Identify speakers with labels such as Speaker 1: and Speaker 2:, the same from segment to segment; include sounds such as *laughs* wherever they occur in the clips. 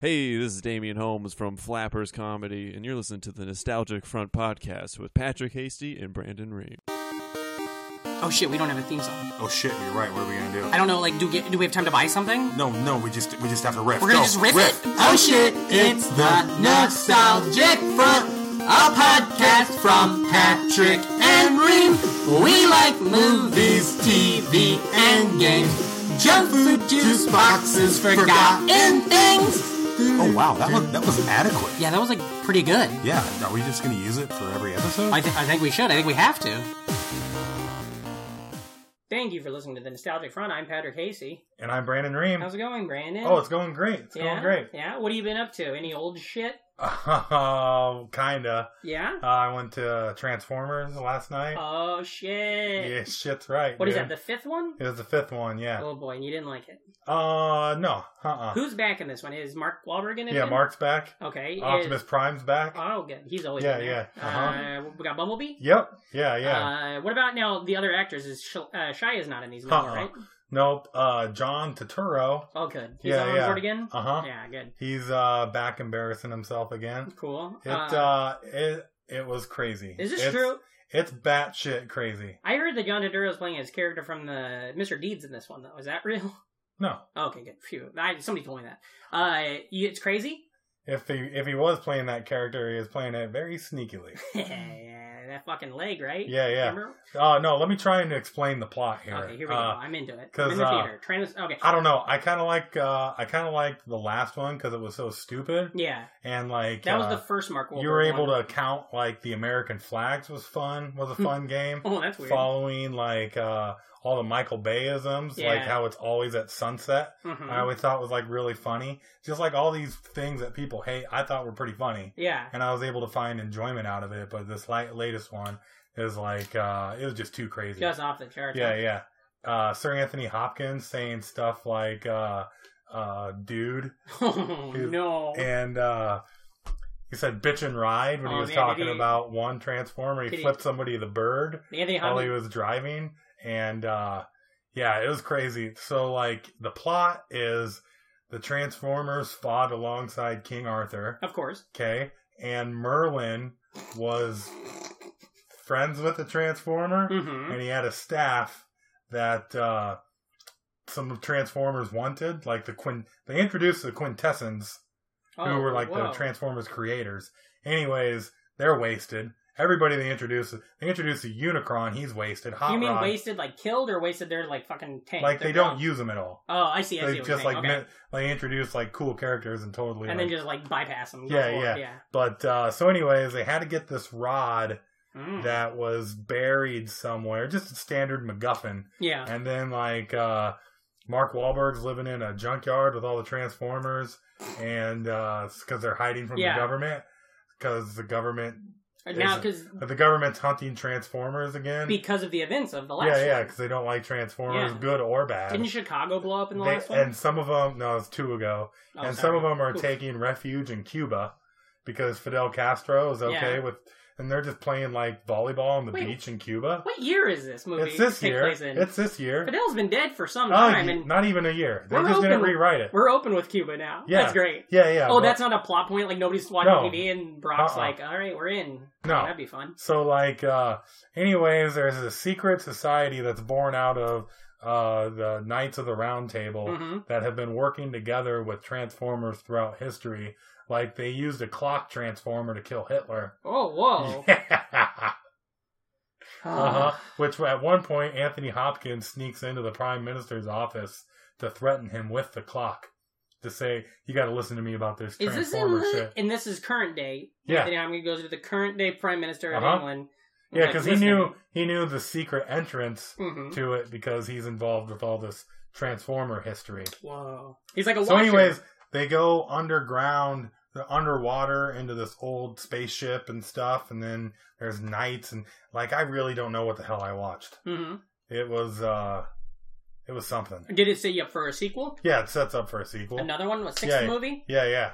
Speaker 1: Hey, this is Damian Holmes from Flappers Comedy, and you're listening to the Nostalgic Front Podcast with Patrick Hasty and Brandon Ream.
Speaker 2: Oh shit, we don't have a theme song.
Speaker 3: Oh shit, you're right. What are we gonna do?
Speaker 2: I don't know. Like, do we, do we have time to buy something?
Speaker 3: No, no, we just we just have to riff.
Speaker 2: We're gonna
Speaker 3: Go,
Speaker 2: just riff, it.
Speaker 4: Oh shit, it's the Nostalgic Front, a podcast from Patrick and Reem. We like movies, TV, and games, junk food, juice boxes, forgotten things.
Speaker 3: Oh wow, that was that was adequate.
Speaker 2: Yeah, that was like pretty good.
Speaker 3: Yeah, are we just gonna use it for every episode?
Speaker 2: I, th- I think we should. I think we have to. Thank you for listening to the Nostalgic Front. I'm Patrick Hasey.
Speaker 3: and I'm Brandon Ream.
Speaker 2: How's it going, Brandon?
Speaker 3: Oh, it's going great. It's
Speaker 2: yeah?
Speaker 3: going great.
Speaker 2: Yeah. What have you been up to? Any old shit?
Speaker 3: Oh, *laughs* kinda.
Speaker 2: Yeah.
Speaker 3: Uh, I went to Transformers last night.
Speaker 2: Oh shit.
Speaker 3: yeah, shit's right.
Speaker 2: What is
Speaker 3: dude.
Speaker 2: that? The fifth one?
Speaker 3: It was the fifth one. Yeah.
Speaker 2: Oh boy, and you didn't like it.
Speaker 3: Uh, no. Uh. uh
Speaker 2: Who's back in this one? Is Mark Wahlberg in it?
Speaker 3: Yeah,
Speaker 2: then?
Speaker 3: Mark's back.
Speaker 2: Okay.
Speaker 3: Optimus
Speaker 2: Is...
Speaker 3: Prime's back.
Speaker 2: Oh, good. He's always
Speaker 3: Yeah,
Speaker 2: in there.
Speaker 3: yeah. Uh-huh.
Speaker 2: Uh, we got Bumblebee.
Speaker 3: Yep. Yeah. Yeah.
Speaker 2: Uh, what about now the other actors? Is Sh- uh, Shia's not in these
Speaker 3: Uh-uh.
Speaker 2: anymore, right?
Speaker 3: nope. Uh, John Turturro.
Speaker 2: Oh, good. He's
Speaker 3: Yeah,
Speaker 2: on
Speaker 3: yeah.
Speaker 2: board again.
Speaker 3: Uh huh.
Speaker 2: Yeah, good.
Speaker 3: He's uh back embarrassing himself again.
Speaker 2: Cool.
Speaker 3: It uh,
Speaker 2: Uh,
Speaker 3: it it was crazy.
Speaker 2: is this
Speaker 3: It's-
Speaker 2: true?
Speaker 3: It's batshit crazy.
Speaker 2: I heard that John Turturro is playing his character from the Mr. Deeds in this one, though. Is that real? *laughs* Oh,
Speaker 3: No,
Speaker 2: Okay, good. Phew. I, somebody told me that. Uh, you, it's crazy. *laughs*
Speaker 3: if he if he was playing that character, he was playing it very sneakily.
Speaker 2: Yeah, that fucking leg, right?
Speaker 3: Yeah, yeah.
Speaker 2: Remember?
Speaker 3: Oh no, let me try and explain the plot here.
Speaker 2: Okay, here we
Speaker 3: Uh,
Speaker 2: go. I'm into it. I'm
Speaker 3: 'cause,
Speaker 2: in the
Speaker 3: uh,
Speaker 2: theater. Trans- okay.
Speaker 3: I don't know. I kind of like uh, I kind of liked the last one because it was so stupid
Speaker 2: Yeah,
Speaker 3: and like
Speaker 2: that was
Speaker 3: uh,
Speaker 2: the first Mark Wahlberg.
Speaker 3: you were able to count like the American flags was fun was a fun game.
Speaker 2: *laughs* Oh, that's weird.
Speaker 3: Following like uh, all the Michael Bayisms, like
Speaker 2: Yeah.
Speaker 3: how it's always at sunset.
Speaker 2: Mhm.
Speaker 3: I always thought was like really funny. Just like all these things that people hate, I thought were pretty funny,
Speaker 2: Yeah.
Speaker 3: and I was able to find enjoyment out of it. But this light, latest one is like uh, it was just too crazy.
Speaker 2: Just off the charts.
Speaker 3: yeah, yeah. Uh, Sir Anthony Hopkins saying stuff like uh, uh, "dude"
Speaker 2: *laughs* oh, no.
Speaker 3: and uh, he said "bitch and ride" when
Speaker 2: Oh,
Speaker 3: he was
Speaker 2: man,
Speaker 3: talking
Speaker 2: did he-
Speaker 3: about one transformer.
Speaker 2: did
Speaker 3: He
Speaker 2: he-
Speaker 3: flipped somebody the bird
Speaker 2: Anthony
Speaker 3: while
Speaker 2: Hopkins
Speaker 3: he was driving and uh yeah it was crazy so like the plot is the transformers fought alongside king arthur
Speaker 2: Of course.
Speaker 3: okay and merlin was friends with the transformer
Speaker 2: hmm
Speaker 3: and he had a staff that uh some transformers wanted like the quin they introduced the quintessence
Speaker 2: Oh,
Speaker 3: who were like the Transformers creators. Anyways, they're wasted. Everybody they introduce, they introduce a Unicron. He's wasted. Hot
Speaker 2: You mean
Speaker 3: Rod,
Speaker 2: wasted, like killed, or wasted their like fucking tank?
Speaker 3: like
Speaker 2: Their
Speaker 3: they don't
Speaker 2: gun?
Speaker 3: use them at all.
Speaker 2: Oh, I see. I see.
Speaker 3: They
Speaker 2: what
Speaker 3: just
Speaker 2: you're
Speaker 3: like
Speaker 2: saying. okay.
Speaker 3: met- they introduce like cool characters and totally.
Speaker 2: and then
Speaker 3: like-
Speaker 2: just like bypass them.
Speaker 3: Yeah,
Speaker 2: Go
Speaker 3: yeah.
Speaker 2: forward, yeah.
Speaker 3: but uh, so anyways, they had to get this rod
Speaker 2: Mm.
Speaker 3: that was buried somewhere, just a standard MacGuffin.
Speaker 2: yeah.
Speaker 3: And then like uh, Mark Wahlberg's living in a junkyard with all the Transformers, and because they're hiding from
Speaker 2: Yeah.
Speaker 3: the government, because the government
Speaker 2: Now, because
Speaker 3: But the government's hunting Transformers again.
Speaker 2: because of the events of the last.
Speaker 3: yeah, yeah,
Speaker 2: one.
Speaker 3: because they don't like Transformers,
Speaker 2: Yeah.
Speaker 3: good or bad.
Speaker 2: Didn't Chicago blow up in the
Speaker 3: They-
Speaker 2: last one?
Speaker 3: and some of them, no, it's two ago.
Speaker 2: Oh,
Speaker 3: and
Speaker 2: sorry.
Speaker 3: some of them are
Speaker 2: Oof.
Speaker 3: taking refuge in Cuba because Fidel Castro is okay
Speaker 2: Yeah.
Speaker 3: with, and they're just playing like volleyball on the
Speaker 2: Wait,
Speaker 3: beach in Cuba.
Speaker 2: What year is this movie?
Speaker 3: It's this
Speaker 2: take
Speaker 3: year.
Speaker 2: Place in?
Speaker 3: It's this year.
Speaker 2: Fidel's been dead for some
Speaker 3: Oh,
Speaker 2: time,
Speaker 3: ye-
Speaker 2: and
Speaker 3: not even a year. They
Speaker 2: We're
Speaker 3: just didn't
Speaker 2: open-
Speaker 3: rewrite it.
Speaker 2: we're open with Cuba now.
Speaker 3: Yeah.
Speaker 2: That's great.
Speaker 3: Yeah, yeah.
Speaker 2: Oh,
Speaker 3: but-
Speaker 2: that's not a plot point. Like nobody's watching
Speaker 3: No.
Speaker 2: TV, and Brock's
Speaker 3: Uh-uh.
Speaker 2: like, "All right, we're in."
Speaker 3: No.
Speaker 2: that'd be fun.
Speaker 3: So like, uh, anyways, there's a secret society that's born out of uh, the Knights of the Round Table
Speaker 2: Mhm.
Speaker 3: that have been working together with Transformers throughout history. Like they used a clock transformer to kill Hitler.
Speaker 2: Oh,
Speaker 3: *laughs*
Speaker 2: whoa.
Speaker 3: uh-huh. Which at one point Anthony Hopkins sneaks into the Prime Minister's office to threaten him with the clock to say, "You got to listen to me about this
Speaker 2: Is this in
Speaker 3: transformer
Speaker 2: the- *laughs*
Speaker 3: shit."
Speaker 2: and this is current day?
Speaker 3: Yeah.
Speaker 2: Anthony Hopkins goes to the current day Prime Minister of
Speaker 3: Uh-huh.
Speaker 2: England.
Speaker 3: Yeah, because he knew he knew the secret entrance
Speaker 2: hmm
Speaker 3: to it because he's involved with all this transformer history.
Speaker 2: Whoa, he's like a.
Speaker 3: So
Speaker 2: watcher.
Speaker 3: anyways, they go underground, they're underwater into this old spaceship and stuff and then there's nights and like I really don't know what the hell I watched.
Speaker 2: Mhm.
Speaker 3: It was uh it was something.
Speaker 2: did it set you up for a sequel?
Speaker 3: Yeah, it sets up for a sequel.
Speaker 2: Another one, a sixth
Speaker 3: Yeah, yeah.
Speaker 2: movie?
Speaker 3: Yeah, yeah.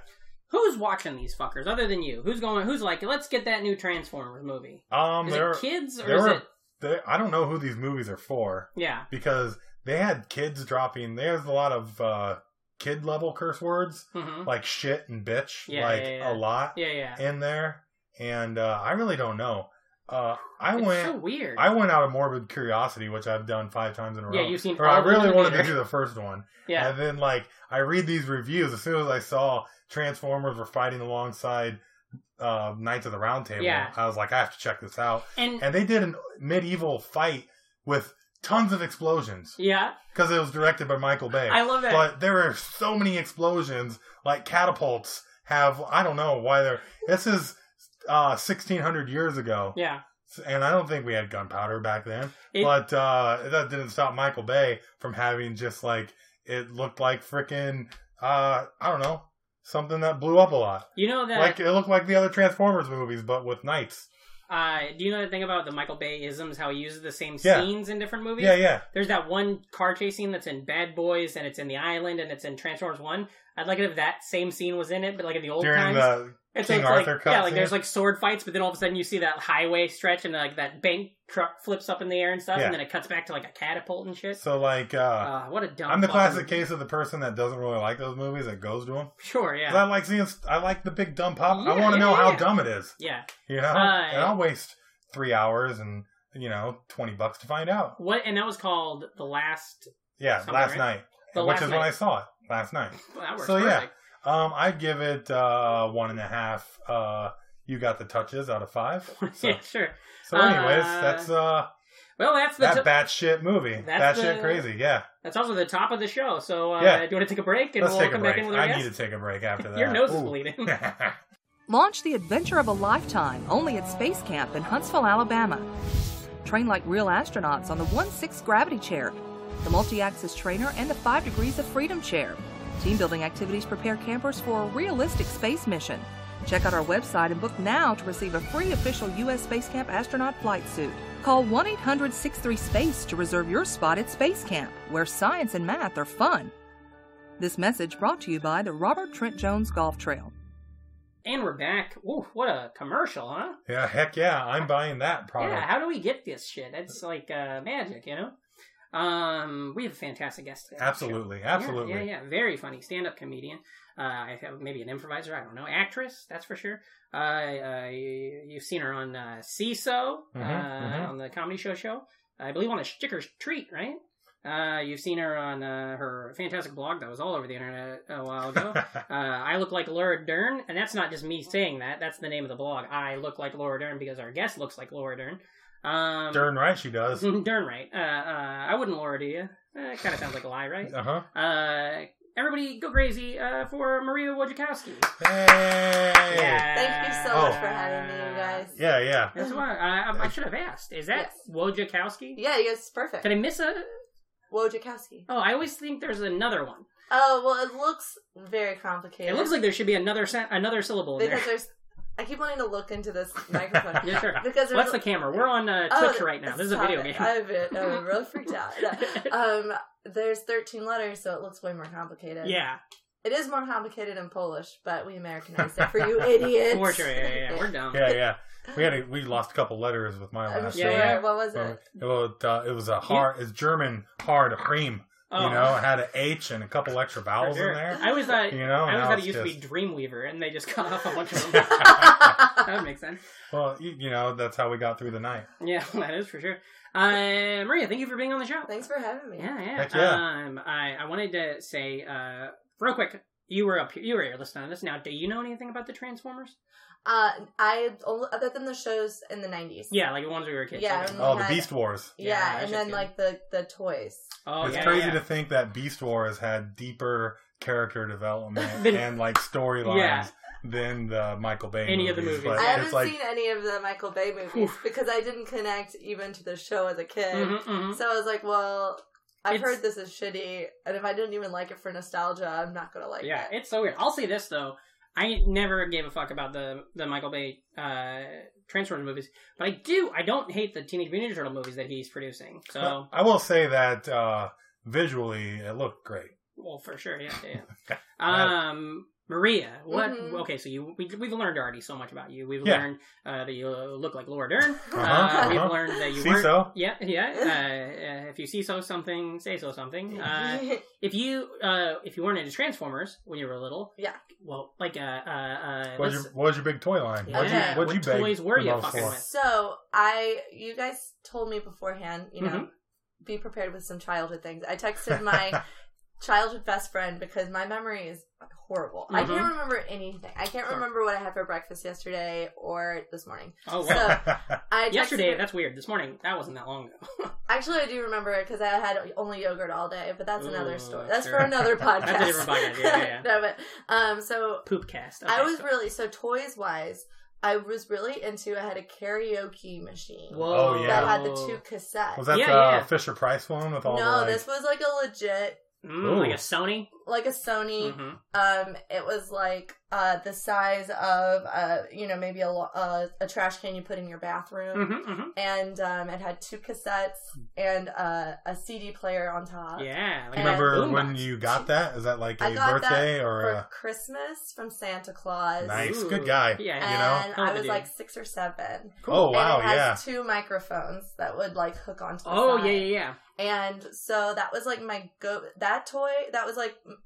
Speaker 2: Who's watching these fuckers other than you? Who's going? Who's like, let's get that new Transformers movie?
Speaker 3: Um
Speaker 2: Is
Speaker 3: there
Speaker 2: it kids or
Speaker 3: there
Speaker 2: is
Speaker 3: were-
Speaker 2: it?
Speaker 3: there I don't know who these movies are for
Speaker 2: Yeah,
Speaker 3: because they had kids dropping there's a lot of uh kid level curse words
Speaker 2: hmm
Speaker 3: like shit and bitch
Speaker 2: Yeah,
Speaker 3: like
Speaker 2: yeah, yeah.
Speaker 3: a lot
Speaker 2: Yeah, yeah.
Speaker 3: in there, and uh, I really don't know. Uh, I
Speaker 2: it's
Speaker 3: went
Speaker 2: so weird.
Speaker 3: I went out of morbid curiosity, which I've done five times in a row.
Speaker 2: Yeah, you've seen
Speaker 3: Or I
Speaker 2: all of them
Speaker 3: really
Speaker 2: in
Speaker 3: wanted to
Speaker 2: theater.
Speaker 3: do the first one,
Speaker 2: yeah.
Speaker 3: and then like I read these reviews. As soon as I saw Transformers were fighting alongside uh, Knights of the Round Table,
Speaker 2: Yeah.
Speaker 3: I was like, I have to check this out.
Speaker 2: And,
Speaker 3: And they did a medieval fight with tons of explosions
Speaker 2: yeah,
Speaker 3: because it was directed by Michael Bay.
Speaker 2: I love that.
Speaker 3: But there are so many explosions, like catapults have. I don't know why they're. This is uh, 1600 years ago,
Speaker 2: yeah.
Speaker 3: and I don't think we had gunpowder back then.
Speaker 2: It-
Speaker 3: but uh, that didn't stop Michael Bay from having just like it looked like freaking uh, I don't know something that blew up a lot.
Speaker 2: You know that
Speaker 3: Like it looked like the other Transformers movies, but with knights.
Speaker 2: Uh, do you know the thing about the Michael Bay isms? How he uses the same
Speaker 3: Yeah.
Speaker 2: scenes in different movies.
Speaker 3: Yeah, yeah.
Speaker 2: There's that one car chase scene that's in Bad Boys, and it's in The Island, and it's in Transformers One. I'd like it if that same scene was in it, but like in the old
Speaker 3: During
Speaker 2: times.
Speaker 3: the
Speaker 2: And
Speaker 3: King
Speaker 2: it's
Speaker 3: Arthur
Speaker 2: like,
Speaker 3: cut
Speaker 2: yeah, like
Speaker 3: scene.
Speaker 2: there's like sword fights, but then all of a sudden you see that highway stretch, and like that bank truck flips up in the air and stuff,
Speaker 3: Yeah.
Speaker 2: and then it cuts back to like a catapult and shit.
Speaker 3: so like uh,
Speaker 2: uh, what a dumb.
Speaker 3: I'm the
Speaker 2: fucking-
Speaker 3: classic case of the person that doesn't really like those movies that goes to them.
Speaker 2: Sure.
Speaker 3: 'Cause
Speaker 2: Yeah.
Speaker 3: I like seeing I like the big dumb pop. I
Speaker 2: Yeah,
Speaker 3: want to
Speaker 2: yeah,
Speaker 3: know
Speaker 2: yeah,
Speaker 3: how
Speaker 2: yeah.
Speaker 3: dumb it is.
Speaker 2: Yeah.
Speaker 3: You know,
Speaker 2: Uh,
Speaker 3: and I'll waste three hours and you know twenty bucks to find out.
Speaker 2: What? And that was called the last.
Speaker 3: Yeah,
Speaker 2: Something,
Speaker 3: last
Speaker 2: right?
Speaker 3: night,
Speaker 2: The
Speaker 3: which
Speaker 2: last
Speaker 3: is when
Speaker 2: night.
Speaker 3: I saw it last night.
Speaker 2: Well, that works
Speaker 3: So, yeah.
Speaker 2: perfect. *laughs*
Speaker 3: Um, I'd give it uh, one and a half. Uh, you got the touches out of five. So,
Speaker 2: yeah. Sure.
Speaker 3: so anyways,
Speaker 2: Uh,
Speaker 3: that's uh,
Speaker 2: Well, that's the
Speaker 3: that
Speaker 2: t-
Speaker 3: batshit movie.
Speaker 2: that's
Speaker 3: Batshit
Speaker 2: the-
Speaker 3: crazy. Yeah,
Speaker 2: That's also the top of the show. So, uh,
Speaker 3: Yeah.
Speaker 2: do you want to take a break and
Speaker 3: let's
Speaker 2: we'll
Speaker 3: take a
Speaker 2: come back
Speaker 3: break.
Speaker 2: in with our
Speaker 3: I need
Speaker 2: guest?
Speaker 3: to take a break after that.
Speaker 2: *laughs* Your nose is
Speaker 3: Ooh. *laughs*
Speaker 2: bleeding.
Speaker 5: Launch the adventure of a lifetime only at Space Camp in Huntsville, Alabama. Train like real astronauts on the 1 6 gravity chair, the multi axis trainer, and the 5 degrees of freedom chair. Team building activities prepare campers for a realistic space mission. Check out our website and book now to receive a free official U.S. Space Camp astronaut flight suit. Call 1 800 63 SPACE to reserve your spot at Space Camp, where science and math are fun. This message brought to you by the Robert Trent Jones Golf Trail.
Speaker 2: and we're back. Ooh, what a commercial, huh?
Speaker 3: yeah, heck yeah, I'm buying that product.
Speaker 2: Yeah. How do we get this shit? That's like uh, magic, you know. Um, we have a fantastic guest today.
Speaker 3: *laughs* absolutely,
Speaker 2: Yeah,
Speaker 3: absolutely.
Speaker 2: Yeah,
Speaker 3: *laughs*
Speaker 2: yeah, Very funny stand-up comedian. Uh, I have maybe an improviser. I don't know. Actress, that's for sure. Uh, uh, you, you've seen her on uh, CISO, uh,
Speaker 3: Mhm, mhm.
Speaker 2: on the comedy show show. I believe on a Sticker's Treat, right? Uh, you've seen her on uh, her fantastic blog that was all over the internet a while
Speaker 3: *laughs*
Speaker 2: ago. Uh, I look like Laura Dern, and that's not just me saying that. That's the name of the blog. I look like Laura Dern because our guest looks like Laura Dern. Um,
Speaker 3: Darn right she does.
Speaker 2: *laughs* Dern, right? Uh, uh, I wouldn't Laura do you. Uh, kind of sounds like a lie, right?
Speaker 3: Uh huh.
Speaker 2: Uh, everybody go crazy uh, for Maria Wojciechowski.
Speaker 3: Hey.
Speaker 6: Thank you so
Speaker 3: Oh.
Speaker 6: much for having me, you guys.
Speaker 3: Yeah, yeah.
Speaker 2: *laughs* That's why I, I- I should have asked. Is that
Speaker 6: Yes.
Speaker 2: Wojciechowski?
Speaker 6: Yeah, you guys, it's perfect.
Speaker 2: Did I miss a?
Speaker 6: Wojciechowski.
Speaker 2: Oh, I always think there's another one.
Speaker 6: Oh well, it looks very complicated.
Speaker 2: It looks like there should be another sen- another syllable in
Speaker 6: because
Speaker 2: there.
Speaker 6: there's. I keep wanting to look into this
Speaker 2: *laughs*
Speaker 6: microphone.
Speaker 2: Yeah,
Speaker 6: *laughs*
Speaker 2: sure.
Speaker 6: Because there's
Speaker 2: What's the camera? We're on uh,
Speaker 6: Oh,
Speaker 2: Twitch right now. This is a
Speaker 6: stop
Speaker 2: video
Speaker 6: it.
Speaker 2: game.
Speaker 6: I've been, I'm really freaked out. No. Um, there's 13 letters, so it looks way more
Speaker 2: *laughs*
Speaker 6: complicated.
Speaker 2: yeah,
Speaker 6: It is more complicated in Polish, but we Americanized it
Speaker 2: *laughs*
Speaker 6: for you idiots.
Speaker 2: for sure. Yeah, yeah, yeah. we're dumb.
Speaker 3: Yeah, yeah. We had a, we lost a couple letters with my
Speaker 6: *laughs* I'm
Speaker 3: last
Speaker 6: sure.
Speaker 2: Yeah,
Speaker 3: name.
Speaker 2: yeah.
Speaker 6: What was
Speaker 3: Well,
Speaker 2: *laughs*
Speaker 6: it?
Speaker 3: it was, uh, it was a hard, it's German hard cream.
Speaker 2: Oh,
Speaker 3: You know, it had an H and a couple extra
Speaker 2: for
Speaker 3: vowels
Speaker 2: sure.
Speaker 3: in there.
Speaker 2: I always thought.
Speaker 3: You know,
Speaker 2: I always
Speaker 3: now
Speaker 2: thought it
Speaker 3: it's
Speaker 2: used
Speaker 3: just,
Speaker 2: to be Dreamweaver, and they just cut off a bunch
Speaker 3: *laughs*
Speaker 2: of them. that would make sense.
Speaker 3: well, you, you know, that's how we got through the night.
Speaker 2: Yeah, *laughs* that is for sure. Uh, Maria, thank you for being on the show.
Speaker 6: Thanks for having me.
Speaker 2: Yeah, yeah.
Speaker 3: Heck yeah.
Speaker 2: Um, I, I wanted to say uh, real quick. You were up here. You were here listening to this. Now, do you know anything about the Transformers?
Speaker 6: Uh, I only other than the shows in the 90s.
Speaker 2: Yeah, like the ones we were kids.
Speaker 6: Yeah,
Speaker 2: okay.
Speaker 6: and-
Speaker 3: Oh, the
Speaker 6: had-
Speaker 3: Beast Wars.
Speaker 6: Yeah,
Speaker 2: Yeah, that
Speaker 6: and
Speaker 2: shit's
Speaker 6: then
Speaker 2: good.
Speaker 6: like the the toys.
Speaker 2: Oh,
Speaker 3: it's
Speaker 2: yeah,
Speaker 3: crazy
Speaker 2: yeah.
Speaker 3: to think that Beast Wars had deeper character
Speaker 2: *laughs*
Speaker 3: development
Speaker 2: Than-
Speaker 3: and like storylines
Speaker 2: Yeah.
Speaker 3: than the Michael Bay
Speaker 2: Any of the movies.
Speaker 3: But
Speaker 6: I
Speaker 2: Yeah,
Speaker 6: haven't
Speaker 3: it's like,
Speaker 6: seen any of the Michael Bay movies
Speaker 2: Oof.
Speaker 6: because I didn't connect even to the show as a kid.
Speaker 2: Mhm, mhm.
Speaker 6: So I was like, well, I've
Speaker 2: It's-
Speaker 6: heard this is shitty, and if I didn't even like it for nostalgia, I'm not gonna like
Speaker 2: yeah,
Speaker 6: it.
Speaker 2: it's so weird. I'll say this though. I never gave a fuck about the the Michael Bay uh, Transformers movies, but I do. I don't hate the Teenage Mutant Ninja Turtle movies that he's producing. So,
Speaker 3: I will say that uh, visually, it looked great. *laughs*
Speaker 2: well, for sure, yeah, yeah. yeah.
Speaker 3: That-
Speaker 2: um, Maria, what?
Speaker 6: Mhm.
Speaker 2: Okay, so you we, we've learned already so much about you. We've
Speaker 3: Mm-hmm. Yeah.
Speaker 2: learned uh, that you uh, look like Laura Dern.
Speaker 6: *laughs*
Speaker 2: uh
Speaker 3: *laughs* Uh-huh,
Speaker 2: We've
Speaker 3: uh-huh.
Speaker 2: learned that you
Speaker 3: See
Speaker 2: weren't.
Speaker 3: so?
Speaker 2: Yeah,
Speaker 3: *laughs*
Speaker 2: yeah. Uh, uh, if you see so something, say so something.
Speaker 6: *laughs*
Speaker 2: Uh,
Speaker 3: *laughs*
Speaker 2: if you uh, if you weren't into Transformers when you were little,
Speaker 6: Yeah.
Speaker 2: Well, like uh, uh, uh
Speaker 3: What was, your,
Speaker 2: let's-
Speaker 3: what was your big toy line? What'd you,
Speaker 6: Yeah.
Speaker 3: what'd
Speaker 2: What
Speaker 3: you beg
Speaker 2: toys were
Speaker 3: the
Speaker 2: you
Speaker 3: most
Speaker 2: fucking
Speaker 3: for?
Speaker 2: with?
Speaker 6: So I, you guys told me beforehand, you know,
Speaker 2: Mm-hmm.
Speaker 6: be prepared with some childhood things.
Speaker 2: *laughs*
Speaker 6: I texted my childhood best friend because my memory is horrible. I can't
Speaker 2: Mhm.
Speaker 6: remember anything. I can't
Speaker 2: Sure.
Speaker 6: remember what I had for breakfast yesterday or this morning.
Speaker 2: oh wow.
Speaker 6: So- *laughs* I texted
Speaker 2: Yesterday,
Speaker 6: her-
Speaker 2: that's weird. This morning, that wasn't that long ago.
Speaker 6: actually I do remember it because I had only yogurt all day, but that's another
Speaker 2: Ooh,
Speaker 6: story. That's
Speaker 2: sure. *laughs*
Speaker 6: for another podcast.
Speaker 2: That's a different podcast, yeah, yeah, yeah.
Speaker 6: *laughs* no, but um, so
Speaker 2: Poopcast.
Speaker 6: I
Speaker 2: Okay,
Speaker 6: was
Speaker 2: so-
Speaker 6: really so toys wise. I was really into. I had a karaoke machine
Speaker 2: Whoa.
Speaker 3: Oh, yeah.
Speaker 6: that had the two cassettes.
Speaker 3: was that
Speaker 2: Yeah,
Speaker 3: the
Speaker 2: yeah.
Speaker 3: Fisher Price one with all
Speaker 6: no,
Speaker 3: the like,
Speaker 6: this was like a legit,
Speaker 2: Mm, like
Speaker 3: Ooh.
Speaker 2: a Sony.
Speaker 6: like a Sony.
Speaker 2: Mhm.
Speaker 6: Um, it was like uh the size of uh you know maybe a lo- uh, a trash can you put in your bathroom,
Speaker 2: Mhm, mhm.
Speaker 6: and um it had two cassettes and uh, a CD player on top.
Speaker 2: Yeah. Like
Speaker 6: You
Speaker 2: a
Speaker 3: Remember
Speaker 2: boombox.
Speaker 3: when you got that? Is that like a
Speaker 6: I got
Speaker 3: birthday
Speaker 6: that
Speaker 3: or
Speaker 6: for
Speaker 3: a
Speaker 6: Christmas from Santa Claus.
Speaker 3: nice?
Speaker 2: Ooh.
Speaker 3: Good guy.
Speaker 2: Yeah.
Speaker 3: You know?
Speaker 6: And
Speaker 2: Hell of
Speaker 6: I
Speaker 2: a
Speaker 6: was
Speaker 2: dude.
Speaker 6: like six or seven.
Speaker 3: Oh wow,
Speaker 6: and it has
Speaker 3: yeah.
Speaker 6: two microphones that would like hook onto the
Speaker 2: Oh
Speaker 6: side.
Speaker 2: yeah, yeah, yeah.
Speaker 6: And so that was like my go that toy that was like m-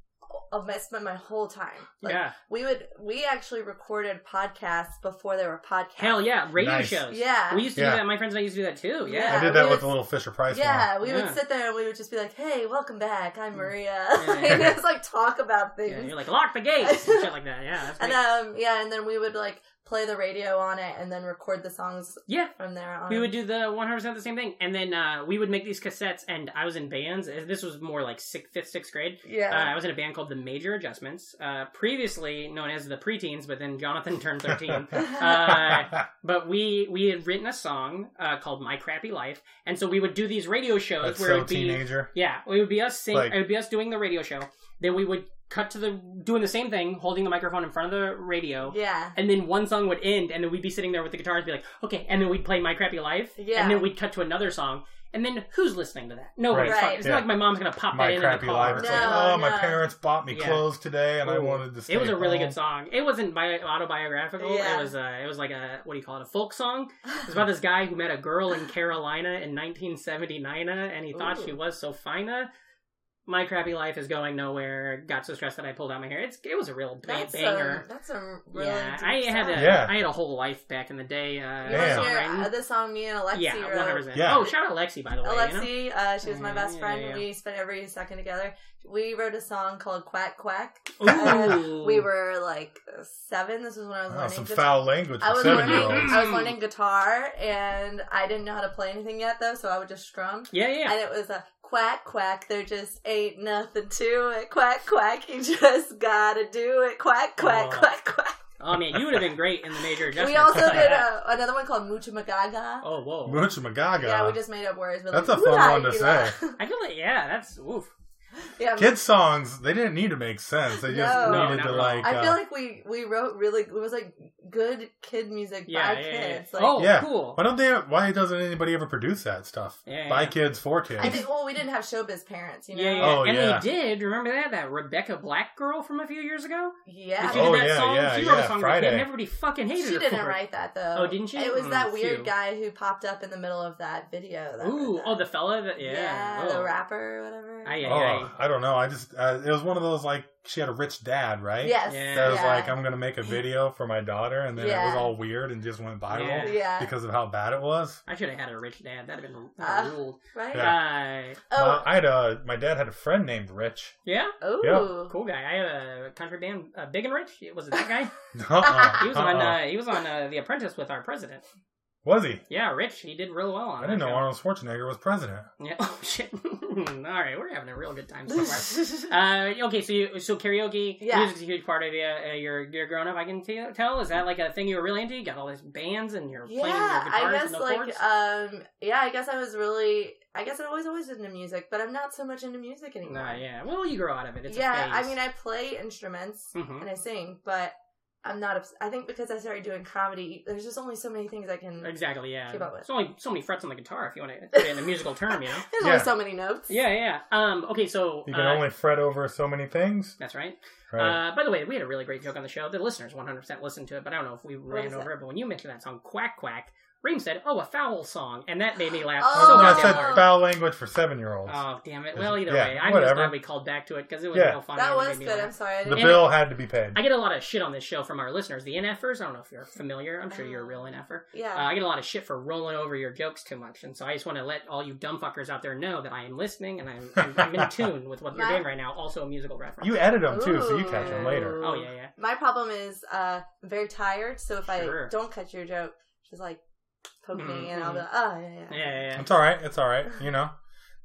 Speaker 6: of my I spent my whole time. Like,
Speaker 2: yeah.
Speaker 6: We would we actually recorded podcasts before there were podcasts.
Speaker 2: Hell yeah. Radio
Speaker 3: Nice.
Speaker 2: shows.
Speaker 6: Yeah.
Speaker 2: We used to
Speaker 3: Yeah.
Speaker 2: do that. My friends and I used to do that too. Yeah.
Speaker 3: I
Speaker 6: yeah,
Speaker 3: did that with
Speaker 6: we was-
Speaker 3: the little Fisher Price one.
Speaker 6: yeah, we
Speaker 2: Yeah. Mm.
Speaker 6: would sit there and we would just be like, "Hey, welcome back. I'm Maria."
Speaker 2: Yeah.
Speaker 6: *laughs* and just like talk about
Speaker 2: Yeah,
Speaker 6: things.
Speaker 2: you're like lock the gates and shit like that. Yeah, that's
Speaker 6: and
Speaker 2: great.
Speaker 6: um yeah, and then we would like play the radio on it and then record the songs
Speaker 2: yeah.
Speaker 6: from there on.
Speaker 2: We would do the 100% the same thing, and then uh, we would make these cassettes. And I was in bands. This was more like sixth, fifth, sixth grade. Uh,
Speaker 6: yeah.
Speaker 2: I was in a band called the Major Adjustments, uh, previously known as the Preteens, but then Jonathan *laughs* turned 13.
Speaker 3: *laughs*
Speaker 2: uh, but we we had written a song uh, called "My Crappy Life," and so we would do these radio shows
Speaker 3: That's
Speaker 2: where it
Speaker 3: so
Speaker 2: would be
Speaker 3: teenager.
Speaker 2: yeah, it would be us sing,
Speaker 3: Like-
Speaker 2: it would be us doing the radio show. Then we would cut to the doing the same thing, holding the microphone in front of the radio.
Speaker 6: yeah. *laughs*
Speaker 2: And then one song would end, and then we'd be sitting there with the guitars, be like, okay, and then we'd play "My Crappy Life,"
Speaker 6: Yeah.
Speaker 2: and then we'd cut to another song, and then who's listening to that? Nobody's
Speaker 6: Right.
Speaker 2: fuck- It's
Speaker 3: Yeah.
Speaker 2: not like my mom's gonna pop that
Speaker 3: My
Speaker 2: in,
Speaker 3: crappy
Speaker 2: in the car.
Speaker 3: life. It's
Speaker 6: No,
Speaker 3: like, oh, my
Speaker 6: no.
Speaker 3: parents bought me
Speaker 2: Yeah.
Speaker 3: clothes today, and I
Speaker 2: Ooh.
Speaker 3: wanted to. Stay
Speaker 2: It was a really
Speaker 3: home.
Speaker 2: good song. It wasn't bi- autobiographical. It
Speaker 6: Yeah.
Speaker 2: was uh, it was like a what do you call it? A folk song. It's about this guy who met a girl in Carolina in 1979, and he thought
Speaker 6: Ooh.
Speaker 2: she was so fina. My crappy life is going nowhere. Got so stressed that I pulled out my hair. It's it was a real ba-
Speaker 6: That's
Speaker 2: banger.
Speaker 6: a that's a really
Speaker 2: yeah,
Speaker 6: deep
Speaker 2: I had
Speaker 6: song.
Speaker 2: a I
Speaker 3: Yeah.
Speaker 2: had a whole life back in the day. Uh,
Speaker 6: You
Speaker 3: Damn.
Speaker 6: want to hear
Speaker 2: songwriting.
Speaker 6: uh, the song me and Alexi
Speaker 2: yeah,
Speaker 6: wrote?
Speaker 2: 100%.
Speaker 3: Yeah.
Speaker 2: Oh, shout out Alexi by the way. you know?
Speaker 6: Alexi, uh, she was my
Speaker 2: Yeah,
Speaker 6: best
Speaker 2: yeah,
Speaker 6: friend.
Speaker 2: yeah.
Speaker 6: We spent every second together. We wrote a song called Quack Quack.
Speaker 2: Ooh.
Speaker 6: *laughs* We were like seven. This was when I was
Speaker 3: Oh,
Speaker 6: learning.
Speaker 3: some
Speaker 6: guitar.
Speaker 3: foul language
Speaker 6: I
Speaker 3: for
Speaker 6: was
Speaker 3: seven
Speaker 6: learning.
Speaker 3: year
Speaker 2: olds.
Speaker 6: I was learning guitar, and I didn't know how to play anything yet, though. So I would just strum.
Speaker 2: Yeah, yeah.
Speaker 6: And it was a quack quack. There just ain't nothing to it. Quack quack. You *laughs* just gotta do it. Quack quack
Speaker 2: Oh.
Speaker 6: quack quack.
Speaker 2: Oh man, you would have been great in the major adjustments.
Speaker 6: We also
Speaker 2: Yeah.
Speaker 6: did uh, another one called Mucha Magaga.
Speaker 2: *laughs* Oh *laughs* whoa.
Speaker 3: olds. Magaga.
Speaker 6: Yeah, we just made up words. But
Speaker 3: That's
Speaker 6: like,
Speaker 3: a fun
Speaker 6: "Ooh-la,
Speaker 3: one to
Speaker 6: ee-la."
Speaker 2: I feel like yeah, that's oof.
Speaker 6: *laughs* yeah,
Speaker 3: Kids songs, they didn't need to make sense. They just
Speaker 6: No. No,
Speaker 3: needed
Speaker 2: not
Speaker 3: to
Speaker 2: at all.
Speaker 3: like.
Speaker 6: I
Speaker 3: uh,
Speaker 6: feel like we we wrote really. It was like good kid music
Speaker 2: Yeah,
Speaker 6: by
Speaker 2: yeah, yeah.
Speaker 6: kids. Like,
Speaker 2: oh,
Speaker 3: Yeah.
Speaker 2: cool.
Speaker 3: why don't they? Why doesn't anybody ever produce that stuff?
Speaker 2: Yeah,
Speaker 3: By
Speaker 2: yeah.
Speaker 3: kids for kids.
Speaker 6: I think. Well, we didn't have showbiz parents, you know.
Speaker 2: Yeah, yeah.
Speaker 3: Oh,
Speaker 2: and
Speaker 3: yeah.
Speaker 2: they did. Remember that that Rebecca Black girl from a few years ago?
Speaker 6: Yeah.
Speaker 2: That she did
Speaker 3: Oh,
Speaker 2: that
Speaker 3: yeah,
Speaker 2: song.
Speaker 3: yeah,
Speaker 2: she wrote
Speaker 3: yeah,
Speaker 2: a song
Speaker 3: Friday.
Speaker 2: that and everybody fucking hated
Speaker 6: She
Speaker 2: her.
Speaker 6: didn't
Speaker 2: for it.
Speaker 6: write that though.
Speaker 2: Oh, didn't she?
Speaker 6: It was
Speaker 2: Mm,
Speaker 6: that weird
Speaker 2: phew.
Speaker 6: guy who popped up in the middle of that video. That
Speaker 2: Ooh,
Speaker 6: wrote that.
Speaker 2: oh, the fella that yeah,
Speaker 6: yeah,
Speaker 2: oh.
Speaker 6: the rapper, or whatever.
Speaker 2: Aye, aye,
Speaker 3: Oh,
Speaker 2: aye.
Speaker 3: I don't know. I just uh, it was one of those like she had a rich dad, right?
Speaker 6: Yes.
Speaker 2: Yeah.
Speaker 3: That was
Speaker 6: yeah.
Speaker 3: like I'm
Speaker 2: *laughs*
Speaker 3: gonna make a video for my daughter, and then it was
Speaker 6: Yeah.
Speaker 3: all weird and just went viral
Speaker 2: Yeah.
Speaker 6: yeah.
Speaker 3: because of how bad it was.
Speaker 2: I should have had a rich dad. That'd have been that'd have
Speaker 6: Uh,
Speaker 2: ruled.
Speaker 6: right.
Speaker 2: Yeah. Uh,
Speaker 6: Oh.
Speaker 3: My, I had a my dad had a friend named Rich. *laughs*
Speaker 2: yeah,
Speaker 6: Ooh.
Speaker 3: yeah.
Speaker 2: cool guy. I had a country band, uh, Big and Rich. Was it that guy?
Speaker 3: Uh-uh,
Speaker 2: *laughs* He was
Speaker 3: *laughs*
Speaker 2: on.
Speaker 3: uh-uh.
Speaker 2: Uh, he was on uh, The Apprentice with our president.
Speaker 3: was he?
Speaker 2: Yeah, Rich. He did real well on.
Speaker 3: I didn't
Speaker 2: that
Speaker 3: know
Speaker 2: show.
Speaker 3: Arnold Schwarzenegger was president.
Speaker 2: Yeah. *laughs* Oh shit. All right, we're having a real good time so
Speaker 6: *laughs*
Speaker 2: far. uh, okay, so you, so karaoke
Speaker 6: Yeah.
Speaker 2: music's a huge part of you, uh, your your growing up. I can te- tell. Is that like a thing you were really into? You got all these bands and you're
Speaker 6: Yeah,
Speaker 2: playing your guitars
Speaker 6: I guess
Speaker 2: and the
Speaker 6: like
Speaker 2: chords?
Speaker 6: um, yeah, I guess I was really, I guess I was always into music, but I'm not so much into music anymore.
Speaker 2: Nah, yeah. Well, you grow out of it. It's
Speaker 6: yeah,
Speaker 2: A phase.
Speaker 6: I mean, I play instruments
Speaker 2: Mhm.
Speaker 6: and I sing, but I'm not. Obs- I think because I started doing comedy, there's just only so many things I can.
Speaker 2: Exactly, yeah.
Speaker 6: Keep up with.
Speaker 2: There's only so many frets on the guitar if you want
Speaker 6: *laughs*
Speaker 2: to put it in a musical term, you know?
Speaker 6: There's
Speaker 3: Yeah.
Speaker 6: only so many notes.
Speaker 2: Yeah, yeah. Um, okay, so.
Speaker 3: You can
Speaker 2: uh,
Speaker 3: only fret over so many things.
Speaker 2: That's right.
Speaker 3: Right.
Speaker 2: Uh, by the way, we had a really great joke on the show. The listeners 100% listened to it, but I don't know if we ran
Speaker 6: is
Speaker 2: over
Speaker 6: it?
Speaker 2: it. But when you mentioned that song, Quack Quack, Reem said, Oh, a foul song. And that made me laugh
Speaker 6: Oh,
Speaker 2: so
Speaker 3: I
Speaker 2: goddamn
Speaker 3: said
Speaker 6: wow.
Speaker 2: hard.
Speaker 3: foul language for seven year olds.
Speaker 2: Oh, damn it. Well, either
Speaker 3: Yeah,
Speaker 2: way, I'm just
Speaker 3: whatever.
Speaker 2: glad we called back to it because it was
Speaker 3: Yeah.
Speaker 2: real fun.
Speaker 6: That
Speaker 2: and it made
Speaker 6: was
Speaker 2: me
Speaker 6: good.
Speaker 2: laugh.
Speaker 6: I'm sorry. I
Speaker 3: the
Speaker 6: didn't
Speaker 2: And-
Speaker 3: bill had to be paid.
Speaker 2: I get a lot of shit on this show from our listeners, the NFers. I don't know if you're familiar. I'm sure you're a real NFer. Uh,
Speaker 6: yeah.
Speaker 2: I get a lot of shit for rolling over your jokes too much, and so I just want to let all you dumb fuckers out there know that I am listening and I'm, I'm, I'm
Speaker 3: *laughs*
Speaker 2: in tune with what you're
Speaker 6: My-
Speaker 2: doing right now. Also, a musical reference.
Speaker 3: You edit them too, so you catch them
Speaker 6: Ooh.
Speaker 3: later.
Speaker 2: oh yeah, yeah.
Speaker 6: My problem is uh, I'm very tired, so if
Speaker 2: Sure.
Speaker 6: I don't catch your joke, she's like poke
Speaker 2: Mhm,
Speaker 6: me, and I'll be
Speaker 2: mhm.
Speaker 6: like, oh yeah, yeah.
Speaker 2: Yeah, yeah, yeah.
Speaker 3: It's all right. It's all right. You know,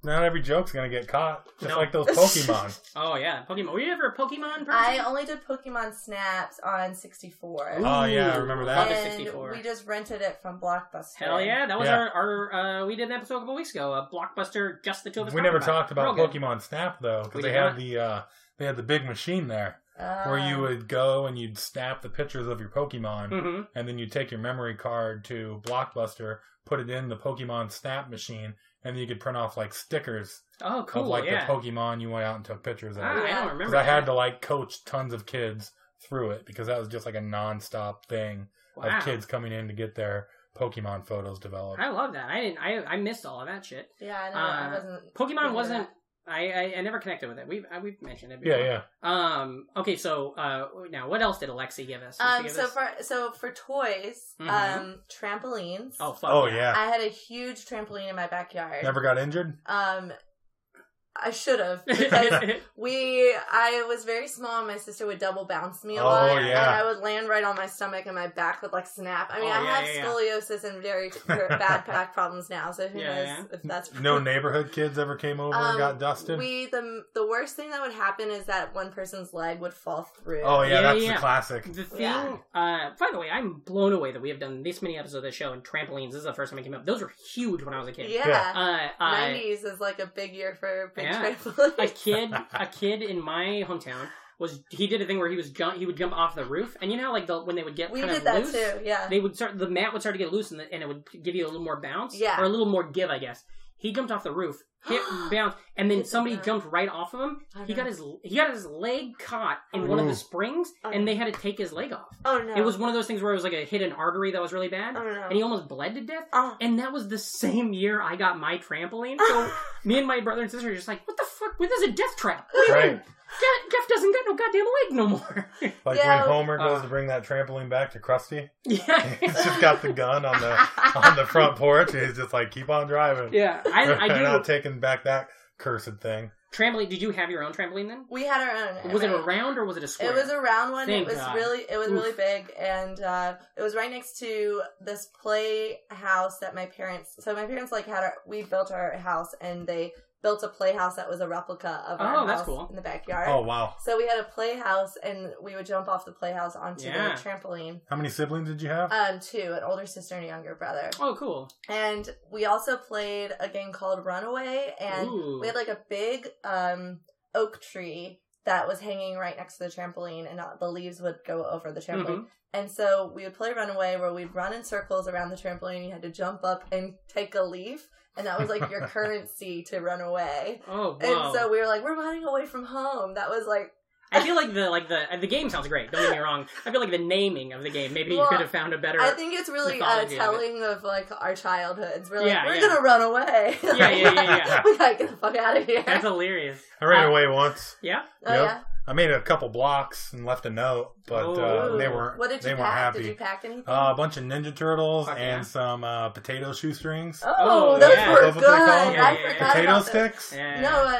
Speaker 3: not every joke's gonna get caught. Just
Speaker 2: No.
Speaker 3: like those Pokemon.
Speaker 2: Oh yeah, Pokemon. Were you ever a Pokemon person?
Speaker 6: I only did Pokemon Snaps on 64.
Speaker 2: Ooh.
Speaker 3: oh yeah, I remember
Speaker 2: Love it.
Speaker 3: that.
Speaker 6: And
Speaker 2: 64.
Speaker 6: we just rented it from Blockbuster.
Speaker 2: Hell yeah, that was
Speaker 3: Yeah.
Speaker 2: our, our uh, we did an episode a couple weeks ago, a blockbuster just the two of us.
Speaker 3: We
Speaker 2: talking
Speaker 3: never
Speaker 2: about it.
Speaker 3: talked about
Speaker 2: Real good.
Speaker 3: Pokemon Snap though,
Speaker 2: We
Speaker 3: because they
Speaker 2: did
Speaker 3: had
Speaker 2: not.
Speaker 3: the uh, they had the big machine there
Speaker 6: Uh,
Speaker 3: where you would go and you'd snap the pictures of your Pokemon,
Speaker 2: Mhm.
Speaker 3: and then you'd take your memory card to Blockbuster, put it in the Pokemon Snap machine, and you could print off like stickers
Speaker 2: Oh cool,
Speaker 3: of like
Speaker 2: yeah.
Speaker 3: the Pokemon you went out and took pictures of.
Speaker 2: Ah, I don't
Speaker 6: Yeah.
Speaker 2: remember.
Speaker 3: Because I had
Speaker 2: that.
Speaker 3: to like coach tons of kids through it because that was just like a nonstop thing
Speaker 2: wow.
Speaker 3: of kids coming in to get their Pokemon photos developed.
Speaker 2: I love that. I didn't. I I missed all of that shit.
Speaker 6: Yeah, I know.
Speaker 2: Uh,
Speaker 6: I wasn't.
Speaker 2: Pokemon
Speaker 6: Yeah.
Speaker 2: wasn't. I, I, I never connected with it. We've I, we've mentioned it.
Speaker 3: Yeah,
Speaker 2: Before.
Speaker 3: yeah.
Speaker 2: Um. Okay. So uh, now what else did Alexi give us? Did she
Speaker 6: Um,
Speaker 2: give
Speaker 6: so
Speaker 2: us-
Speaker 6: for so for toys,
Speaker 2: Mhm.
Speaker 6: um, trampolines.
Speaker 2: oh fuck.
Speaker 3: Oh yeah.
Speaker 6: I had a huge trampoline in my backyard.
Speaker 3: Never got injured.
Speaker 6: Um, I should
Speaker 2: *laughs*
Speaker 6: have because we. I was very small. and My sister would double bounce me a
Speaker 3: Oh,
Speaker 6: lot, and
Speaker 3: yeah.
Speaker 6: I would land right on my stomach, and my back would like snap. I mean,
Speaker 2: Oh,
Speaker 6: I
Speaker 2: yeah,
Speaker 6: have
Speaker 2: yeah, yeah.
Speaker 6: scoliosis and very bad back problems now. So who
Speaker 2: Yeah,
Speaker 6: knows
Speaker 2: yeah.
Speaker 6: if that's
Speaker 3: No
Speaker 6: *laughs*
Speaker 3: neighborhood kids ever came over and
Speaker 6: Um,
Speaker 3: got dusted.
Speaker 6: We the the worst thing that would happen is that one person's leg would fall through.
Speaker 3: oh yeah,
Speaker 2: Yeah,
Speaker 3: that's
Speaker 2: yeah. *laughs*
Speaker 3: the classic.
Speaker 2: The thing,
Speaker 6: Yeah.
Speaker 2: uh, by the way, I'm blown away that we have done this many episodes of the show and trampolines. This is the first time I came up. Those were huge when I was a kid.
Speaker 6: yeah.
Speaker 2: Uh, I,
Speaker 6: Nineties is like a big year for big
Speaker 2: Yeah.
Speaker 6: trampolines.
Speaker 2: a kid a kid in my hometown was he did a thing where he was jump he would jump off the roof and you know how, like the when they would get
Speaker 6: *laughs* we
Speaker 2: kind
Speaker 6: did
Speaker 2: of
Speaker 6: that
Speaker 2: loose
Speaker 6: too. Yeah.
Speaker 2: they would start the mat would start to get loose and, the, and it would give you a little more bounce
Speaker 6: Yeah.
Speaker 2: or a little more give I guess he jumped off the roof
Speaker 6: *gasps*
Speaker 2: hit bounce and then
Speaker 6: Hit the
Speaker 2: somebody
Speaker 6: ground.
Speaker 2: jumped right off of him
Speaker 6: I
Speaker 2: he
Speaker 6: know.
Speaker 2: got his he got his leg caught in one of the
Speaker 3: Ooh.
Speaker 2: springs
Speaker 6: I
Speaker 2: and
Speaker 6: know.
Speaker 2: they had to take his leg off
Speaker 6: oh no.
Speaker 2: it was one of those things where it was like a hit an artery that was really bad
Speaker 6: Oh no.
Speaker 2: and he almost bled to death
Speaker 6: oh.
Speaker 2: and that was the same year I got my trampoline
Speaker 6: *laughs*
Speaker 2: so me and my brother and sister are just like, what the fuck? This is a death trap. What do you mean?
Speaker 3: Right.
Speaker 2: Jeff, Jeff doesn't got no goddamn leg no more. *laughs*
Speaker 3: Like
Speaker 6: Yeah.
Speaker 3: when Homer goes
Speaker 2: Uh.
Speaker 3: to bring that trampoline back to
Speaker 2: *laughs*
Speaker 3: Krusty, he's
Speaker 2: yeah.
Speaker 3: *laughs* just got the gun on
Speaker 2: *laughs*
Speaker 3: the on the front porch. And he's just like, keep on driving.
Speaker 2: yeah. I,
Speaker 3: *laughs*
Speaker 2: I
Speaker 3: They're not
Speaker 2: do.
Speaker 3: taking back that cursed thing.
Speaker 2: Trampoline. Did you have your own trampoline then?
Speaker 6: we had our own.
Speaker 2: Was it a
Speaker 6: right?
Speaker 2: round or was it a square?
Speaker 6: It was a round one.
Speaker 2: Thank
Speaker 6: it was
Speaker 2: God.
Speaker 6: really, it was
Speaker 2: Oof.
Speaker 6: really big, and uh, it was right next to this playhouse that my parents. So my parents like had our, we built our house, and they built a playhouse that was a replica of our
Speaker 2: Oh, that's
Speaker 6: house
Speaker 2: cool.
Speaker 6: in the backyard.
Speaker 3: Oh wow!
Speaker 6: So we had a playhouse, and we would jump off the playhouse onto
Speaker 2: Yeah.
Speaker 6: the trampoline.
Speaker 3: How many siblings did you have?
Speaker 2: Uh,
Speaker 6: Um, two, an older sister and a younger brother,
Speaker 2: Oh, cool.
Speaker 6: and we also played a game called Runaway, and
Speaker 2: Ooh.
Speaker 6: we had like a big um oak tree that was hanging right next to the trampoline and uh, the leaves would go over the trampoline
Speaker 2: Mhm.
Speaker 6: and so we would play runaway where we'd run in circles around the trampoline you had to jump up and take a leaf and that was like
Speaker 2: *laughs*
Speaker 6: your currency to run away
Speaker 2: Oh,
Speaker 6: and so
Speaker 2: wow.
Speaker 6: we were like we're running away from home that was like
Speaker 2: I feel like the like the the game sounds great. Don't get me wrong. I feel like the naming of the game. Maybe you
Speaker 6: Well,
Speaker 2: could have found a better.
Speaker 6: i think it's really uh,
Speaker 2: mythology of it.
Speaker 6: telling of like our childhoods we're like
Speaker 2: Yeah,
Speaker 6: we're
Speaker 2: yeah.
Speaker 6: gonna run away
Speaker 2: yeah, yeah,
Speaker 6: *laughs*
Speaker 2: yeah, yeah.
Speaker 6: we gotta get the fuck out of here
Speaker 2: That's hilarious.
Speaker 3: I ran
Speaker 6: uh,
Speaker 3: away once.
Speaker 2: Yeah.
Speaker 6: oh
Speaker 3: Yep.
Speaker 6: yeah
Speaker 3: I made a couple blocks and left a note, but uh,
Speaker 2: Oh, Ooh.
Speaker 3: they weren't.
Speaker 6: what did you
Speaker 3: they weren't
Speaker 6: pack
Speaker 3: happy.
Speaker 6: did you pack anything
Speaker 3: Uh, a bunch of Ninja Turtles
Speaker 2: Fuck
Speaker 3: and
Speaker 2: yeah.
Speaker 3: some uh, potato shoestrings.
Speaker 6: Oh,
Speaker 2: Oh,
Speaker 6: those
Speaker 2: yeah.
Speaker 6: were
Speaker 3: That's what
Speaker 6: good.
Speaker 3: they're called?
Speaker 2: Yeah,
Speaker 6: I
Speaker 2: yeah, yeah.
Speaker 6: forgot
Speaker 3: Potato
Speaker 6: about
Speaker 3: sticks.
Speaker 6: those.
Speaker 2: Yeah.
Speaker 6: No, uh,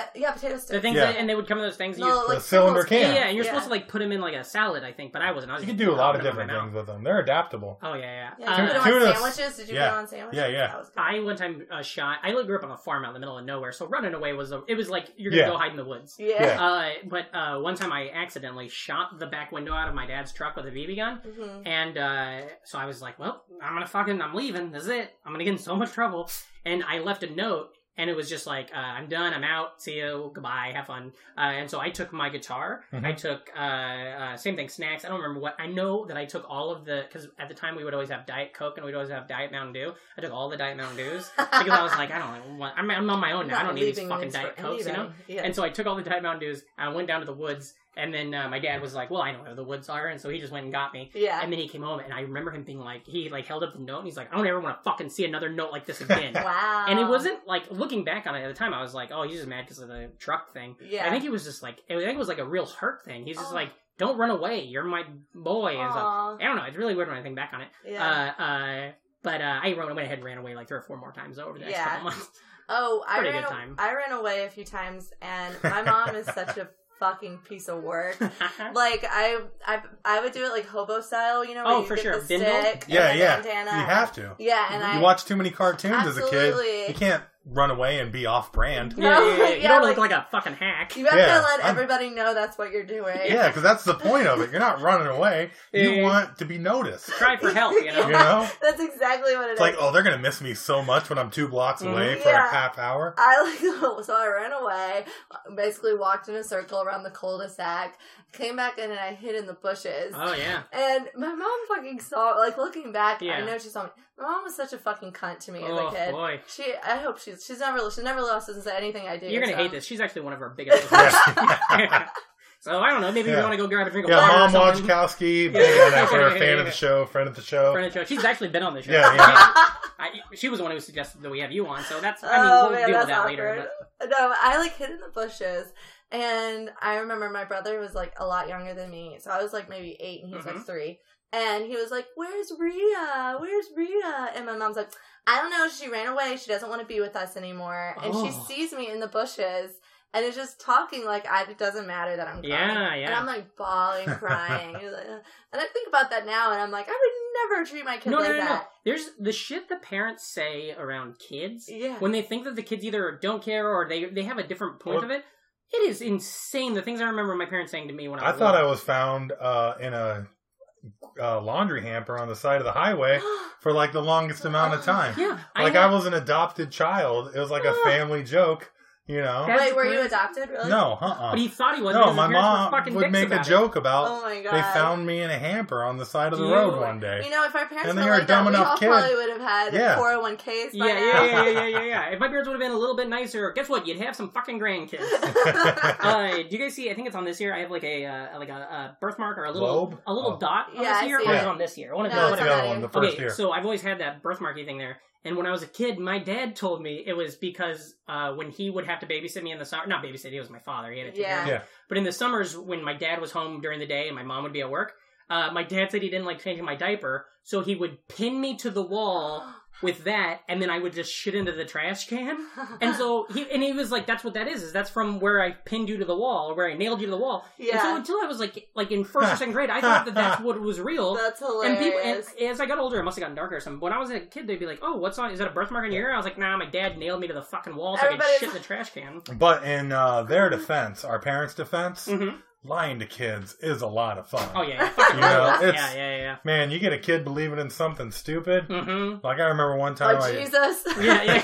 Speaker 6: uh, yeah, potato sticks.
Speaker 2: the things,
Speaker 3: Yeah.
Speaker 2: that, and they would come in those things. that
Speaker 6: no,
Speaker 2: you
Speaker 6: like
Speaker 3: The cylinder
Speaker 6: circles.
Speaker 3: can.
Speaker 2: yeah, yeah, and you're supposed
Speaker 6: Yeah.
Speaker 2: to like put them in like a salad, I think. But I wasn't. I was
Speaker 3: You
Speaker 2: just
Speaker 3: can do a lot
Speaker 2: popping 'em
Speaker 3: of
Speaker 2: in
Speaker 3: different
Speaker 2: my mouth.
Speaker 3: things with them. They're adaptable.
Speaker 2: Oh yeah, yeah.
Speaker 6: Yeah, did you
Speaker 2: Uh,
Speaker 3: Two-
Speaker 6: put
Speaker 3: two of
Speaker 6: it on
Speaker 3: those-
Speaker 6: sandwiches? Did you
Speaker 3: yeah.
Speaker 6: put it on sandwiches?
Speaker 3: Yeah, yeah.
Speaker 6: That was good.
Speaker 2: I one time uh, shot. I grew up on a farm out in the middle of nowhere, so running away was a, it was like you're gonna
Speaker 3: Yeah.
Speaker 2: go hide in the woods.
Speaker 6: yeah.
Speaker 3: Yeah.
Speaker 2: Uh, but uh, one time I accidentally shot the back window out of my dad's truck with a BB gun,
Speaker 6: Mhm.
Speaker 2: and uh, so I was like, "Well, I'm gonna fucking I'm leaving. This is it. I'm gonna get in so much trouble." And I left a note. and it was just like uh, I'm done, I'm out, see you, goodbye, have fun. Uh, and so I took my guitar,
Speaker 3: Mhm.
Speaker 2: I took uh, uh, same thing, snacks. I don't remember what I know that I took all of the because at the time we would always have Diet Coke and we'd always have Diet Mountain Dew. I took all the Diet Mountain Dews because I was like, I don't want, I'm, I'm on my own now. I don't need these fucking Diet Cokes, you know.
Speaker 6: Yeah.
Speaker 2: And so I took all the Diet Mountain Dews and I went down to the woods. And then uh, my dad was like, "Well, I know where the woods are," and so he just went and got me.
Speaker 6: yeah.
Speaker 2: And then he came home, and I remember him being like, he like held up the note, and he's like, I don't ever want to fucking see another note like this again.
Speaker 6: *laughs* wow.
Speaker 2: and it wasn't like looking back on it at the time, I was like, oh, he's just mad because of the truck thing.
Speaker 6: Yeah.
Speaker 2: I think he was just like, I think it was like a real hurt thing. He's just
Speaker 6: Aw.
Speaker 2: like, don't run away, you're my boy. And so,
Speaker 6: Aw.
Speaker 2: I don't know, it's really weird when I think back on it.
Speaker 6: Yeah.
Speaker 2: Uh, uh, but uh, I went ahead and ran away like three or four more times over the next
Speaker 6: Yeah.
Speaker 2: couple months. *laughs*
Speaker 6: oh, I
Speaker 2: pretty
Speaker 6: ran.
Speaker 2: good
Speaker 6: a-
Speaker 2: time.
Speaker 6: I ran away a few times, and my mom is such a fucking piece of work. Like I, I, I would do it like hobo style, you know? where
Speaker 2: Oh,
Speaker 6: you
Speaker 2: for
Speaker 6: get
Speaker 2: sure.
Speaker 6: The
Speaker 2: Bindle?
Speaker 6: stick and
Speaker 3: Yeah,
Speaker 6: the
Speaker 3: yeah.
Speaker 6: bandana.
Speaker 3: You have to.
Speaker 6: Yeah, and I
Speaker 3: you watch too many cartoons as a
Speaker 6: Absolutely.
Speaker 3: kid. You can't run away and be off brand.
Speaker 2: yeah, yeah, yeah, yeah. You
Speaker 6: *laughs* yeah,
Speaker 2: don't look
Speaker 6: like-
Speaker 2: like a fucking hack.
Speaker 6: You have
Speaker 3: Yeah,
Speaker 6: to let
Speaker 3: I'm-
Speaker 6: everybody know that's what you're doing.
Speaker 3: Yeah, because that's the point of it. You're not running away. You
Speaker 2: Yeah.
Speaker 3: want to be noticed.
Speaker 2: Try for help,
Speaker 6: *laughs*
Speaker 2: you know?
Speaker 3: You know?
Speaker 6: *laughs* That's exactly what it is.
Speaker 3: It's like, oh, they're gonna miss me so much when I'm two blocks
Speaker 2: Mhm.
Speaker 3: away for
Speaker 6: Yeah.
Speaker 3: a half hour.
Speaker 6: I like *laughs* so I ran away, basically walked in a circle around the cul-de-sac, came back in and I hid in the bushes.
Speaker 2: Oh, yeah.
Speaker 6: And my mom fucking saw. Like looking back,
Speaker 2: Yeah.
Speaker 6: I know she saw me. My mom was such a fucking cunt to me as a
Speaker 2: Oh,
Speaker 6: kid.
Speaker 2: boy.
Speaker 6: She, I hope she's she's never she's never listened to anything I do.
Speaker 2: You're gonna
Speaker 6: so-
Speaker 2: hate this. She's actually one of our biggest.
Speaker 3: *laughs*
Speaker 2: listeners.
Speaker 3: Yeah.
Speaker 2: *laughs* so I don't know. Maybe we
Speaker 3: Yeah.
Speaker 2: want to go grab a drink of
Speaker 3: yeah,
Speaker 2: water.
Speaker 3: Mom
Speaker 2: or
Speaker 3: watched
Speaker 2: something.
Speaker 3: Kowski, big
Speaker 2: Yeah.
Speaker 3: on that for a fan
Speaker 2: *laughs*
Speaker 3: of
Speaker 2: Yeah.
Speaker 3: the show, friend of the show.
Speaker 2: Friend of the show. She's actually been on the show.
Speaker 3: Yeah, yeah.
Speaker 2: *laughs* I, she was the one who suggested that we have you on. So that's. I mean,
Speaker 6: Oh,
Speaker 2: we'll
Speaker 6: man,
Speaker 2: deal
Speaker 6: that's
Speaker 2: with that later.
Speaker 6: awkward. No, I like hid in the bushes. And I remember my brother was like a lot younger than me. So I was like maybe eight and he was
Speaker 2: Mhm.
Speaker 6: like three. And he was like, Where's Rhea? Where's Rhea? And my mom's like, I don't know. She ran away. She doesn't want to be with us anymore. And she
Speaker 2: Oh.
Speaker 6: sees me in the bushes and is just talking like I, it doesn't matter that I'm
Speaker 2: But
Speaker 6: gone.
Speaker 2: yeah,
Speaker 6: And I'm
Speaker 2: yeah. *laughs*
Speaker 6: like bawling, crying. He was like, "Ugh." and I think about that now and I'm like, I would never treat my kid
Speaker 2: No, no,
Speaker 6: like
Speaker 2: no, no.
Speaker 6: that.
Speaker 2: There's the shit the parents say around kids
Speaker 6: Yeah.
Speaker 2: when they think that the kids either don't care or they they have a different point
Speaker 3: Well-
Speaker 2: of it. It is insane. The things I remember my parents saying to me when I
Speaker 3: I
Speaker 2: was
Speaker 3: thought I
Speaker 2: little.
Speaker 3: was found uh, in a uh, laundry hamper on the side of
Speaker 2: *gasps*
Speaker 3: the highway for like the longest amount of time.
Speaker 2: Yeah,
Speaker 3: Like
Speaker 2: know.
Speaker 3: I was an adopted child. It was like a family joke, you know.
Speaker 2: That's
Speaker 6: Wait, were you
Speaker 2: crazy.
Speaker 6: adopted? Really?
Speaker 3: No, uh-uh.
Speaker 2: But he thought he was.
Speaker 3: No,
Speaker 2: because
Speaker 3: my
Speaker 2: his parents were
Speaker 3: mom
Speaker 2: fucking
Speaker 3: would
Speaker 2: dicks
Speaker 3: make a
Speaker 2: about it.
Speaker 3: joke about
Speaker 6: Oh my god.
Speaker 3: they found me in a hamper on the side of the
Speaker 2: You-
Speaker 3: road one day.
Speaker 6: You know, if our parents
Speaker 3: And
Speaker 6: were
Speaker 3: they are a
Speaker 6: like that,
Speaker 3: dumb
Speaker 6: we
Speaker 3: enough
Speaker 6: all
Speaker 3: kid.
Speaker 6: probably would have had
Speaker 3: Yeah.
Speaker 6: 401ks by
Speaker 2: Yeah,
Speaker 6: now.
Speaker 2: yeah, yeah, yeah, yeah,
Speaker 6: *laughs*
Speaker 2: yeah. If my parents would have been a little bit nicer, guess what? You'd have some fucking grandkids.
Speaker 6: *laughs*
Speaker 2: uh, do you guys see? I think it's on this year. I have like a uh, like a, a birthmark or a little
Speaker 3: Globe?
Speaker 2: a little
Speaker 3: Oh.
Speaker 2: dot on
Speaker 6: Yeah,
Speaker 2: this
Speaker 6: I
Speaker 2: year,
Speaker 6: see
Speaker 2: or
Speaker 3: it.
Speaker 2: is it on this year? One of
Speaker 6: No,
Speaker 2: the
Speaker 3: That's
Speaker 6: it's
Speaker 2: whatever.
Speaker 3: the
Speaker 6: not
Speaker 3: other one,
Speaker 6: you.
Speaker 3: the first
Speaker 2: okay,
Speaker 3: year.
Speaker 2: so I've always had that birthmarky thing there. And when I was a kid, my dad told me it was because uh, when he would have to babysit me in the summer, not babysit, he was my father. He had to take care of
Speaker 6: Yeah.
Speaker 2: me.
Speaker 3: Yeah.
Speaker 2: But in the summers, when my dad was home during the day and my mom would be at work, uh, my dad said he didn't like changing my diaper, so he would pin me to the
Speaker 6: *gasps*
Speaker 2: wall with that, and then I would just shit into the trash can. And so he and he was like, "That's what that is. Is that's from where I pinned you to the wall, or where I nailed you to the wall." And so
Speaker 6: yeah.
Speaker 2: until I was like like in first or second grade, I thought that that's what was real.
Speaker 6: *laughs* That's
Speaker 2: And
Speaker 6: hilarious.
Speaker 2: people, and as I got older, it must have gotten darker or something. But when I was a kid, they'd be like, "Oh, what's on? Is that a birthmark on your ear?" I was like, "Nah, my dad nailed me to the fucking wall, so I
Speaker 6: Everybody's-
Speaker 2: could shit in the trash
Speaker 6: *laughs*
Speaker 2: can."
Speaker 3: But in uh, their
Speaker 2: Mm-hmm.
Speaker 3: defense, our parents' defense,
Speaker 2: hmm
Speaker 3: lying to kids is a lot of fun.
Speaker 2: Oh yeah, yeah, fucking
Speaker 3: You know,
Speaker 2: yeah,
Speaker 3: it's-
Speaker 2: yeah, yeah,
Speaker 3: Man, you get a kid believing in something stupid.
Speaker 2: yeah. hmm
Speaker 3: Like I remember one time
Speaker 6: oh,
Speaker 3: I-
Speaker 6: Jesus. *laughs*
Speaker 2: Yeah,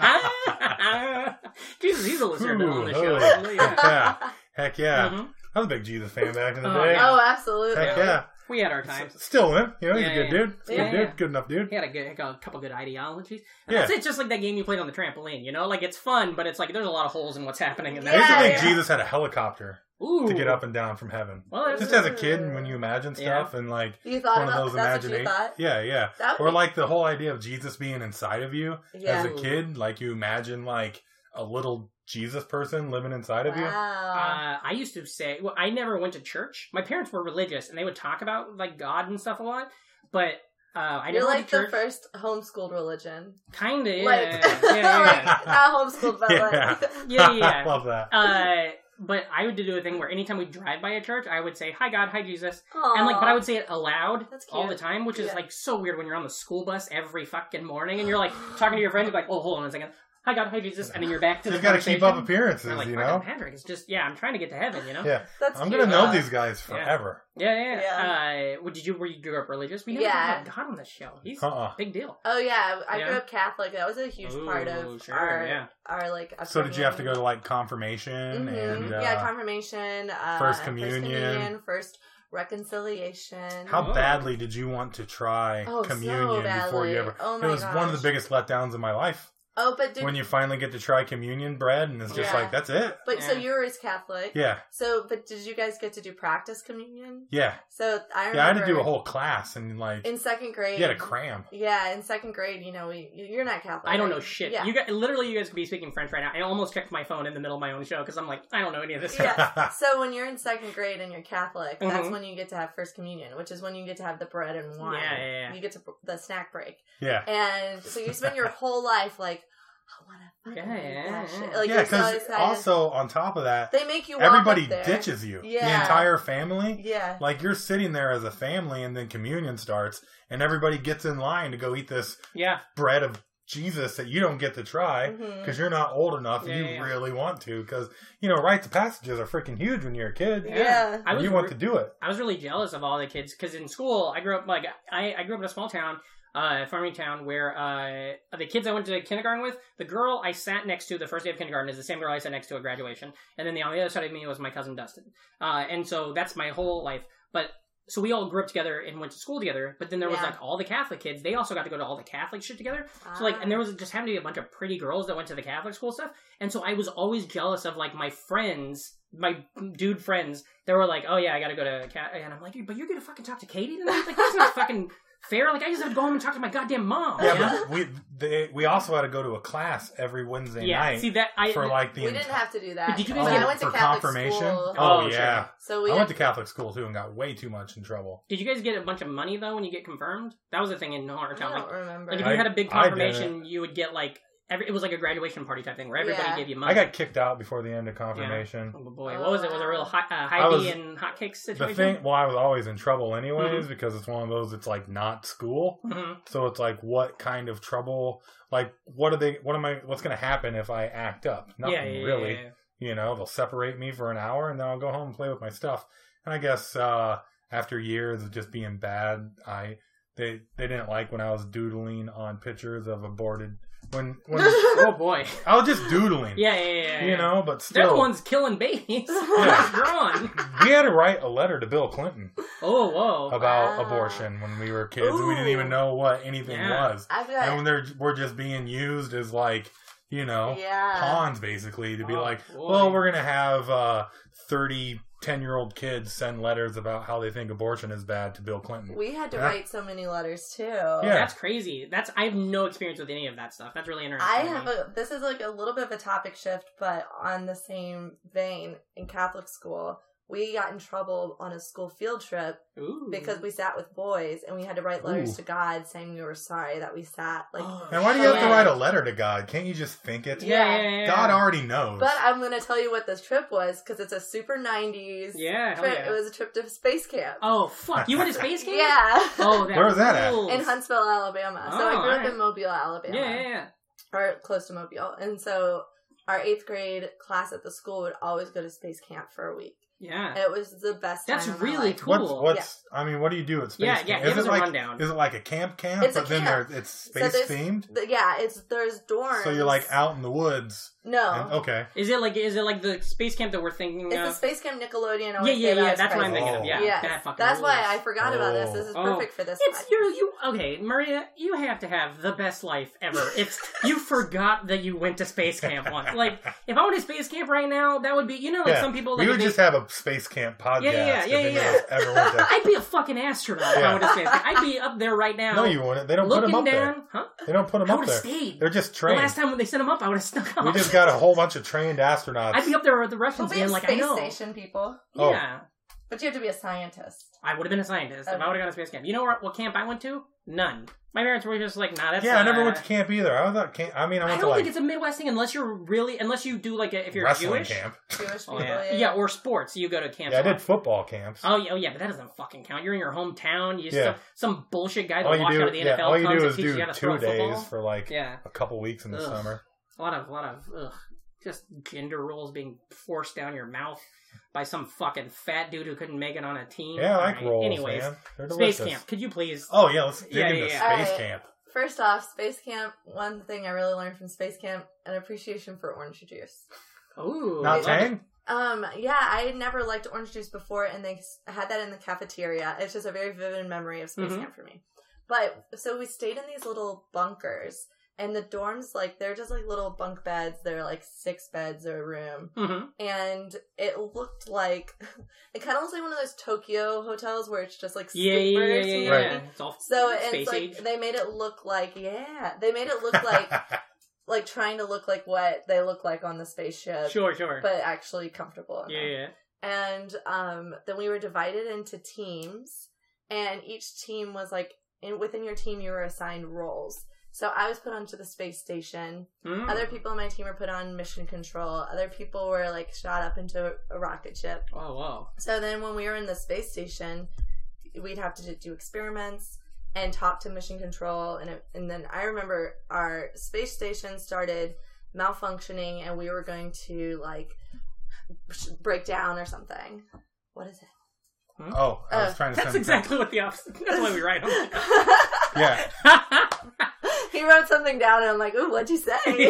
Speaker 2: yeah. *laughs* Jesus, he's a listener to
Speaker 3: Ooh,
Speaker 2: on the
Speaker 3: holy.
Speaker 2: show. Yeah.
Speaker 3: yeah. Heck yeah.
Speaker 2: Mhm.
Speaker 3: I was a big Jesus fan back in the
Speaker 2: Oh,
Speaker 3: day.
Speaker 2: yeah.
Speaker 6: Mm-hmm. Oh, absolutely.
Speaker 3: Heck yeah.
Speaker 2: We had our times.
Speaker 3: S- Still in it. You know, he's
Speaker 2: Yeah,
Speaker 3: a good
Speaker 2: yeah.
Speaker 3: dude. Good
Speaker 2: Yeah,
Speaker 3: dude.
Speaker 2: yeah.
Speaker 3: Good enough dude.
Speaker 2: He had a good, a couple good ideologies.
Speaker 3: Yeah.
Speaker 2: It's just like that game you played on the trampoline, you know? Like, it's fun, but it's like there's a lot of holes in what's happening in
Speaker 3: I used to
Speaker 2: there.
Speaker 6: Yeah,
Speaker 3: think
Speaker 6: yeah.
Speaker 3: Jesus had a helicopter
Speaker 2: Ooh.
Speaker 3: to get up and down from heaven.
Speaker 2: Well, that's-
Speaker 3: Just as a kid, and when you imagine
Speaker 2: Yeah.
Speaker 3: stuff and like
Speaker 6: You thought
Speaker 3: one of
Speaker 6: about
Speaker 3: those
Speaker 6: that's what you
Speaker 3: imagination.
Speaker 6: thought.
Speaker 3: Yeah, yeah.
Speaker 6: That would
Speaker 3: Or like the whole idea of Jesus being inside of you
Speaker 6: be, yeah.
Speaker 3: as a kid. Like you imagine like a little Jesus person living inside of you. *laughs*
Speaker 6: wow.
Speaker 2: Uh, I used to say, well, I never went to church. My parents were religious, and they would talk about, like, God and stuff a lot, but uh, I
Speaker 6: You're
Speaker 2: never
Speaker 6: like
Speaker 2: went to
Speaker 6: the
Speaker 2: church.
Speaker 6: first homeschooled religion.
Speaker 2: Kinda, yeah.
Speaker 6: Like, *laughs*
Speaker 2: yeah, yeah, yeah.
Speaker 6: like, not homeschooled, but
Speaker 3: Yeah.
Speaker 6: like.
Speaker 2: yeah, yeah.
Speaker 3: Love that.
Speaker 2: Uh, but I would do a thing where anytime we drive by a church, I would say, "Hi God, hi Jesus,"
Speaker 6: *laughs* Aw.
Speaker 2: and like, but I would say it aloud
Speaker 6: That's cute.
Speaker 2: all the time, which is
Speaker 6: Yeah.
Speaker 2: like so weird when you're on the school bus every fucking morning and you're like talking to your friend, like, "Oh, hold on a second. Hi God, hi Jesus, and then you're back to the
Speaker 3: They've got to keep
Speaker 2: conversation.
Speaker 3: up appearances,
Speaker 2: I'm like,
Speaker 3: you
Speaker 2: "Fuck,
Speaker 3: know.
Speaker 2: Patrick, it's just yeah, I'm trying to get to heaven, you know.
Speaker 3: Yeah,
Speaker 6: That's
Speaker 3: I'm
Speaker 6: cute.
Speaker 3: gonna know
Speaker 6: Uh,
Speaker 3: these guys forever.
Speaker 2: Yeah, yeah. yeah. Uh, what did you? Were you grew up religious? We never
Speaker 6: Yeah.
Speaker 2: talked about God on this show. He's
Speaker 3: Uh-uh.
Speaker 2: a big deal.
Speaker 6: Oh yeah, I
Speaker 2: Yeah.
Speaker 6: grew up Catholic. That was a huge part
Speaker 2: Ooh,
Speaker 6: of
Speaker 2: sure,
Speaker 6: our
Speaker 2: yeah.
Speaker 6: our like.
Speaker 3: So did you have to
Speaker 6: upbringing.
Speaker 3: go to like confirmation
Speaker 6: Mhm.
Speaker 3: and uh,
Speaker 6: yeah, confirmation, uh,
Speaker 3: First Communion.
Speaker 6: first, communion, first reconciliation.
Speaker 3: how
Speaker 2: Oh.
Speaker 3: badly did you want to try
Speaker 6: Oh, so
Speaker 3: communion before you
Speaker 6: badly.
Speaker 3: ever?
Speaker 6: Oh
Speaker 3: it
Speaker 6: my
Speaker 3: was one of the
Speaker 6: gosh.
Speaker 3: biggest letdowns in my life
Speaker 6: oh, but did,
Speaker 3: when you finally get to try communion bread and it's just
Speaker 6: Yeah.
Speaker 3: like that's it.
Speaker 6: but so
Speaker 2: Yeah.
Speaker 6: you were raised Catholic.
Speaker 3: Yeah,
Speaker 6: So, but did you guys get to do practice communion?
Speaker 3: yeah,
Speaker 6: So I remember
Speaker 3: yeah. I had to do a whole class and like
Speaker 6: in second grade.
Speaker 3: you had a cram.
Speaker 6: Yeah, in second grade, you know, we you're not Catholic.
Speaker 2: I don't know
Speaker 6: right?
Speaker 2: shit.
Speaker 6: Yeah.
Speaker 2: You guys, literally, you guys could be speaking French right now. I almost checked my phone in the middle of my own show because I'm like, I don't know any of this.
Speaker 6: yeah. So when you're in second grade and you're Catholic, that's
Speaker 2: Mhm.
Speaker 6: when you get to have first communion, which is when you get to have the bread and wine.
Speaker 2: Yeah, yeah, yeah.
Speaker 6: You get to the snack break,
Speaker 3: *laughs* yeah,
Speaker 6: and so you spend your whole life like, I want to fucking
Speaker 2: Yeah,
Speaker 6: eat
Speaker 2: yeah,
Speaker 6: that
Speaker 2: yeah.
Speaker 6: shit. Like
Speaker 3: yeah.
Speaker 6: you're so
Speaker 3: Because
Speaker 6: excited.
Speaker 3: also on top of that,
Speaker 6: they make you walk
Speaker 3: everybody
Speaker 6: up there.
Speaker 3: ditches you. The
Speaker 6: Yeah.
Speaker 3: entire family.
Speaker 6: Yeah,
Speaker 3: Like you're sitting there as a family, and then communion starts, and everybody gets in line to go eat this
Speaker 2: yeah.
Speaker 3: bread of Jesus that you don't get to try
Speaker 6: Mhm.
Speaker 3: because you're not old enough and
Speaker 2: Mm-hmm. Yeah,
Speaker 3: you
Speaker 2: yeah, yeah.
Speaker 3: really want to because you know rites of passages are freaking huge when you're a kid.
Speaker 6: Yeah.
Speaker 2: I
Speaker 3: And
Speaker 2: was
Speaker 3: you want
Speaker 2: re-
Speaker 3: to do
Speaker 2: *laughs*
Speaker 3: it.
Speaker 2: I was really jealous of all the kids because in school I grew up like I, I grew up in a small town, uh, farming town where uh, the kids I went to kindergarten with, the girl I sat next to the first day of kindergarten is the same girl I sat next to at graduation, and then the, on the other side of me was my cousin Dustin, uh, and so that's my whole life. But so we all grew up together and went to school together. But then there was
Speaker 6: Yeah.
Speaker 2: like all the Catholic kids; they also got to go to all the Catholic shit together. So like, and there was just happened to be a bunch of pretty girls that went to the Catholic school stuff, and so I was always jealous of like my friends, my dude friends. They were like, "Oh yeah, I gotta go to," Cat-. and I'm like, "But you're gonna fucking talk to Katie tonight? Like that's not fucking fair. Like I just have to go home and talk to my goddamn mom."
Speaker 3: Yeah,
Speaker 2: you know?
Speaker 3: but we they, we also had to go to a class every Wednesday
Speaker 2: yeah.
Speaker 3: night
Speaker 2: See that I
Speaker 3: for like the
Speaker 6: we didn't have to do that.
Speaker 2: Did you
Speaker 3: oh,
Speaker 2: guys
Speaker 6: But
Speaker 2: get-
Speaker 6: I went to
Speaker 3: for
Speaker 6: Catholic
Speaker 3: confirmation.
Speaker 6: school,
Speaker 3: Oh,
Speaker 2: Oh,
Speaker 3: yeah,
Speaker 2: sure.
Speaker 6: so we
Speaker 3: I
Speaker 6: had
Speaker 3: went to Catholic school too and got way too much in trouble.
Speaker 2: did you guys get a bunch of money though when you get confirmed? That was a thing in our
Speaker 6: I
Speaker 2: town.
Speaker 6: don't
Speaker 2: Like,
Speaker 6: remember.
Speaker 2: like if
Speaker 3: I-
Speaker 2: you had a big
Speaker 3: I didn't.
Speaker 2: confirmation, you would get like every. It was like a graduation party type thing where everybody
Speaker 6: Yeah.
Speaker 2: gave you
Speaker 3: I
Speaker 2: money.
Speaker 3: got kicked out before the end of confirmation.
Speaker 2: Oh boy, what was it? Was it a real hot, uh,
Speaker 3: I
Speaker 2: high
Speaker 3: was-
Speaker 2: D and hotcakes
Speaker 3: The
Speaker 2: situation?
Speaker 3: thing, well, I was always in trouble
Speaker 2: Mm-hmm.
Speaker 3: anyways because it's one of those. It's like not school,
Speaker 2: Mhm.
Speaker 3: so it's like what kind of trouble? Like what are they? What am I? What's going to happen if I act up? Nothing
Speaker 2: yeah, yeah,
Speaker 3: really.
Speaker 2: yeah, yeah.
Speaker 3: you know they'll separate me for an hour and then i'll go home and play with my stuff and i guess uh after years of just being bad i they they didn't like when i was doodling on pictures of aborted when
Speaker 2: *laughs*
Speaker 3: when
Speaker 2: Oh boy.
Speaker 3: i was just doodling
Speaker 2: Yeah, yeah, yeah. yeah,
Speaker 3: you
Speaker 2: yeah.
Speaker 3: know but
Speaker 2: They're
Speaker 3: still
Speaker 2: the ones killing
Speaker 6: *laughs*
Speaker 2: babies. *laughs*
Speaker 3: Yeah.
Speaker 2: Drawn.
Speaker 3: we had to write a letter to bill
Speaker 2: *laughs*
Speaker 3: clinton
Speaker 2: Oh, whoa.
Speaker 3: about
Speaker 6: Wow.
Speaker 3: abortion when we were kids and we didn't
Speaker 6: Ooh.
Speaker 3: even know what anything
Speaker 2: Yeah.
Speaker 3: was
Speaker 6: I've got
Speaker 3: and when they're we're just being used as like you know
Speaker 6: yeah.
Speaker 3: pawns basically to be
Speaker 2: Oh,
Speaker 3: like,
Speaker 2: boy.
Speaker 3: well, we're gonna have uh, 30 10 year old kids send letters about how they think abortion is bad to Bill Clinton.
Speaker 6: We had to
Speaker 3: Yeah.
Speaker 6: write so many letters too.
Speaker 3: Yeah.
Speaker 2: Oh, That's crazy. That's I have no experience with any of that stuff. That's really interesting.
Speaker 6: I
Speaker 2: to me.
Speaker 6: have a. This is like a little bit of a topic shift, but on the same vein, in Catholic school, we got in trouble on a school field trip
Speaker 2: Ooh.
Speaker 6: because we sat with boys and we had to write letters
Speaker 3: Ooh.
Speaker 6: to God saying we were sorry that we sat.
Speaker 3: *gasps*
Speaker 6: Like,
Speaker 2: Oh,
Speaker 3: and why do you have to
Speaker 6: Yeah.
Speaker 3: write a letter to God? Can't you just think it?
Speaker 2: yeah, yeah, yeah, yeah.
Speaker 3: God already knows.
Speaker 6: but I'm gonna tell you what this trip was because it's a super '90s.
Speaker 2: Yeah, hell
Speaker 6: trip.
Speaker 2: yeah.
Speaker 6: It was a trip to space camp.
Speaker 2: *laughs* Oh fuck! You went to
Speaker 6: *laughs*
Speaker 2: space camp?
Speaker 6: yeah.
Speaker 2: Oh, that
Speaker 3: Where was that at?
Speaker 2: rules.
Speaker 6: In Huntsville, Alabama. so I
Speaker 2: Oh,
Speaker 6: grew up
Speaker 2: alright.
Speaker 6: in Mobile,
Speaker 2: Yeah,
Speaker 6: Alabama.
Speaker 2: yeah, yeah.
Speaker 6: or close to Mobile. And so our eighth grade class at the school would always go to space camp for a week.
Speaker 2: Yeah.
Speaker 6: It was the best.
Speaker 2: That's
Speaker 6: time of my
Speaker 2: really
Speaker 6: life.
Speaker 2: cool.
Speaker 3: what's what's? I mean, what do you do at space?
Speaker 2: Yeah,
Speaker 3: camp?
Speaker 2: yeah,
Speaker 3: Is
Speaker 2: give us
Speaker 3: it
Speaker 2: a
Speaker 3: like
Speaker 2: rundown.
Speaker 3: is it like a camp camp?
Speaker 6: It's a
Speaker 3: but then
Speaker 6: camp.
Speaker 3: there it's space
Speaker 6: So there's-
Speaker 3: themed.
Speaker 6: The- yeah, it's there's dorms.
Speaker 3: So you're like out in the woods.
Speaker 6: No,
Speaker 3: and-
Speaker 2: Oh.
Speaker 3: oh, okay.
Speaker 2: Is it like is it like the space camp that we're thinking
Speaker 6: it's the
Speaker 2: of?
Speaker 6: space camp Nickelodeon.
Speaker 2: yeah,
Speaker 6: always
Speaker 2: yeah,
Speaker 6: gave
Speaker 2: yeah.
Speaker 6: us
Speaker 2: That's what I'm
Speaker 6: prizes.
Speaker 2: thinking of. Yeah,
Speaker 6: Yes.
Speaker 2: that fucking
Speaker 6: that's why I
Speaker 2: rules.
Speaker 6: forgot about this. This is
Speaker 2: Oh.
Speaker 6: perfect for this.
Speaker 2: It's
Speaker 6: one.
Speaker 2: you're you okay, Maria? You have to have the best life ever. If
Speaker 6: *laughs*
Speaker 2: you forgot that you went to space camp once, like if I went to space camp right now, that would be you know like
Speaker 3: yeah.
Speaker 2: some people
Speaker 3: we
Speaker 2: like
Speaker 3: would
Speaker 2: they-
Speaker 3: just have a space camp podcast.
Speaker 2: Yeah, yeah,
Speaker 3: if
Speaker 2: yeah,
Speaker 3: any of
Speaker 2: yeah.
Speaker 3: us Ever went to-
Speaker 2: I'd be a fucking astronaut if
Speaker 3: Yeah.
Speaker 2: I went to space camp. I'd be up there right now.
Speaker 3: no, you wouldn't. They don't put
Speaker 2: looking
Speaker 3: them up
Speaker 2: down,
Speaker 3: there.
Speaker 2: huh?
Speaker 3: They don't put them
Speaker 2: I
Speaker 3: up
Speaker 2: would've
Speaker 3: there.
Speaker 2: stayed.
Speaker 3: They're just
Speaker 2: The
Speaker 3: trained.
Speaker 2: last time when they sent him up, I would have snuck
Speaker 3: We
Speaker 2: off.
Speaker 3: just got a whole bunch of trained astronauts.
Speaker 2: I'd be up there with the
Speaker 6: But
Speaker 2: Russians
Speaker 6: we have
Speaker 2: being like, I
Speaker 6: space
Speaker 2: know.
Speaker 6: station people,
Speaker 3: Oh.
Speaker 2: Yeah,
Speaker 6: but you have to be a scientist.
Speaker 2: I would have been a scientist if
Speaker 6: Okay.
Speaker 2: I would have gone to space camp. You know what, what camp I went to? None. My parents were just like, nah, that's
Speaker 3: yeah, I never
Speaker 2: uh,
Speaker 3: went to camp either. I was at camp. I mean, I
Speaker 2: I
Speaker 3: went
Speaker 2: don't
Speaker 3: to
Speaker 2: think
Speaker 3: like
Speaker 2: it's a Midwest thing unless you're really unless you do like a, if you're
Speaker 3: wrestling
Speaker 2: Jewish.
Speaker 3: camp.
Speaker 6: Jewish people.
Speaker 2: Oh, yeah. yeah, or sports. You go to camp.
Speaker 3: Yeah, I did football camps.
Speaker 2: Oh yeah, oh yeah, but that doesn't fucking count. You're in your hometown. You
Speaker 3: Yeah.
Speaker 2: some, some bullshit guy that
Speaker 3: all you
Speaker 2: walked out
Speaker 3: do,
Speaker 2: of the
Speaker 3: yeah,
Speaker 2: NFL
Speaker 3: all you
Speaker 2: comes
Speaker 3: do
Speaker 2: and
Speaker 3: is
Speaker 2: teaches you
Speaker 3: do
Speaker 2: how to throw
Speaker 3: two
Speaker 2: a football.
Speaker 3: days for like
Speaker 2: Yeah.
Speaker 3: a couple weeks in the
Speaker 2: Ugh.
Speaker 3: summer.
Speaker 2: A lot of, a lot of, ugh, just gender roles being forced down your mouth by some fucking fat dude who couldn't make it on a team.
Speaker 3: Yeah, I like
Speaker 2: Alright,
Speaker 3: rolls,
Speaker 2: Anyways,
Speaker 3: man. They're
Speaker 2: Space
Speaker 3: delicious.
Speaker 2: Camp, could you please?
Speaker 3: Oh yeah, let's dig
Speaker 2: Yeah,
Speaker 3: into
Speaker 2: yeah, yeah.
Speaker 3: Space
Speaker 6: Alright.
Speaker 3: Camp.
Speaker 6: First off, Space Camp, one thing I really learned from Space Camp, an appreciation for orange juice.
Speaker 2: Ooh,
Speaker 3: Not Tang.
Speaker 6: Um, yeah, I had never liked orange juice before, and they s- had that in the cafeteria. It's just a very vivid memory of space
Speaker 2: Mhm.
Speaker 6: camp for me. But so we stayed in these little bunkers, and the dorms like they're just like little bunk beds. They're like six beds or a room,
Speaker 2: hmm
Speaker 6: and it looked like *laughs* it kind of looks like one of those Tokyo hotels where it's just like
Speaker 2: Yeah, yeah, yeah,
Speaker 6: sleepers.
Speaker 2: yeah,
Speaker 6: and
Speaker 2: yeah.
Speaker 3: Right.
Speaker 2: It's all
Speaker 6: So and
Speaker 2: space
Speaker 6: it's like
Speaker 2: age.
Speaker 6: they made it look like yeah, they made it look
Speaker 3: *laughs*
Speaker 6: like like trying to look like what they look like on the spaceship,
Speaker 2: sure, sure.
Speaker 6: but actually comfortable.
Speaker 2: yeah, yeah.
Speaker 6: and um, then we were divided into teams, and each team was like in, within your team you were assigned roles. So I was put onto the space station.
Speaker 2: Mm.
Speaker 6: Other people on my team were put on mission control. Other people were like shot up into a rocket ship.
Speaker 2: Oh, wow.
Speaker 6: So then when we were in the space station, we'd have to do experiments and talk to mission control and it, and then I remember our space station started malfunctioning and we were going to like sh- break down or something. What is it? *laughs*
Speaker 3: oh, I was
Speaker 6: Uh,
Speaker 3: trying to
Speaker 2: That's
Speaker 3: send.
Speaker 2: exactly what the opposite. That's why we
Speaker 6: *laughs*
Speaker 2: write them.
Speaker 3: Yeah,
Speaker 2: Uh,
Speaker 6: he wrote something down and I'm like, "Ooh, what'd you say?" *laughs* Sorry,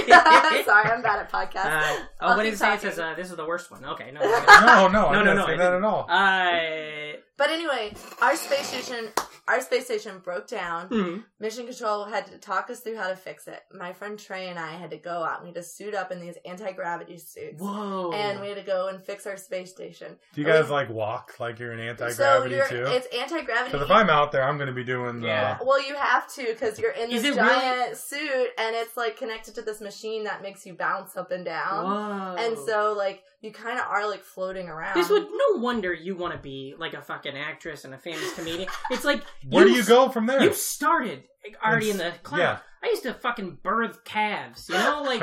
Speaker 6: I'm bad at podcasts.
Speaker 2: uh, oh,
Speaker 6: I'll
Speaker 2: what did
Speaker 6: keep
Speaker 2: it say? It
Speaker 6: talking.
Speaker 2: says uh, this is the worst one. Okay,
Speaker 6: *laughs*
Speaker 2: Uh, no.
Speaker 3: no, no,
Speaker 2: No,
Speaker 3: I
Speaker 2: no,
Speaker 3: didn't
Speaker 2: no,
Speaker 3: say
Speaker 2: I
Speaker 3: that
Speaker 2: didn't.
Speaker 3: at all.
Speaker 2: I.
Speaker 6: But anyway, our space station our space station broke down.
Speaker 2: mhm.
Speaker 6: Mission Control had to talk us through how to fix it. My friend Trey and I had to go out and we had to suit up in these anti gravity suits.
Speaker 2: Whoa.
Speaker 6: And we had to go and fix our space station.
Speaker 3: Do you guys like walk like you're in anti
Speaker 6: So
Speaker 3: gravity
Speaker 6: you're,
Speaker 3: too?
Speaker 6: it's anti gravity.
Speaker 3: Because if I'm out there, I'm going to be doing the.
Speaker 2: Yeah.
Speaker 6: Well, you have to because you're in
Speaker 2: Is
Speaker 6: this
Speaker 2: it really-
Speaker 6: giant suit and it's like connected to this machine that makes you bounce up and down.
Speaker 2: Whoa.
Speaker 6: And so, like, you kind of are like floating around.
Speaker 2: This would no wonder you want to be like a fucking actress and a famous comedian. It's like
Speaker 3: Where do you go from there?
Speaker 2: You started like, already in the cloud.
Speaker 3: yeah.
Speaker 2: I used to fucking birth calves. You know,
Speaker 6: *laughs*
Speaker 2: like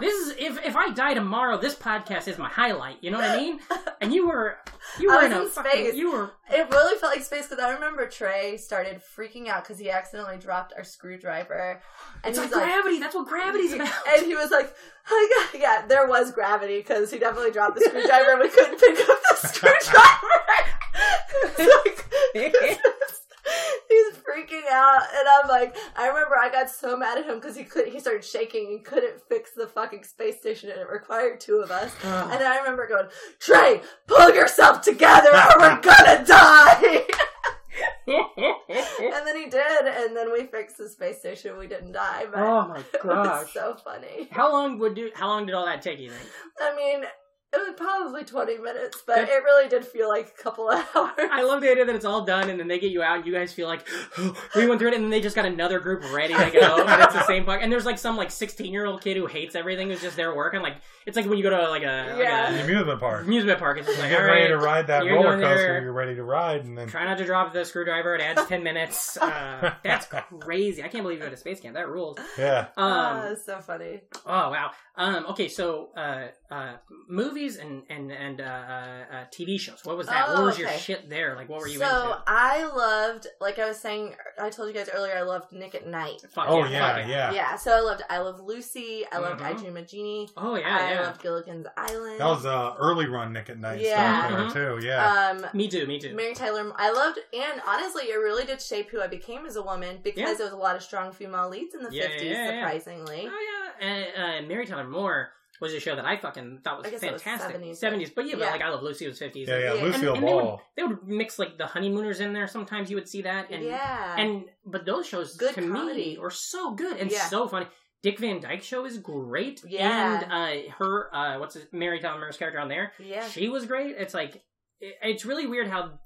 Speaker 2: this is if if I die tomorrow, this podcast is my highlight. You know what I
Speaker 6: *laughs*
Speaker 2: mean? And you were you
Speaker 6: I
Speaker 2: were
Speaker 6: was
Speaker 2: a
Speaker 6: in
Speaker 2: fucking
Speaker 6: space.
Speaker 2: you were
Speaker 6: It really felt like space because I remember Trey started freaking out because he accidentally dropped our screwdriver, and
Speaker 2: it's
Speaker 6: he
Speaker 2: like
Speaker 6: was like,
Speaker 2: gravity. That's what
Speaker 6: *laughs*
Speaker 2: gravity's about.
Speaker 6: and he was like, oh my God. yeah, there was gravity because he definitely dropped the screwdriver. and We couldn't pick up the
Speaker 2: *laughs*
Speaker 6: screwdriver. It's *laughs* like- *laughs* He's freaking out, and I'm like, I remember I got so mad at him because he could. He started shaking and couldn't fix the fucking space station, and it required two of us. And I remember going, Trey, pull yourself together,
Speaker 2: *laughs*
Speaker 6: or we're gonna die.
Speaker 2: *laughs*
Speaker 6: *laughs* and then he did, and then we fixed the space station. We didn't die, but
Speaker 2: oh my
Speaker 6: *laughs* it was
Speaker 2: gosh!
Speaker 6: so funny.
Speaker 2: How long would do? How long did all that take? You think?
Speaker 6: I mean, it was probably 20 minutes, but it really did feel like a couple *laughs* of hours.
Speaker 2: I love the idea that it's all done, and then they get you out, and you guys feel like *gasps* we went through it, and then they just got another group ready to
Speaker 6: *laughs*
Speaker 2: go, and it's the same fuck. And there's like some like 16 year old kid who hates everything who's just there working. Like it's like when you go to like a,
Speaker 6: Yeah.
Speaker 3: the
Speaker 2: like
Speaker 3: amusement
Speaker 2: a
Speaker 3: park.
Speaker 2: amusement park. It's just
Speaker 3: you
Speaker 6: *laughs*
Speaker 2: like
Speaker 3: get
Speaker 2: all
Speaker 3: ready to
Speaker 2: right,
Speaker 3: ride that
Speaker 2: you're
Speaker 3: roller
Speaker 2: going
Speaker 3: coaster.
Speaker 2: there.
Speaker 3: You're ready to ride, and then
Speaker 2: try not to drop the screwdriver. It adds 10
Speaker 6: *laughs*
Speaker 2: minutes. Uh, that's crazy. I can't believe you go to space camp. That rules.
Speaker 3: yeah,
Speaker 6: Ah,
Speaker 2: Um,
Speaker 6: it's so funny.
Speaker 2: Oh wow. Um, okay, so uh, uh, movies and and and uh, uh, uh, TV shows. What was that?
Speaker 6: Oh,
Speaker 2: what was your
Speaker 6: okay.
Speaker 2: shit there? Like, what were you
Speaker 6: so
Speaker 2: into?
Speaker 6: I loved, like I was saying, I told you guys earlier, I loved Nick at Night.
Speaker 2: Fuck
Speaker 3: oh
Speaker 2: fuck
Speaker 3: yeah, yeah.
Speaker 6: Yeah. so I loved I Love Lucy. I loved
Speaker 2: Mhm.
Speaker 6: I Dream of Jeannie.
Speaker 2: Oh yeah,
Speaker 6: I
Speaker 2: yeah.
Speaker 6: loved Gilligan's Island.
Speaker 3: That was uh, early run Nick at Night
Speaker 6: Yeah.
Speaker 2: Mm-hmm.
Speaker 3: stuff there too. Yeah,
Speaker 6: um,
Speaker 2: me too. Me too.
Speaker 6: Mary Tyler. I loved, and honestly, it really did shape who I became as a woman because
Speaker 2: Yeah.
Speaker 6: there was a lot of strong female leads in the
Speaker 2: Yeah,
Speaker 6: 50s,
Speaker 2: yeah, yeah.
Speaker 6: surprisingly.
Speaker 2: Oh yeah, and uh, Mary Tyler Moore was a show that I fucking thought was
Speaker 6: I guess it was
Speaker 2: fantastic.
Speaker 6: 70s,
Speaker 2: Seventies, but yeah, but
Speaker 6: yeah.
Speaker 2: like I Love Lucy was fifties.
Speaker 3: yeah, yeah.
Speaker 6: yeah.
Speaker 3: Lucille
Speaker 2: And- and
Speaker 3: Ball.
Speaker 2: They would mix like the honeymooners in there. Sometimes you would see that, and
Speaker 6: yeah.
Speaker 2: and but those shows
Speaker 6: Good
Speaker 2: to me
Speaker 6: comedy.
Speaker 2: were so good and
Speaker 6: Yeah.
Speaker 2: so funny. Dick Van Dyke show is great,
Speaker 6: Yeah.
Speaker 2: and uh, her uh, what's his, Mary Tyler Moore's character on there,
Speaker 6: yeah.
Speaker 2: she was great. It's like it- it's really weird how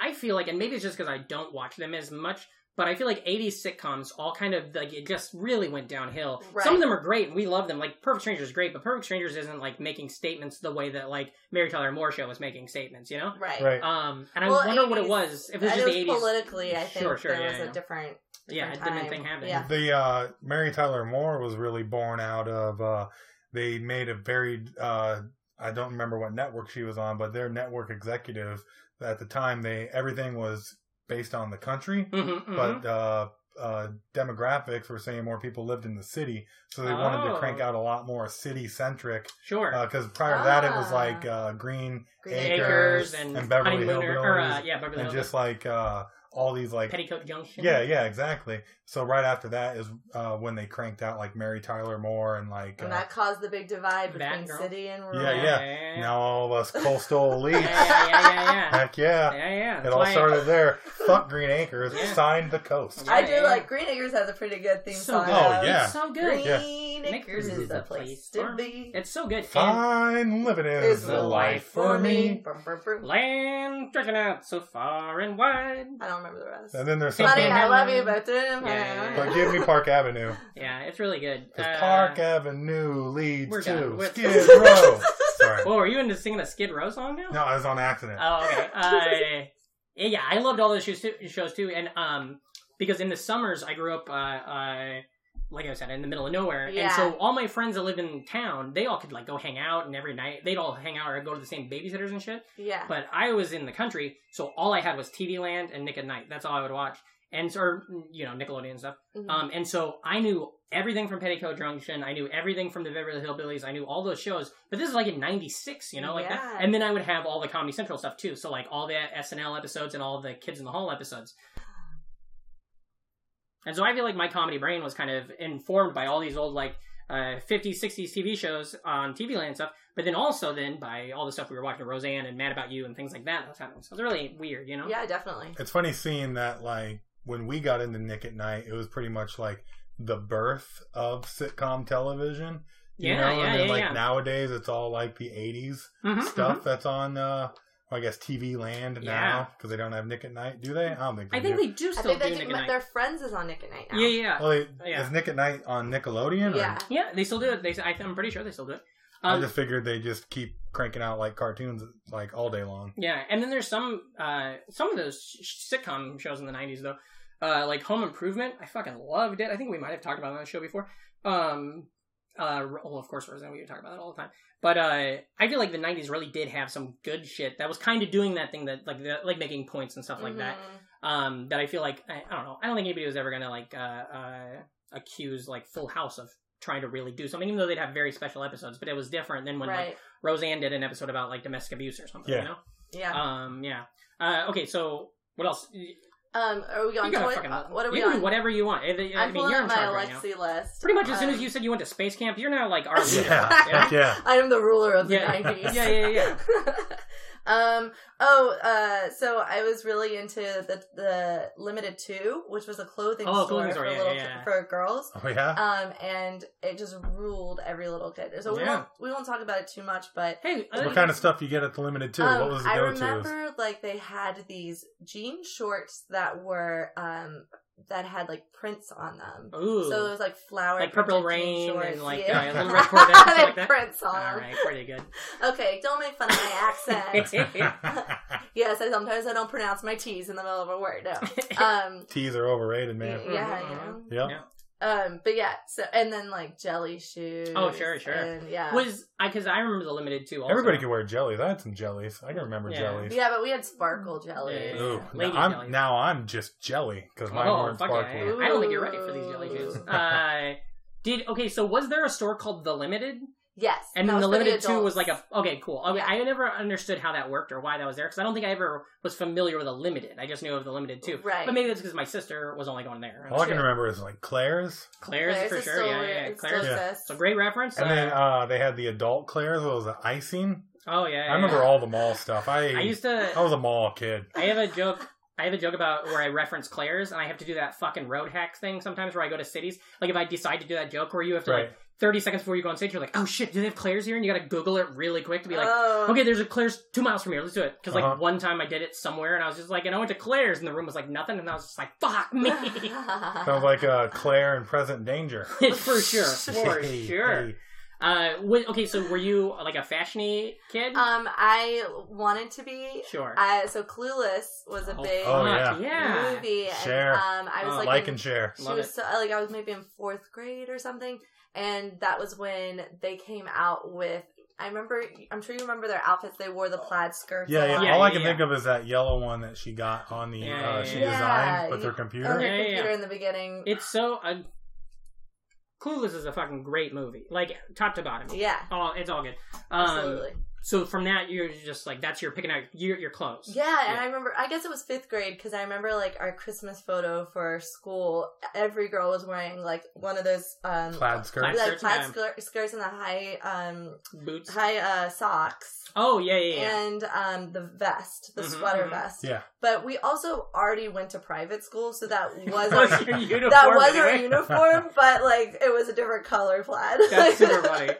Speaker 2: I feel like, and maybe it's just because I don't watch them as much, but I feel like '80s sitcoms all kind of like it just really went downhill.
Speaker 6: Right.
Speaker 2: Some of them are great, and we love them. Like Perfect Strangers is great, but Perfect Strangers isn't like making statements the way that like Mary Tyler Moore show was making statements, you know?
Speaker 6: Right.
Speaker 3: Right.
Speaker 2: Um, and I
Speaker 6: Well,
Speaker 2: wonder what it
Speaker 6: 80s
Speaker 2: was. If it
Speaker 6: And
Speaker 2: was
Speaker 6: it
Speaker 2: just
Speaker 6: was
Speaker 2: the '80s,
Speaker 6: politically, I think
Speaker 2: Sure, sure,
Speaker 6: there
Speaker 2: yeah,
Speaker 6: was
Speaker 2: yeah.
Speaker 6: a
Speaker 2: yeah,
Speaker 6: different.
Speaker 2: a
Speaker 6: different
Speaker 2: different
Speaker 6: time.
Speaker 2: thing happened. *laughs*
Speaker 6: Yeah.
Speaker 3: The uh, Mary Tyler Moore was really born out of. Uh, they made a very. Uh, I don't remember what network she was on, but their network executive at the time, they everything was based on the country,
Speaker 2: Mhm, mhm.
Speaker 3: but uh, uh, demographics were saying more people lived in the city, so they wanted
Speaker 2: Oh.
Speaker 3: to crank out a lot more city centric.
Speaker 2: Sure.
Speaker 3: Because prior to that, it was
Speaker 6: Ah.
Speaker 3: like uh, Green,
Speaker 6: Green
Speaker 2: Acres
Speaker 3: uh, Acres,
Speaker 2: and,
Speaker 3: and Beverly
Speaker 2: Honeymooner- or, uh,
Speaker 3: Hillbillies
Speaker 2: yeah, Beverly
Speaker 3: and
Speaker 2: Hillbillies.
Speaker 3: just like uh, all these like
Speaker 2: Petticoat Junction.
Speaker 3: yeah, yeah, exactly. So right after that is uh, when they cranked out like Mary Tyler Moore and like uh,
Speaker 6: And that caused the big divide between
Speaker 2: Batgirl.
Speaker 6: city and rural.
Speaker 3: Yeah, yeah. now all of us coastal
Speaker 2: Yeah,
Speaker 3: elites.
Speaker 2: yeah, yeah, yeah,
Speaker 3: Heck *laughs* yeah.
Speaker 2: yeah. yeah, yeah.
Speaker 3: It all
Speaker 2: Like,
Speaker 3: started there. Fuck Green Acres.
Speaker 2: Yeah.
Speaker 3: Sign the coast.
Speaker 6: I
Speaker 2: Yeah.
Speaker 6: do like Green Acres has a pretty good theme
Speaker 2: So
Speaker 6: song.
Speaker 2: good.
Speaker 3: Oh,
Speaker 6: though.
Speaker 3: yeah.
Speaker 2: It's so good.
Speaker 6: Green
Speaker 3: Yeah.
Speaker 6: Acres is the place to be.
Speaker 2: It's so good. And
Speaker 3: Fine living
Speaker 6: It's
Speaker 3: is
Speaker 2: the
Speaker 3: the
Speaker 2: life
Speaker 3: life for me.
Speaker 6: Brum, brum, brum.
Speaker 2: land stretching out so far and wide.
Speaker 6: I don't remember the rest.
Speaker 3: And then there's
Speaker 6: Honey,
Speaker 3: something.
Speaker 6: I love you, but didn't
Speaker 2: Yeah.
Speaker 3: But give me Park Avenue.
Speaker 2: *laughs* Yeah, it's really good.
Speaker 3: 'Cause
Speaker 2: Uh,
Speaker 3: Park Avenue leads
Speaker 2: we're done.
Speaker 3: to
Speaker 2: We're- *laughs*
Speaker 3: Skid Row. Sorry.
Speaker 2: Well, were you into singing a Skid Row song now?
Speaker 3: No, I was on accident.
Speaker 2: Oh, okay. Uh, yeah, yeah, I loved all those shows too, shows too, and um, because in the summers I grew up, uh, uh like I said, in the middle of nowhere, and
Speaker 6: Yeah.
Speaker 2: so all my friends that lived in town, they all could like go hang out, and every night they'd all hang out or go to the same babysitters and shit.
Speaker 6: yeah.
Speaker 2: But I was in the country, so all I had was TV Land and Nick at Night. That's all I would watch, and so- or you know Nickelodeon stuff.
Speaker 6: Mhm.
Speaker 2: Um, and so I knew everything from Petticoat Junction. I knew everything from the Beverly Hillbillies. I knew all those shows. But this is like in '96, you know, like that.
Speaker 6: Yeah.
Speaker 2: And then I would have all the Comedy Central stuff too. So like all the SNL episodes and all the Kids in the Hall *sighs* episodes. And so I feel like my comedy brain was kind of informed by all these old like uh, 50s, 60s TV shows on TV Land and stuff. But then also then by all the stuff we were watching, Roseanne and Mad About You and things like that. that was happening. So it's really weird, you know.
Speaker 6: yeah, definitely.
Speaker 3: It's funny seeing that, like, when we got into Nick at Night, it was pretty much like the birth of sitcom television. You
Speaker 2: Yeah,
Speaker 3: know?
Speaker 2: yeah,
Speaker 3: and then,
Speaker 2: yeah,
Speaker 3: like,
Speaker 2: yeah.
Speaker 3: nowadays, it's all like the 80s
Speaker 2: Mhm,
Speaker 3: stuff
Speaker 2: mhm.
Speaker 3: that's on, uh, well, I guess, TV Land
Speaker 2: Yeah.
Speaker 3: now because they don't have Nick at Night, do they? I don't think they
Speaker 2: mm-hmm. I think
Speaker 3: do.
Speaker 2: they do
Speaker 6: I
Speaker 2: still
Speaker 6: think
Speaker 2: do
Speaker 6: they
Speaker 2: Nick
Speaker 6: do,
Speaker 2: at Night.
Speaker 6: their friends is on Nick at Night now.
Speaker 2: Yeah, yeah.
Speaker 3: Well, they,
Speaker 2: Yeah.
Speaker 3: is Nick at Night on Nickelodeon? Or?
Speaker 6: Yeah.
Speaker 2: Yeah, they still do it. They, I, I'm pretty sure they still do it.
Speaker 3: I
Speaker 2: Um,
Speaker 3: just figured they just keep cranking out like cartoons like all day long.
Speaker 2: yeah, and then there's some uh, some of those sh- sh- sitcom shows in the '90s though, uh, like Home Improvement. I fucking loved it. I think we might have talked about it on the show before. Um, uh, well, of course, Roseanne. We talk about it all the time. But uh, I feel like the '90s really did have some good shit that was kind of doing that thing that like the, like making points and stuff like that.
Speaker 6: Mhm.
Speaker 2: Um, that I feel like I, I don't know. I don't think anybody was ever gonna like uh, uh, accuse like Full House of trying to really do something, even though they'd have very special episodes. But it was different than when like
Speaker 6: right.
Speaker 2: Roseanne did an episode about like domestic abuse or something. You
Speaker 3: Yeah.
Speaker 2: know.
Speaker 6: yeah.
Speaker 2: Um. Yeah. Uh. Okay. So what else? You
Speaker 6: Um, are we on
Speaker 2: got a
Speaker 6: toy?
Speaker 2: fucking-
Speaker 6: uh, what are
Speaker 2: you
Speaker 6: we
Speaker 2: can
Speaker 6: on?
Speaker 2: do whatever you want. I, I
Speaker 6: I'm
Speaker 2: mean,
Speaker 6: pulling
Speaker 2: you're
Speaker 6: up
Speaker 2: in
Speaker 6: my
Speaker 2: charge right now.
Speaker 6: Alexi list.
Speaker 2: Pretty much as soon
Speaker 6: Um,
Speaker 2: as you said you went to space camp, you're now
Speaker 3: *laughs*
Speaker 2: like our leader.
Speaker 6: *laughs*
Speaker 3: Yeah,
Speaker 2: Yeah.
Speaker 3: yeah.
Speaker 6: I am the ruler of the
Speaker 2: Yeah. *laughs*
Speaker 6: 90s.
Speaker 2: Yeah, yeah, yeah.
Speaker 6: *laughs* um, oh, uh, so I was really into the, the Limited 2, which was a clothing
Speaker 2: Oh,
Speaker 6: store,
Speaker 2: clothing store,
Speaker 6: for,
Speaker 2: yeah,
Speaker 6: little,
Speaker 2: yeah, yeah.
Speaker 6: for girls.
Speaker 3: Oh yeah.
Speaker 6: Um, and it just ruled every little kid. So we,
Speaker 2: Yeah.
Speaker 6: won't, we won't talk about it too much, but
Speaker 2: Hey. uh, I
Speaker 3: what kind of stuff you get at the limited too?
Speaker 6: um,
Speaker 3: what was the
Speaker 6: I
Speaker 3: go to?
Speaker 6: remember like they had these jean shorts that were um, that had like prints on them.
Speaker 2: *laughs* Ooh.
Speaker 6: So it was like flower,
Speaker 2: Like Purple
Speaker 6: printed jean
Speaker 2: Rain
Speaker 6: shorts.
Speaker 2: and, like,
Speaker 6: yeah.
Speaker 3: uh, Little
Speaker 6: *laughs*
Speaker 2: Red Corvette and stuff like
Speaker 6: They
Speaker 2: that?
Speaker 6: prints on
Speaker 2: all
Speaker 6: 'em.
Speaker 2: right. Pretty good.
Speaker 6: Okay, don't make fun of my accent.
Speaker 2: *laughs*
Speaker 3: *laughs*
Speaker 6: *laughs* yes, I, sometimes I don't pronounce my T's in the middle of a
Speaker 2: *laughs*
Speaker 6: word. No, um,
Speaker 3: Teas are overrated, man.
Speaker 6: y- yeah, you know.
Speaker 2: Mhm.
Speaker 3: Yeah.
Speaker 2: Yeah.
Speaker 6: Um, but yeah, so and then like jelly shoes.
Speaker 2: Oh, sure, sure.
Speaker 6: and, yeah.
Speaker 2: Was I? Because I remember the limited too. Also.
Speaker 3: Everybody could wear jellies. I had some jellies. I can remember
Speaker 2: Yeah.
Speaker 3: jellies.
Speaker 6: yeah, but we had sparkle jelly.
Speaker 2: Yeah.
Speaker 3: Ooh,
Speaker 2: Lady
Speaker 3: now I'm
Speaker 2: jellies.
Speaker 3: now I'm just jelly because mine
Speaker 2: Oh
Speaker 3: weren't
Speaker 2: fuck yeah,
Speaker 3: sparkly.
Speaker 2: yeah. I don't think you're ready for these jelly *laughs* shoes.
Speaker 6: Ooh.
Speaker 2: Uh. Did okay. So was there a store called The Limited?
Speaker 6: Yes,
Speaker 2: And
Speaker 6: that
Speaker 2: then the
Speaker 6: was for
Speaker 2: limited two
Speaker 6: adults.
Speaker 2: was like a okay, cool. Okay,
Speaker 6: Yeah.
Speaker 2: I never understood how that worked or why that was there because I don't think I ever was familiar with a limited. I just knew of the limited two,
Speaker 6: Right.
Speaker 2: But maybe that's because my sister was only going there.
Speaker 3: All Oh, I can
Speaker 6: Sure.
Speaker 3: remember is like Claire's,
Speaker 2: Claire's
Speaker 6: Claire's
Speaker 2: for
Speaker 6: is
Speaker 2: sure,
Speaker 6: still
Speaker 2: yeah,
Speaker 6: where-
Speaker 2: yeah, yeah.
Speaker 6: it still
Speaker 2: Claire's.
Speaker 6: exists.
Speaker 2: It's a great reference.
Speaker 3: and
Speaker 2: uh,
Speaker 3: then uh, they had the adult Claire's. What was it, icing?
Speaker 2: oh yeah, yeah,
Speaker 3: I remember Oh.
Speaker 2: yeah.
Speaker 3: all the mall stuff. I
Speaker 2: I used to.
Speaker 3: I was a mall kid.
Speaker 2: I have a joke. I have a joke about where I reference Claire's, and I have to do that fucking road hack thing sometimes where I go to cities. Like if I decide to do that joke where you have to
Speaker 3: Right.
Speaker 2: like thirty seconds before you go on stage, you're like, oh shit, do they have Claire's here? And you got to Google it really quick to be like,
Speaker 6: oh,
Speaker 2: Okay, there's a Claire's two miles from here. Let's do it. Because
Speaker 3: Uh-huh.
Speaker 2: like one time I did it somewhere, and I was just like, and I went to Claire's, and the room was like nothing, and I was just like, fuck
Speaker 6: *laughs*
Speaker 2: me,
Speaker 3: Sounds like uh, Claire and Present Danger.
Speaker 2: *laughs* for sure, for
Speaker 3: Hey,
Speaker 2: sure.
Speaker 3: hey.
Speaker 2: Uh, wh- okay, so were you like a fashiony kid?
Speaker 6: um, I wanted to be.
Speaker 2: sure.
Speaker 6: I, Uh, so Clueless was a big
Speaker 3: Oh,
Speaker 2: fuck,
Speaker 3: yeah.
Speaker 2: yeah.
Speaker 6: movie,
Speaker 3: Share.
Speaker 6: and um, I was
Speaker 2: Oh.
Speaker 6: like,
Speaker 3: Like
Speaker 6: in-
Speaker 3: and share.
Speaker 6: She
Speaker 2: Love
Speaker 6: was
Speaker 2: it.
Speaker 6: so, like I was maybe in fourth grade or something, and that was when they came out with I remember. I'm sure you remember their outfits. They wore the plaid skirts.
Speaker 3: Yeah,
Speaker 6: a
Speaker 3: yeah.
Speaker 6: lot.
Speaker 2: Yeah,
Speaker 3: All I
Speaker 2: yeah,
Speaker 3: can
Speaker 2: yeah.
Speaker 3: think of is that yellow one that she got on the
Speaker 2: Yeah,
Speaker 3: uh,
Speaker 2: yeah,
Speaker 3: she
Speaker 2: yeah.
Speaker 3: designed with
Speaker 6: Yeah,
Speaker 3: her
Speaker 6: you-
Speaker 3: computer.
Speaker 6: On
Speaker 2: Yeah,
Speaker 6: their
Speaker 2: yeah, yeah.
Speaker 6: computer in the beginning.
Speaker 2: It's so. Uh, Clueless is a fucking great movie, like top to bottom.
Speaker 6: yeah,
Speaker 2: All it's all good. Um,
Speaker 6: absolutely.
Speaker 2: So from that, you're just like that's your picking out your your clothes.
Speaker 6: Yeah, and
Speaker 2: Yeah.
Speaker 6: I remember. I guess it was fifth grade because I remember like our Christmas photo for school. Every girl was wearing like one of those um,
Speaker 3: Plaid skirt.
Speaker 2: Plaid
Speaker 6: like
Speaker 2: skirts,
Speaker 6: plaid
Speaker 2: yeah.
Speaker 6: skir- skirts and the high um,
Speaker 2: Boots.
Speaker 6: high uh, socks.
Speaker 2: Oh yeah yeah yeah.
Speaker 6: And um, the vest, the
Speaker 2: Mhm,
Speaker 6: sweater
Speaker 2: mhm.
Speaker 6: vest.
Speaker 3: Yeah.
Speaker 6: But we also already went to private school,
Speaker 2: *laughs*
Speaker 6: so that *laughs* was
Speaker 2: That
Speaker 6: our
Speaker 2: was your uniform
Speaker 6: that was our
Speaker 2: anyway. *laughs*
Speaker 6: uniform, but like it was a different color plaid.
Speaker 2: That's
Speaker 6: *laughs*
Speaker 2: super funny.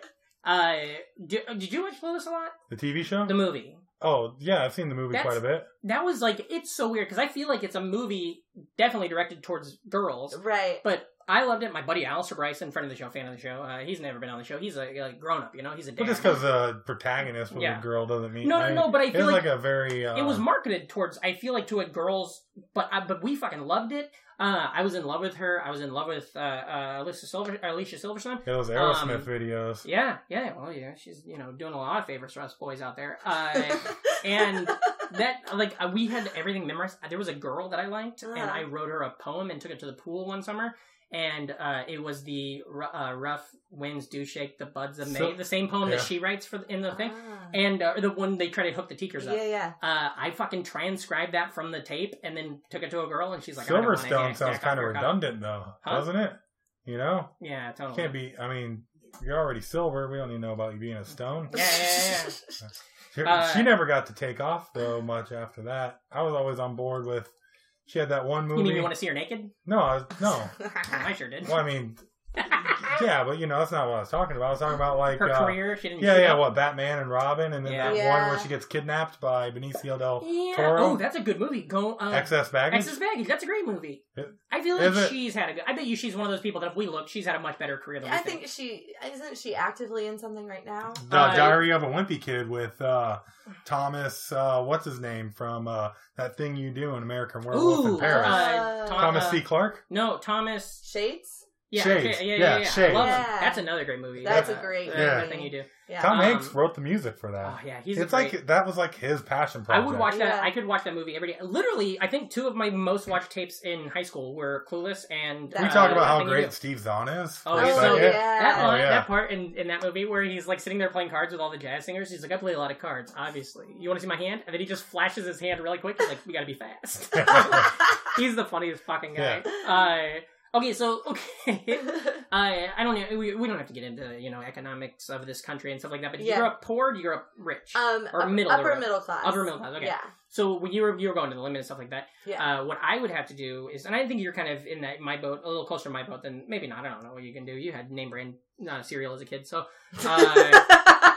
Speaker 2: Uh, did, did you watch Clueless a lot?
Speaker 3: The TV show?
Speaker 2: The movie.
Speaker 3: oh, yeah, I've seen the movie
Speaker 2: That's-
Speaker 3: quite a bit.
Speaker 2: That was like it's so weird because I feel like it's a movie definitely directed towards girls,
Speaker 6: right.
Speaker 2: but I loved it. My buddy Alistair Bryson, friend of the show, fan of the show. Uh, he's never been on the show. He's a like grown up, you know. He's a
Speaker 3: But
Speaker 2: dad.
Speaker 3: just because the protagonist was
Speaker 2: Yeah.
Speaker 3: a girl doesn't mean
Speaker 2: no, no, no. But I
Speaker 3: It was
Speaker 2: feel
Speaker 3: like,
Speaker 2: like,
Speaker 3: a very. Uh,
Speaker 2: it was marketed towards. I feel like to a girls, but I, but we fucking loved it. Uh, I was in love with her. I was in love with uh, uh, Alicia Silver, Alicia Silverstone.
Speaker 3: it was Aerosmith
Speaker 2: um,
Speaker 3: videos.
Speaker 2: Yeah, yeah. Well, yeah. She's you know doing a lot of favors for us boys out
Speaker 6: *laughs*
Speaker 2: there. Uh, and that like uh, we had everything memorized. There was a girl that I liked, and
Speaker 6: Ah.
Speaker 2: I wrote her a poem and took it to the pool one summer. And uh, it was the ru- uh, rough winds do shake the buds of May,
Speaker 3: So-
Speaker 2: the same poem
Speaker 3: yeah.
Speaker 2: that she writes for the, in the thing,
Speaker 6: Ah.
Speaker 2: and uh, the one they try to hook the teachers up.
Speaker 6: yeah, yeah.
Speaker 2: Uh, I fucking transcribed that from the tape and then took it to a girl, and she's like, I don't wanna
Speaker 3: Silverstone
Speaker 2: hack-
Speaker 3: sounds
Speaker 2: hack off
Speaker 3: kind of
Speaker 2: your copy.
Speaker 3: redundant, though,
Speaker 2: Huh? Oh.
Speaker 3: doesn't it? You know,
Speaker 2: Yeah, totally.
Speaker 3: can't be. I mean, you're already silver. We don't need to know about you being a stone.
Speaker 2: Yeah, yeah,
Speaker 6: *laughs*
Speaker 2: yeah.
Speaker 3: *laughs* She,
Speaker 2: Uh,
Speaker 3: she never got to take off though much after that. I was always on board with. She had that one movie.
Speaker 2: You mean you want to see her naked? *laughs*
Speaker 3: No, I- no.
Speaker 2: I sure did.
Speaker 3: Well, I mean, yeah, but you know that's not what I was talking about. I was talking about like
Speaker 2: her
Speaker 3: uh,
Speaker 2: career, she didn't.
Speaker 3: Yeah,
Speaker 2: shoot
Speaker 3: yeah.
Speaker 2: up.
Speaker 3: What Batman and Robin, and then
Speaker 2: Yeah.
Speaker 3: that one
Speaker 6: Yeah.
Speaker 3: where she gets kidnapped by Benicio del
Speaker 2: Yeah.
Speaker 3: Toro.
Speaker 2: Oh, that's a good movie. Go. Uh,
Speaker 3: Excess baggage.
Speaker 2: Excess baggage. That's a great movie.
Speaker 3: Yeah.
Speaker 2: I feel
Speaker 3: Is
Speaker 2: like
Speaker 3: it-
Speaker 2: she's had a good. I bet you she's one of those people that if we look, she's had a much better career than
Speaker 6: I
Speaker 2: we
Speaker 6: think she isn't she actively in something right now.
Speaker 3: the
Speaker 2: Uh,
Speaker 3: Diary of a Wimpy Kid with uh, Thomas, uh, what's his name from uh, that thing you do in American Werewolf
Speaker 2: Ooh,
Speaker 3: in Paris?
Speaker 2: uh, Tom-
Speaker 3: Thomas
Speaker 2: uh,
Speaker 3: C. Clark.
Speaker 2: No, Thomas.
Speaker 6: Shades.
Speaker 2: Yeah,
Speaker 3: Shades.
Speaker 2: Yeah, yeah,
Speaker 3: Yeah,
Speaker 2: yeah. yeah.
Speaker 3: Shades.
Speaker 2: I love him.
Speaker 6: Yeah.
Speaker 2: That's another great movie.
Speaker 6: That's
Speaker 2: Uh,
Speaker 6: a great
Speaker 2: uh,
Speaker 3: Yeah.
Speaker 2: the thing you do.
Speaker 6: Yeah.
Speaker 2: *laughs*
Speaker 3: Tom
Speaker 2: um,
Speaker 3: Hanks wrote the music for that.
Speaker 2: Oh yeah, he's.
Speaker 3: it's
Speaker 2: a great,
Speaker 3: like that was like his passion
Speaker 2: I
Speaker 3: project.
Speaker 2: would watch that.
Speaker 6: Yeah.
Speaker 2: I could watch that movie every day. Literally, I think two of my most watched tapes in high school were Clueless and.
Speaker 6: We
Speaker 3: we
Speaker 2: uh,
Speaker 3: talk
Speaker 2: That
Speaker 3: about how
Speaker 2: Thing You
Speaker 3: great
Speaker 2: Do.
Speaker 3: Steve Zahn is.
Speaker 2: Oh,
Speaker 3: Like,
Speaker 2: he's
Speaker 3: that-
Speaker 2: so
Speaker 3: yeah.
Speaker 2: good.
Speaker 6: yeah.
Speaker 2: That line,
Speaker 3: yeah.
Speaker 2: that part in, in that movie where he's like sitting there playing cards with all the jazz singers, he's like, I play a lot of cards, obviously. You want to see my hand? And then he just flashes his hand really quick. He's like, we got to be fast.
Speaker 6: *laughs*
Speaker 2: *laughs* he's the funniest fucking guy. Uh, okay, so *laughs* okay, Uh, I I don't know. We, we don't have to get into you know economics of this country and stuff like that. But
Speaker 6: Yeah.
Speaker 2: you're up poor, you're up rich,
Speaker 6: *laughs* um,
Speaker 2: or
Speaker 6: up-
Speaker 2: middle,
Speaker 6: upper
Speaker 2: or-
Speaker 6: middle class.
Speaker 2: upper middle class. Okay,
Speaker 6: Yeah.
Speaker 2: so when you were you were going to the limit and stuff like that,
Speaker 6: Yeah.
Speaker 2: uh, what I would have to do is, and I think you're kind of in that my boat, a little closer to my boat than maybe not. I don't know what you can do. You had name brand uh, cereal as a kid, so
Speaker 6: *laughs*
Speaker 2: uh,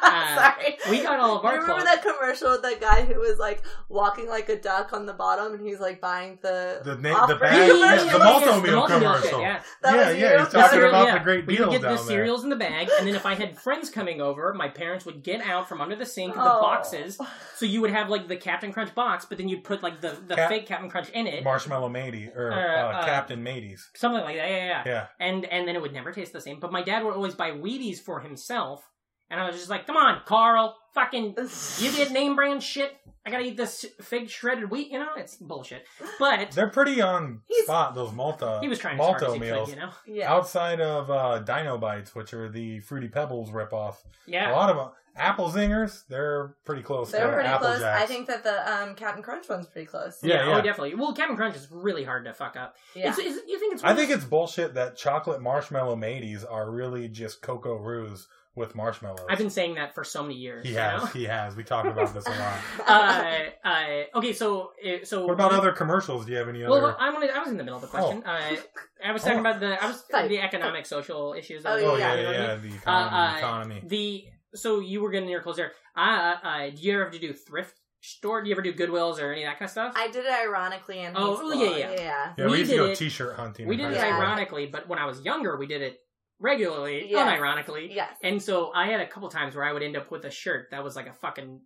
Speaker 6: Sorry.
Speaker 2: we got all of
Speaker 6: You
Speaker 2: our
Speaker 6: remember
Speaker 2: clothes.
Speaker 6: that commercial with that guy who was like walking like a duck on the bottom, and he's like buying the
Speaker 3: The na- the
Speaker 6: off-brand *laughs*
Speaker 3: bag,
Speaker 6: commercials?
Speaker 3: yeah, the Malto meal
Speaker 2: Malto meal
Speaker 3: commercial.
Speaker 2: shit, yeah.
Speaker 6: That
Speaker 3: yeah,
Speaker 6: was
Speaker 3: yeah,
Speaker 6: you?
Speaker 3: he's talking
Speaker 2: Cereal,
Speaker 3: about
Speaker 2: yeah.
Speaker 3: the great
Speaker 2: we
Speaker 3: deal
Speaker 2: would get
Speaker 3: down
Speaker 2: the
Speaker 3: there.
Speaker 2: cereals in the bag, and then if I had friends coming over, my parents would get out from under the sink the
Speaker 6: Oh.
Speaker 2: boxes. So you would have like the Captain Crunch box, but then you'd put like the, the
Speaker 3: Cap-
Speaker 2: fake Captain Crunch in it,
Speaker 3: Marshmallow Matey or
Speaker 2: Uh,
Speaker 3: uh,
Speaker 2: uh,
Speaker 3: Captain Matey's.
Speaker 2: something like that. Yeah, yeah, yeah.
Speaker 3: Yeah,
Speaker 2: And and then it would never taste the same. But my dad would always buy Wheaties for himself, and I was just like, "Come on, Carl, fucking
Speaker 6: *laughs*
Speaker 2: you get name brand shit. I gotta eat this fig shredded wheat. You know, it's bullshit." But
Speaker 3: they're pretty on
Speaker 6: He's-
Speaker 3: spot. Those Malta
Speaker 2: he was trying to hard as
Speaker 3: Malto
Speaker 2: he could,
Speaker 3: meals.
Speaker 2: you know.
Speaker 6: yeah.
Speaker 3: Outside of uh, Dino Bites, which are the Fruity Pebbles ripoff, a
Speaker 2: Yeah.
Speaker 3: lot of them, Apple Zingers, they're pretty close.
Speaker 6: They're
Speaker 3: to
Speaker 6: pretty
Speaker 3: Apple
Speaker 6: close.
Speaker 3: Jacks.
Speaker 6: I think that the um, Captain Crunch one's pretty close.
Speaker 3: Yeah, yeah.
Speaker 2: Oh, definitely. Well, Captain Crunch is really hard to fuck up.
Speaker 6: Yeah.
Speaker 2: It's, it's- you think it's?
Speaker 3: I think it's bullshit that chocolate marshmallow mateys are really just cocoa roos with marshmallows.
Speaker 2: I've been saying that for so many years.
Speaker 3: he
Speaker 2: you
Speaker 3: has,
Speaker 2: know? *laughs*
Speaker 3: he has. We talk about this a lot.
Speaker 2: uh, uh, okay, so uh, so
Speaker 3: What about other commercials? Do you have any
Speaker 2: Well,
Speaker 3: other?
Speaker 2: I wanted. I was in the middle of the question. Uh, I was
Speaker 3: Oh.
Speaker 2: talking about the. I was
Speaker 6: Fight.
Speaker 2: the economic, social issues.
Speaker 6: Oh,
Speaker 3: Oh yeah,
Speaker 6: yeah,
Speaker 2: you know
Speaker 3: yeah,
Speaker 2: what I mean?
Speaker 3: the
Speaker 2: Uh,
Speaker 3: economy.
Speaker 2: uh,
Speaker 3: economy.
Speaker 2: The so you were getting your clothes there. I uh, uh, do you ever do thrift store? Do you ever do Goodwills or any of that kind of stuff?
Speaker 6: *laughs* I did it ironically in high
Speaker 2: Oh,
Speaker 6: school.
Speaker 2: yeah, yeah.
Speaker 6: yeah.
Speaker 3: yeah, we,
Speaker 2: we
Speaker 3: used to
Speaker 2: did
Speaker 3: go
Speaker 2: it-
Speaker 3: t-shirt hunting.
Speaker 2: we
Speaker 3: in
Speaker 2: did it
Speaker 3: high school.
Speaker 6: Yeah.
Speaker 2: ironically, but when I was younger, we did it regularly,
Speaker 6: Yeah.
Speaker 2: unironically.
Speaker 6: Yes.
Speaker 2: And so I had a couple times where I would end up with a shirt that was like a fucking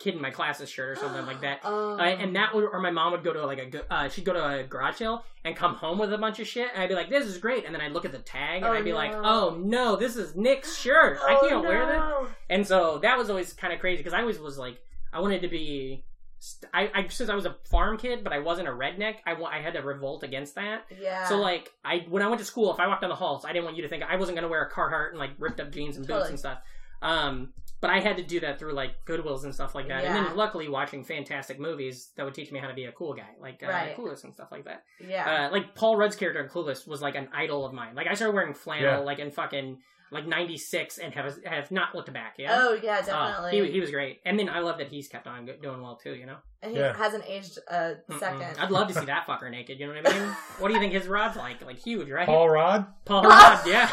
Speaker 2: kid in my class's shirt or something like
Speaker 6: *gasps*
Speaker 2: that.
Speaker 6: Oh.
Speaker 2: Uh, and that would, or my mom would go to like a, g- uh, she'd go to a garage sale and come home with a bunch of shit. And I'd be like, this is great. And then I'd look at the tag and
Speaker 6: Oh,
Speaker 2: I'd be like,
Speaker 6: no. Oh,
Speaker 2: oh no, this is Nick's shirt. I can't wear that. And so that was always kind of crazy because I always was like, I wanted to be, st- I, I since I was a farm kid, but I wasn't a redneck. I, wa- I had to revolt against that.
Speaker 6: Yeah.
Speaker 2: So like I when I went to school, if I walked down the halls, I didn't want you to think I wasn't gonna wear a Carhartt and like ripped up jeans and boots
Speaker 6: Totally.
Speaker 2: and stuff. Um, but I had to do that through like Goodwills and stuff like that. And
Speaker 6: Yeah.
Speaker 2: then luckily watching fantastic movies that would teach me how to be a cool guy, like uh,
Speaker 6: Right.
Speaker 2: Clueless and stuff like that.
Speaker 6: yeah.
Speaker 2: Uh, like Paul Rudd's character in Clueless was like an idol of mine. Like I started wearing flannel
Speaker 3: Yeah.
Speaker 2: like in fucking like '96 and have have not looked back. Yeah.
Speaker 6: oh yeah,
Speaker 2: Uh,
Speaker 6: definitely.
Speaker 2: he, he was great, and then I love that he's kept on go- doing well too. You know,
Speaker 6: and he
Speaker 3: Yeah.
Speaker 6: hasn't aged a
Speaker 2: Mm-mm.
Speaker 6: 2nd
Speaker 2: I'd love to see that fucker naked. You know what I mean? what do you think his rod's like? Like huge, right?
Speaker 3: Paul Rod?
Speaker 2: Paul Rudd,
Speaker 6: *laughs*
Speaker 2: yeah.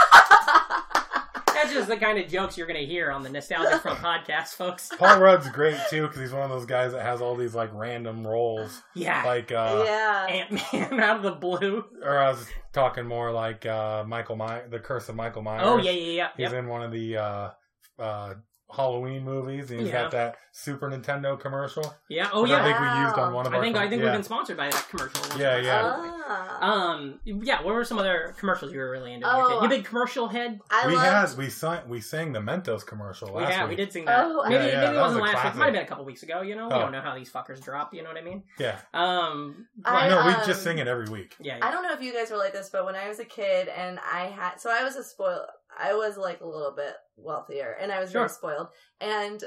Speaker 2: That's just the kind of jokes you're going to hear on the Nostalgic Front podcast, folks.
Speaker 3: Paul Rudd's great too because he's one of those guys that has all these like random roles.
Speaker 2: Yeah.
Speaker 3: Like, uh,
Speaker 6: *laughs* yeah.
Speaker 2: Ant Man *laughs* out of the blue.
Speaker 3: or I was talking more like uh, Michael My The Curse of Michael Myers.
Speaker 2: Oh, yeah, yeah, yeah.
Speaker 3: He's
Speaker 2: Yep.
Speaker 3: in one of the uh, uh, Halloween movies. And he's
Speaker 2: Yeah.
Speaker 3: got that Super Nintendo commercial.
Speaker 2: Yeah. Oh,
Speaker 3: which I
Speaker 2: yeah.
Speaker 3: think we used on one of
Speaker 2: I
Speaker 3: our.
Speaker 2: think I think
Speaker 3: yeah.
Speaker 2: we've been sponsored by that commercial. once
Speaker 3: Yeah,
Speaker 2: or
Speaker 3: yeah.
Speaker 2: twice.
Speaker 6: Ah.
Speaker 2: Um, yeah. What were some other commercials you were really into?
Speaker 6: Oh.
Speaker 2: You big commercial head.
Speaker 6: I
Speaker 3: we
Speaker 6: love.
Speaker 3: had we sang we sang the Mentos commercial last
Speaker 2: yeah,
Speaker 3: week.
Speaker 2: we did sing that.
Speaker 6: Oh, I-
Speaker 2: maybe
Speaker 3: Yeah, yeah,
Speaker 2: maybe it
Speaker 3: that
Speaker 2: wasn't
Speaker 3: was
Speaker 2: last
Speaker 3: a
Speaker 2: week. It
Speaker 3: classic.
Speaker 2: might have been a couple weeks ago. You know, we
Speaker 3: Oh.
Speaker 2: don't know how these fuckers drop. You know what I mean?
Speaker 3: Yeah,
Speaker 2: Um,
Speaker 6: I,
Speaker 3: no, we
Speaker 6: um,
Speaker 3: just sing it every week.
Speaker 2: yeah.
Speaker 6: I
Speaker 2: yeah.
Speaker 6: don't know if you guys were like this, but when I was a kid and I had, so I was a spoil, I was like a little bit wealthier and I was very
Speaker 2: Sure.
Speaker 6: spoiled. And,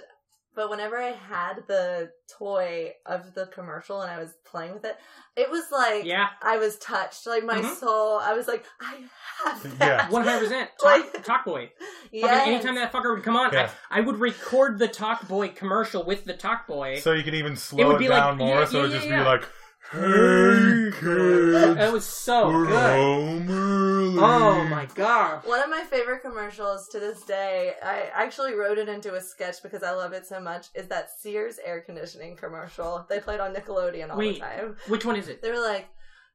Speaker 6: but whenever I had the toy of the commercial and I was playing with it, it was like,
Speaker 2: Yeah.
Speaker 6: I was touched. Like my
Speaker 2: Mhm.
Speaker 6: soul, I was like, I have
Speaker 3: Yeah.
Speaker 6: that.
Speaker 2: One hundred
Speaker 6: *laughs*
Speaker 2: percent.
Speaker 6: Like-
Speaker 2: Talk boy. Fucking
Speaker 6: Yes.
Speaker 2: Anytime that fucker would come on,
Speaker 3: Yeah.
Speaker 2: I, I would record the Talk Boy commercial with the Talk Boy.
Speaker 3: So you could even slow
Speaker 2: would
Speaker 3: it,
Speaker 2: be like-
Speaker 3: down more.
Speaker 2: yeah, yeah,
Speaker 3: so it'd just
Speaker 2: yeah, yeah.
Speaker 3: be like, "Hey kids,
Speaker 2: *laughs* it was so
Speaker 3: we're
Speaker 2: Oh, good.
Speaker 3: home early."
Speaker 2: Oh my god.
Speaker 6: One of my favorite commercials to this day, I actually wrote it into a sketch because I love it so much, is that Sears air conditioning commercial. They played on Nickelodeon all
Speaker 2: Wait.
Speaker 6: the time.
Speaker 2: Which one is it?
Speaker 6: They were like,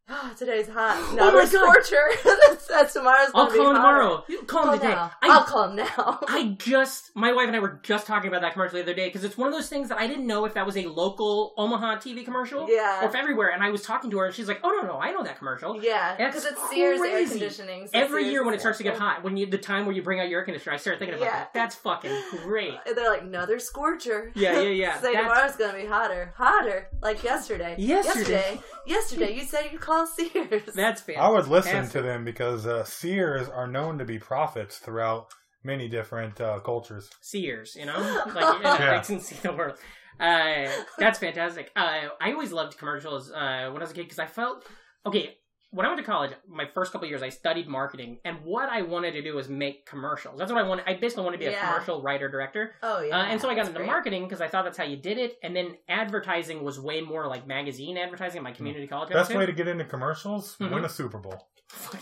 Speaker 6: oh, today's
Speaker 2: *gasps*
Speaker 6: hot.
Speaker 2: Oh
Speaker 6: Now
Speaker 2: my
Speaker 6: there's
Speaker 2: God.
Speaker 6: torture. *laughs* that's, that's tomorrow's
Speaker 2: I'll
Speaker 6: gonna be
Speaker 2: call him
Speaker 6: hotter.
Speaker 2: tomorrow. You can call
Speaker 6: Call
Speaker 2: him today.
Speaker 6: now. I'll
Speaker 2: I,
Speaker 6: call him now.
Speaker 2: I just, my wife and I were just talking about that commercial the other day because it's one of those things that I didn't know if that was a local Omaha TV commercial
Speaker 6: Yeah.
Speaker 2: or if everywhere. And I was talking to her and she's like, oh no, no, I know that commercial.
Speaker 6: *laughs* yeah,
Speaker 2: That's
Speaker 6: because it's Sears air
Speaker 2: crazy.
Speaker 6: conditioning. so
Speaker 2: Every
Speaker 6: Sears
Speaker 2: year when it
Speaker 6: is
Speaker 2: starts to get
Speaker 6: awful.
Speaker 2: hot, when you the time where you bring out your air conditioner, I start thinking about
Speaker 6: Yeah.
Speaker 2: that. That's fucking
Speaker 6: *laughs*
Speaker 2: great.
Speaker 6: And they're like, no, there's scorcher.
Speaker 2: Yeah, yeah, yeah.
Speaker 6: *laughs* Say
Speaker 2: That's-
Speaker 6: tomorrow's gonna be hotter, hotter. Like yesterday,
Speaker 2: Yesterday.
Speaker 6: yesterday, yesterday. You said you call Sears.
Speaker 2: That's fantastic.
Speaker 3: I would listen to them because uh, seers are known to be prophets throughout many different uh, cultures.
Speaker 2: seers, you know,
Speaker 6: *laughs*
Speaker 2: like you know,
Speaker 3: Yeah.
Speaker 2: I can see the world. Uh, that's fantastic. Uh, I always loved commercials uh, when I was a kid because I felt okay. When I went to college, my first couple years, I studied marketing, and what I wanted to do was make commercials. That's what I wanted. I basically wanted to be a
Speaker 6: Yeah.
Speaker 2: commercial writer director.
Speaker 6: oh yeah.
Speaker 2: uh, and so I got
Speaker 6: that's
Speaker 2: into
Speaker 6: great.
Speaker 2: marketing because I thought that's how you did it. And then advertising was way more like magazine advertising in my community college. I
Speaker 3: Hmm. Best
Speaker 2: went
Speaker 3: way
Speaker 2: *laughs*
Speaker 3: to get into commercials:
Speaker 2: Mhm.
Speaker 3: win a Super Bowl.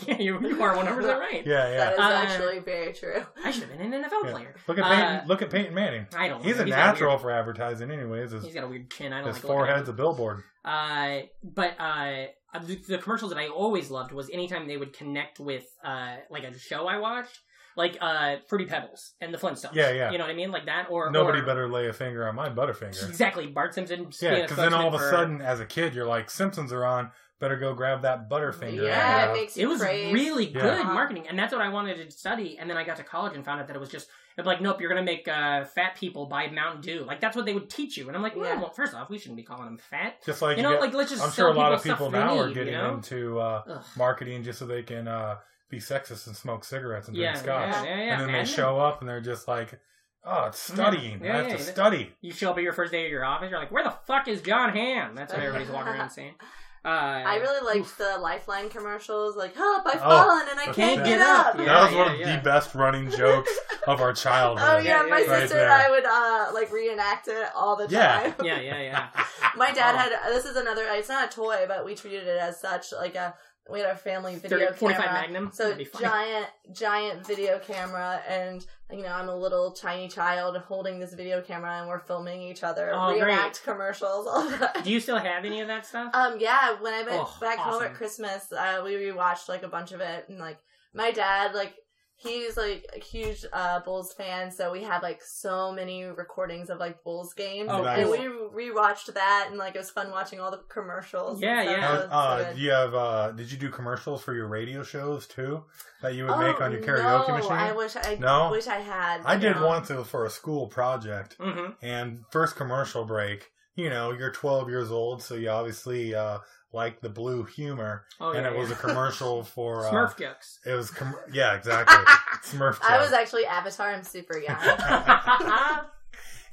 Speaker 2: yeah, you, you are one hundred
Speaker 6: *laughs*
Speaker 2: percent right.
Speaker 3: Yeah,
Speaker 6: That
Speaker 3: yeah.
Speaker 6: is
Speaker 2: Uh,
Speaker 6: actually very true.
Speaker 2: I should have been an NFL
Speaker 3: yeah.
Speaker 2: player. Uh,
Speaker 3: Look at Peyton, look at Peyton Manning.
Speaker 2: I don't.
Speaker 3: He's
Speaker 2: know. got
Speaker 3: a
Speaker 2: weird-
Speaker 3: natural for advertising, anyways. His,
Speaker 2: he's got a weird chin. I don't
Speaker 3: his
Speaker 2: like looking at him.
Speaker 3: forehead's a billboard.
Speaker 2: Uh, but uh, the, the commercials that I always loved was anytime they would connect with uh, like a show I watched, like uh, Fruity Pebbles and the Flintstones.
Speaker 3: Yeah, yeah.
Speaker 2: You know what I mean, like that. Or
Speaker 3: Nobody
Speaker 2: or-
Speaker 3: better lay a finger on my butterfinger.
Speaker 2: Exactly, Bart Simpson. being
Speaker 3: Yeah, because then
Speaker 2: spokesman
Speaker 3: all of a
Speaker 2: for-
Speaker 3: sudden, as a kid, you're like, Simpsons are on. Better go grab that butterfinger.
Speaker 6: Yeah,
Speaker 3: Uh,
Speaker 6: it makes you
Speaker 2: It was
Speaker 6: crave-
Speaker 2: really
Speaker 3: Yeah.
Speaker 2: good
Speaker 6: Uh-huh.
Speaker 2: marketing, and that's what I wanted to study. And then I got to college and found out that it was just it'd be like, nope, you're gonna make uh, fat people buy Mountain Dew. Like that's what they would teach you. And I'm like, well,
Speaker 6: Yeah.
Speaker 2: well first off, we shouldn't be calling them fat.
Speaker 3: just like
Speaker 2: you know, like let's just.
Speaker 3: I'm
Speaker 2: sell
Speaker 3: sure a lot of
Speaker 2: stuff
Speaker 3: people
Speaker 2: they
Speaker 3: now are
Speaker 2: need,
Speaker 3: getting
Speaker 2: you know?
Speaker 3: into uh,
Speaker 2: Ugh.
Speaker 3: marketing just so they can uh, be sexist and smoke cigarettes and
Speaker 2: Yeah,
Speaker 3: drink scotch.
Speaker 2: yeah, yeah, yeah.
Speaker 3: and
Speaker 2: Mad
Speaker 3: then
Speaker 2: Men.
Speaker 3: they show up and they're just like, "Oh, it's studying.
Speaker 2: Yeah,
Speaker 3: I have
Speaker 2: yeah,
Speaker 3: to
Speaker 2: yeah.
Speaker 3: study."
Speaker 2: You show up at your first day at your office, you're like, "Where the fuck is John Hamm?" That's what everybody's walking around
Speaker 6: *laughs*
Speaker 2: saying. Uh,
Speaker 6: I really liked the Lifeline commercials, like "Help!
Speaker 3: Oh,
Speaker 6: I've fallen and I
Speaker 3: that's
Speaker 6: can't
Speaker 3: it.
Speaker 6: get up."
Speaker 2: Yeah,
Speaker 3: that was one
Speaker 2: yeah,
Speaker 3: of
Speaker 2: yeah.
Speaker 3: the
Speaker 2: *laughs*
Speaker 3: best running jokes of our childhood.
Speaker 6: Oh yeah,
Speaker 2: Yeah,
Speaker 6: my
Speaker 2: yeah, yeah.
Speaker 6: sister
Speaker 3: Right
Speaker 6: and I
Speaker 3: there.
Speaker 6: would uh, like reenact it all the
Speaker 3: Yeah.
Speaker 6: time.
Speaker 2: *laughs* yeah, yeah, *laughs* yeah.
Speaker 6: *laughs* My dad
Speaker 2: Oh.
Speaker 6: had this is another. It's not a toy, but we treated it as such. Like a we had a family video
Speaker 2: 30, 45
Speaker 6: camera.
Speaker 2: Magnum.
Speaker 6: So
Speaker 2: That'd be funny.
Speaker 6: giant, giant video camera, and you know I'm a little tiny child holding this video camera, and we're filming each other
Speaker 2: Oh, great.
Speaker 6: reenact commercials. All the time.
Speaker 2: Do you still have any of that stuff?
Speaker 6: Um, yeah, when I went
Speaker 2: Oh,
Speaker 6: back home
Speaker 2: awesome.
Speaker 6: at Christmas, uh, we rewatched like a bunch of it, and like my dad, like he's like a huge uh, Bulls fan, so we had like so many recordings of like Bulls games,
Speaker 2: Oh,
Speaker 6: and
Speaker 3: nice.
Speaker 6: we rewatched that, and like it was fun watching all the commercials. and
Speaker 2: Yeah,
Speaker 6: stuff.
Speaker 2: yeah.
Speaker 6: That was so
Speaker 3: Uh,
Speaker 6: good.
Speaker 3: do you have? Uh, did you do commercials for your radio shows too that you would make
Speaker 6: Oh,
Speaker 3: on your karaoke
Speaker 6: no,
Speaker 3: machine?
Speaker 6: I wish I
Speaker 3: No?
Speaker 6: wish I had.
Speaker 3: I did
Speaker 6: no.
Speaker 3: once. It was for a school project,
Speaker 2: hmm
Speaker 3: and first commercial break. You know, you're 12 years old, so you obviously uh, like the blue humor,
Speaker 2: Oh, yeah.
Speaker 3: and it was
Speaker 2: yeah.
Speaker 3: a
Speaker 2: *laughs*
Speaker 3: commercial for uh,
Speaker 2: Smurf
Speaker 3: *laughs*
Speaker 2: jokes. *laughs*
Speaker 3: It was com- yeah, exactly. Smurf.
Speaker 6: I was
Speaker 3: joke.
Speaker 6: actually Avatar. I'm super young.
Speaker 3: *laughs*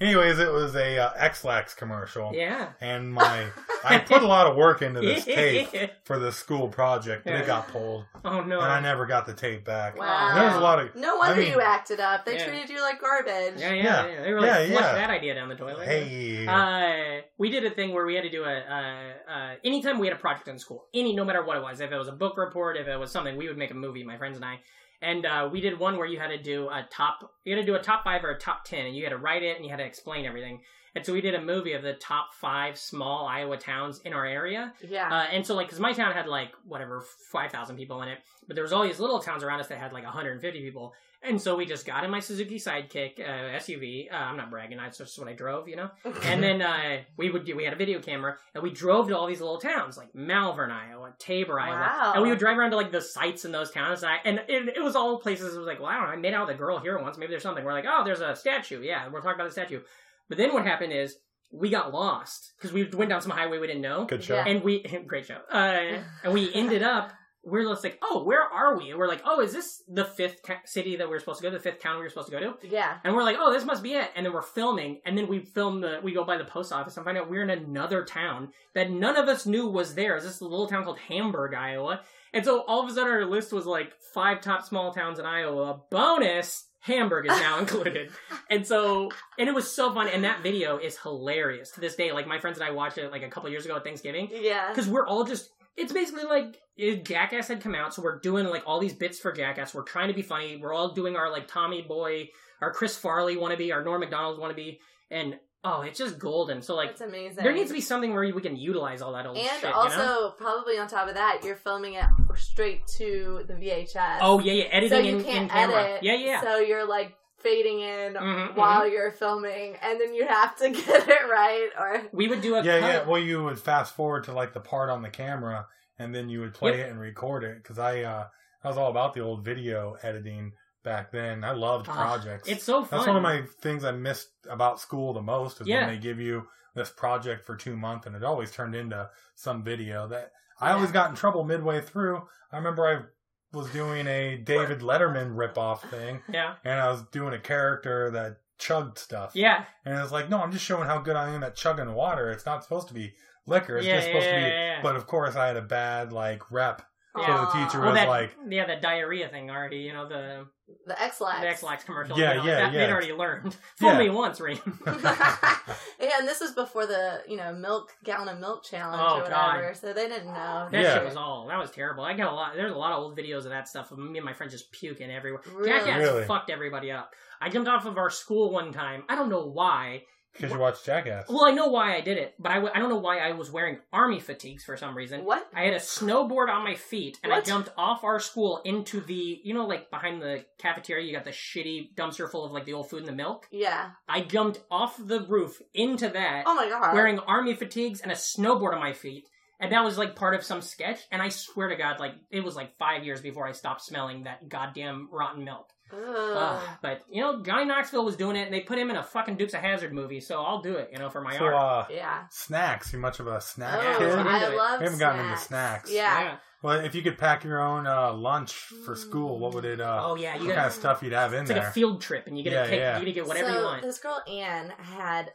Speaker 3: Anyways, it was a uh, X-Lax commercial,
Speaker 2: yeah.
Speaker 3: and my I put a lot of work
Speaker 2: *laughs*
Speaker 3: into this tape for the school project, but
Speaker 2: Yeah.
Speaker 3: it got pulled,
Speaker 2: oh no.
Speaker 3: and I never got the tape back.
Speaker 6: wow.
Speaker 3: There was a lot of
Speaker 6: no
Speaker 3: I
Speaker 6: wonder
Speaker 3: mean-
Speaker 6: you acted up. They
Speaker 2: Yeah.
Speaker 6: treated you like garbage.
Speaker 2: Yeah, yeah,
Speaker 3: Yeah.
Speaker 2: yeah. They really
Speaker 3: Yeah,
Speaker 2: flushed
Speaker 3: yeah.
Speaker 2: that idea down the toilet.
Speaker 3: hey,
Speaker 2: Uh, we did a thing where we had to do a, a, a anytime we had a project in school, any no matter what it was, if it was a book report, if it was something, we would make a movie, my friends and I. And uh, we did one where you had to do a top, you had to do a top five or a top ten, and you had to write it and you had to explain everything. And so we did a movie of the top five small Iowa towns in our area,
Speaker 6: Yeah.
Speaker 2: uh, and so, like, because my town had like whatever five thousand people in it, but there was all these little towns around us that had like 150 people. And so we just got in my Suzuki Sidekick uh, SUV. Uh, I'm not bragging; that's just what I drove, you
Speaker 6: *laughs*
Speaker 2: know. and then uh, we would do, we had a video camera, and we drove to all these little towns like Malvern, Iowa, Tabor, Iowa,
Speaker 6: Wow.
Speaker 2: and we would drive around to like the sites in those towns. And, I, and it, it was all places. It was like, well, I don't know. I made out with a girl here once. Maybe there's something. We're like, oh, there's a statue. Yeah, we're talking about the statue. But then what happened is we got lost because we went down some highway we didn't know
Speaker 3: good show.
Speaker 6: yeah.
Speaker 2: and we *laughs* great show. Uh, and we ended up we're just like, oh, where are we? And we're like, oh, is this the fifth ta- city that we're supposed to go to? The fifth town we were supposed to go to?
Speaker 6: yeah.
Speaker 2: And we're like, oh, this must be it. And then we're filming, and then we film the we go by the post office and find out we're in another town that none of us knew was there. It's this little town called Hamburg, Iowa. And so all of a sudden our list was like five top small towns in Iowa. Bonus. Hamburg is now included. And so, and it was so fun. And that video is hilarious to this day. Like, my friends and I watched it like a couple years ago at Thanksgiving
Speaker 6: Yeah.
Speaker 2: because we're all just it's basically like it- jackass had come out so we're doing like all these bits for jackass we're trying to be funny we're all doing our like tommy boy our chris farley wannabe our norm mcdonald wannabe and oh it's just golden so like
Speaker 6: That's amazing.
Speaker 2: there needs to be something where we can utilize all that old
Speaker 6: And
Speaker 2: shit
Speaker 6: also,
Speaker 2: you know?
Speaker 6: probably on top of that, you're filming it straight to the VHS.
Speaker 2: oh yeah yeah editing
Speaker 6: so you
Speaker 2: in,
Speaker 6: can't
Speaker 2: in camera
Speaker 6: edit.
Speaker 2: yeah yeah
Speaker 6: So you're like fading in
Speaker 2: Mhm,
Speaker 6: while you're filming, and then you have to *laughs* get it right. Or
Speaker 2: we would do a
Speaker 3: yeah,
Speaker 2: cut.
Speaker 3: yeah. Well, you would fast forward to like the part on the camera, and then you would play
Speaker 2: Yep.
Speaker 3: it and record it. Because I, uh, I was all about the old video editing back then. I loved
Speaker 2: Ah,
Speaker 3: projects.
Speaker 2: it's so fun
Speaker 3: That's one of my things I missed about school the most is
Speaker 2: Yeah.
Speaker 3: when they give you this project for two months, and it always turned into some video that I
Speaker 6: Yeah.
Speaker 3: always got in trouble midway through. I remember I was doing a David Letterman ripoff thing,
Speaker 2: yeah
Speaker 3: and I was doing a character that chugged stuff.
Speaker 2: yeah
Speaker 3: And it's like, no, I'm just showing how good I am at chugging water. It's not supposed to be liquor. It's
Speaker 2: Yeah,
Speaker 3: just supposed to
Speaker 2: yeah,
Speaker 3: be.
Speaker 2: yeah, yeah.
Speaker 3: But of course, I had a bad like rep. So
Speaker 6: Aw.
Speaker 3: the teacher
Speaker 2: well
Speaker 3: was
Speaker 2: that
Speaker 3: like,
Speaker 2: yeah that diarrhea thing already you know the
Speaker 6: the X Lax.
Speaker 2: the *laughs* X-Lax commercial
Speaker 3: Yeah,
Speaker 2: you know,
Speaker 3: yeah,
Speaker 2: that they'd
Speaker 3: yeah.
Speaker 2: already learned *laughs* fool
Speaker 3: Yeah.
Speaker 2: me once Reem
Speaker 6: *laughs* yeah, and this was before the you know milk gallon of milk challenge
Speaker 2: Oh,
Speaker 6: or whatever, so they didn't know.
Speaker 2: That
Speaker 3: Yeah.
Speaker 2: shit was all. That was terrible. I got a lot. There's a lot of old videos of that stuff of me and my friends just puking everywhere.
Speaker 6: Really?
Speaker 2: Jackass
Speaker 3: Really?
Speaker 2: fucked everybody up. I jumped off of our school one time. I don't know why.
Speaker 3: because you watch Jackass.
Speaker 2: Well, I know why I did it, but I, w- I don't know why I was wearing army fatigues for some reason.
Speaker 6: What?
Speaker 2: I had a snowboard on my feet, and I
Speaker 6: What?
Speaker 2: jumped off our school into the, you know, like behind the cafeteria, you got the shitty dumpster full of like the old food and the milk.
Speaker 6: Yeah.
Speaker 2: I jumped off the roof into that
Speaker 6: Oh my god.
Speaker 2: wearing army fatigues and a snowboard on my feet. And that was like part of some sketch. And I swear to God, like it was like five years before I stopped smelling that goddamn rotten milk.
Speaker 6: Ugh.
Speaker 2: Ugh. But you know, Johnny Knoxville was doing it, and they put him in a fucking Dukes of Hazard movie. So I'll do it, you know, for my
Speaker 3: So
Speaker 2: art.
Speaker 3: uh,
Speaker 6: yeah.
Speaker 3: snacks. You much of a snack
Speaker 2: Yeah,
Speaker 6: oh,
Speaker 3: kid?
Speaker 2: we're gonna
Speaker 6: I
Speaker 2: do it.
Speaker 6: love.
Speaker 3: We haven't gotten into snacks.
Speaker 6: Yeah.
Speaker 3: Well, if you could pack your own uh, lunch for school, what would it? Uh,
Speaker 2: Oh yeah, you
Speaker 3: what kind
Speaker 2: got.
Speaker 3: of stuff you'd have in
Speaker 2: It's
Speaker 3: there?
Speaker 2: like a field trip, and you get
Speaker 3: Yeah,
Speaker 2: a cake.
Speaker 3: yeah.
Speaker 2: You get to get whatever
Speaker 6: so
Speaker 2: you want.
Speaker 6: This girl Anne had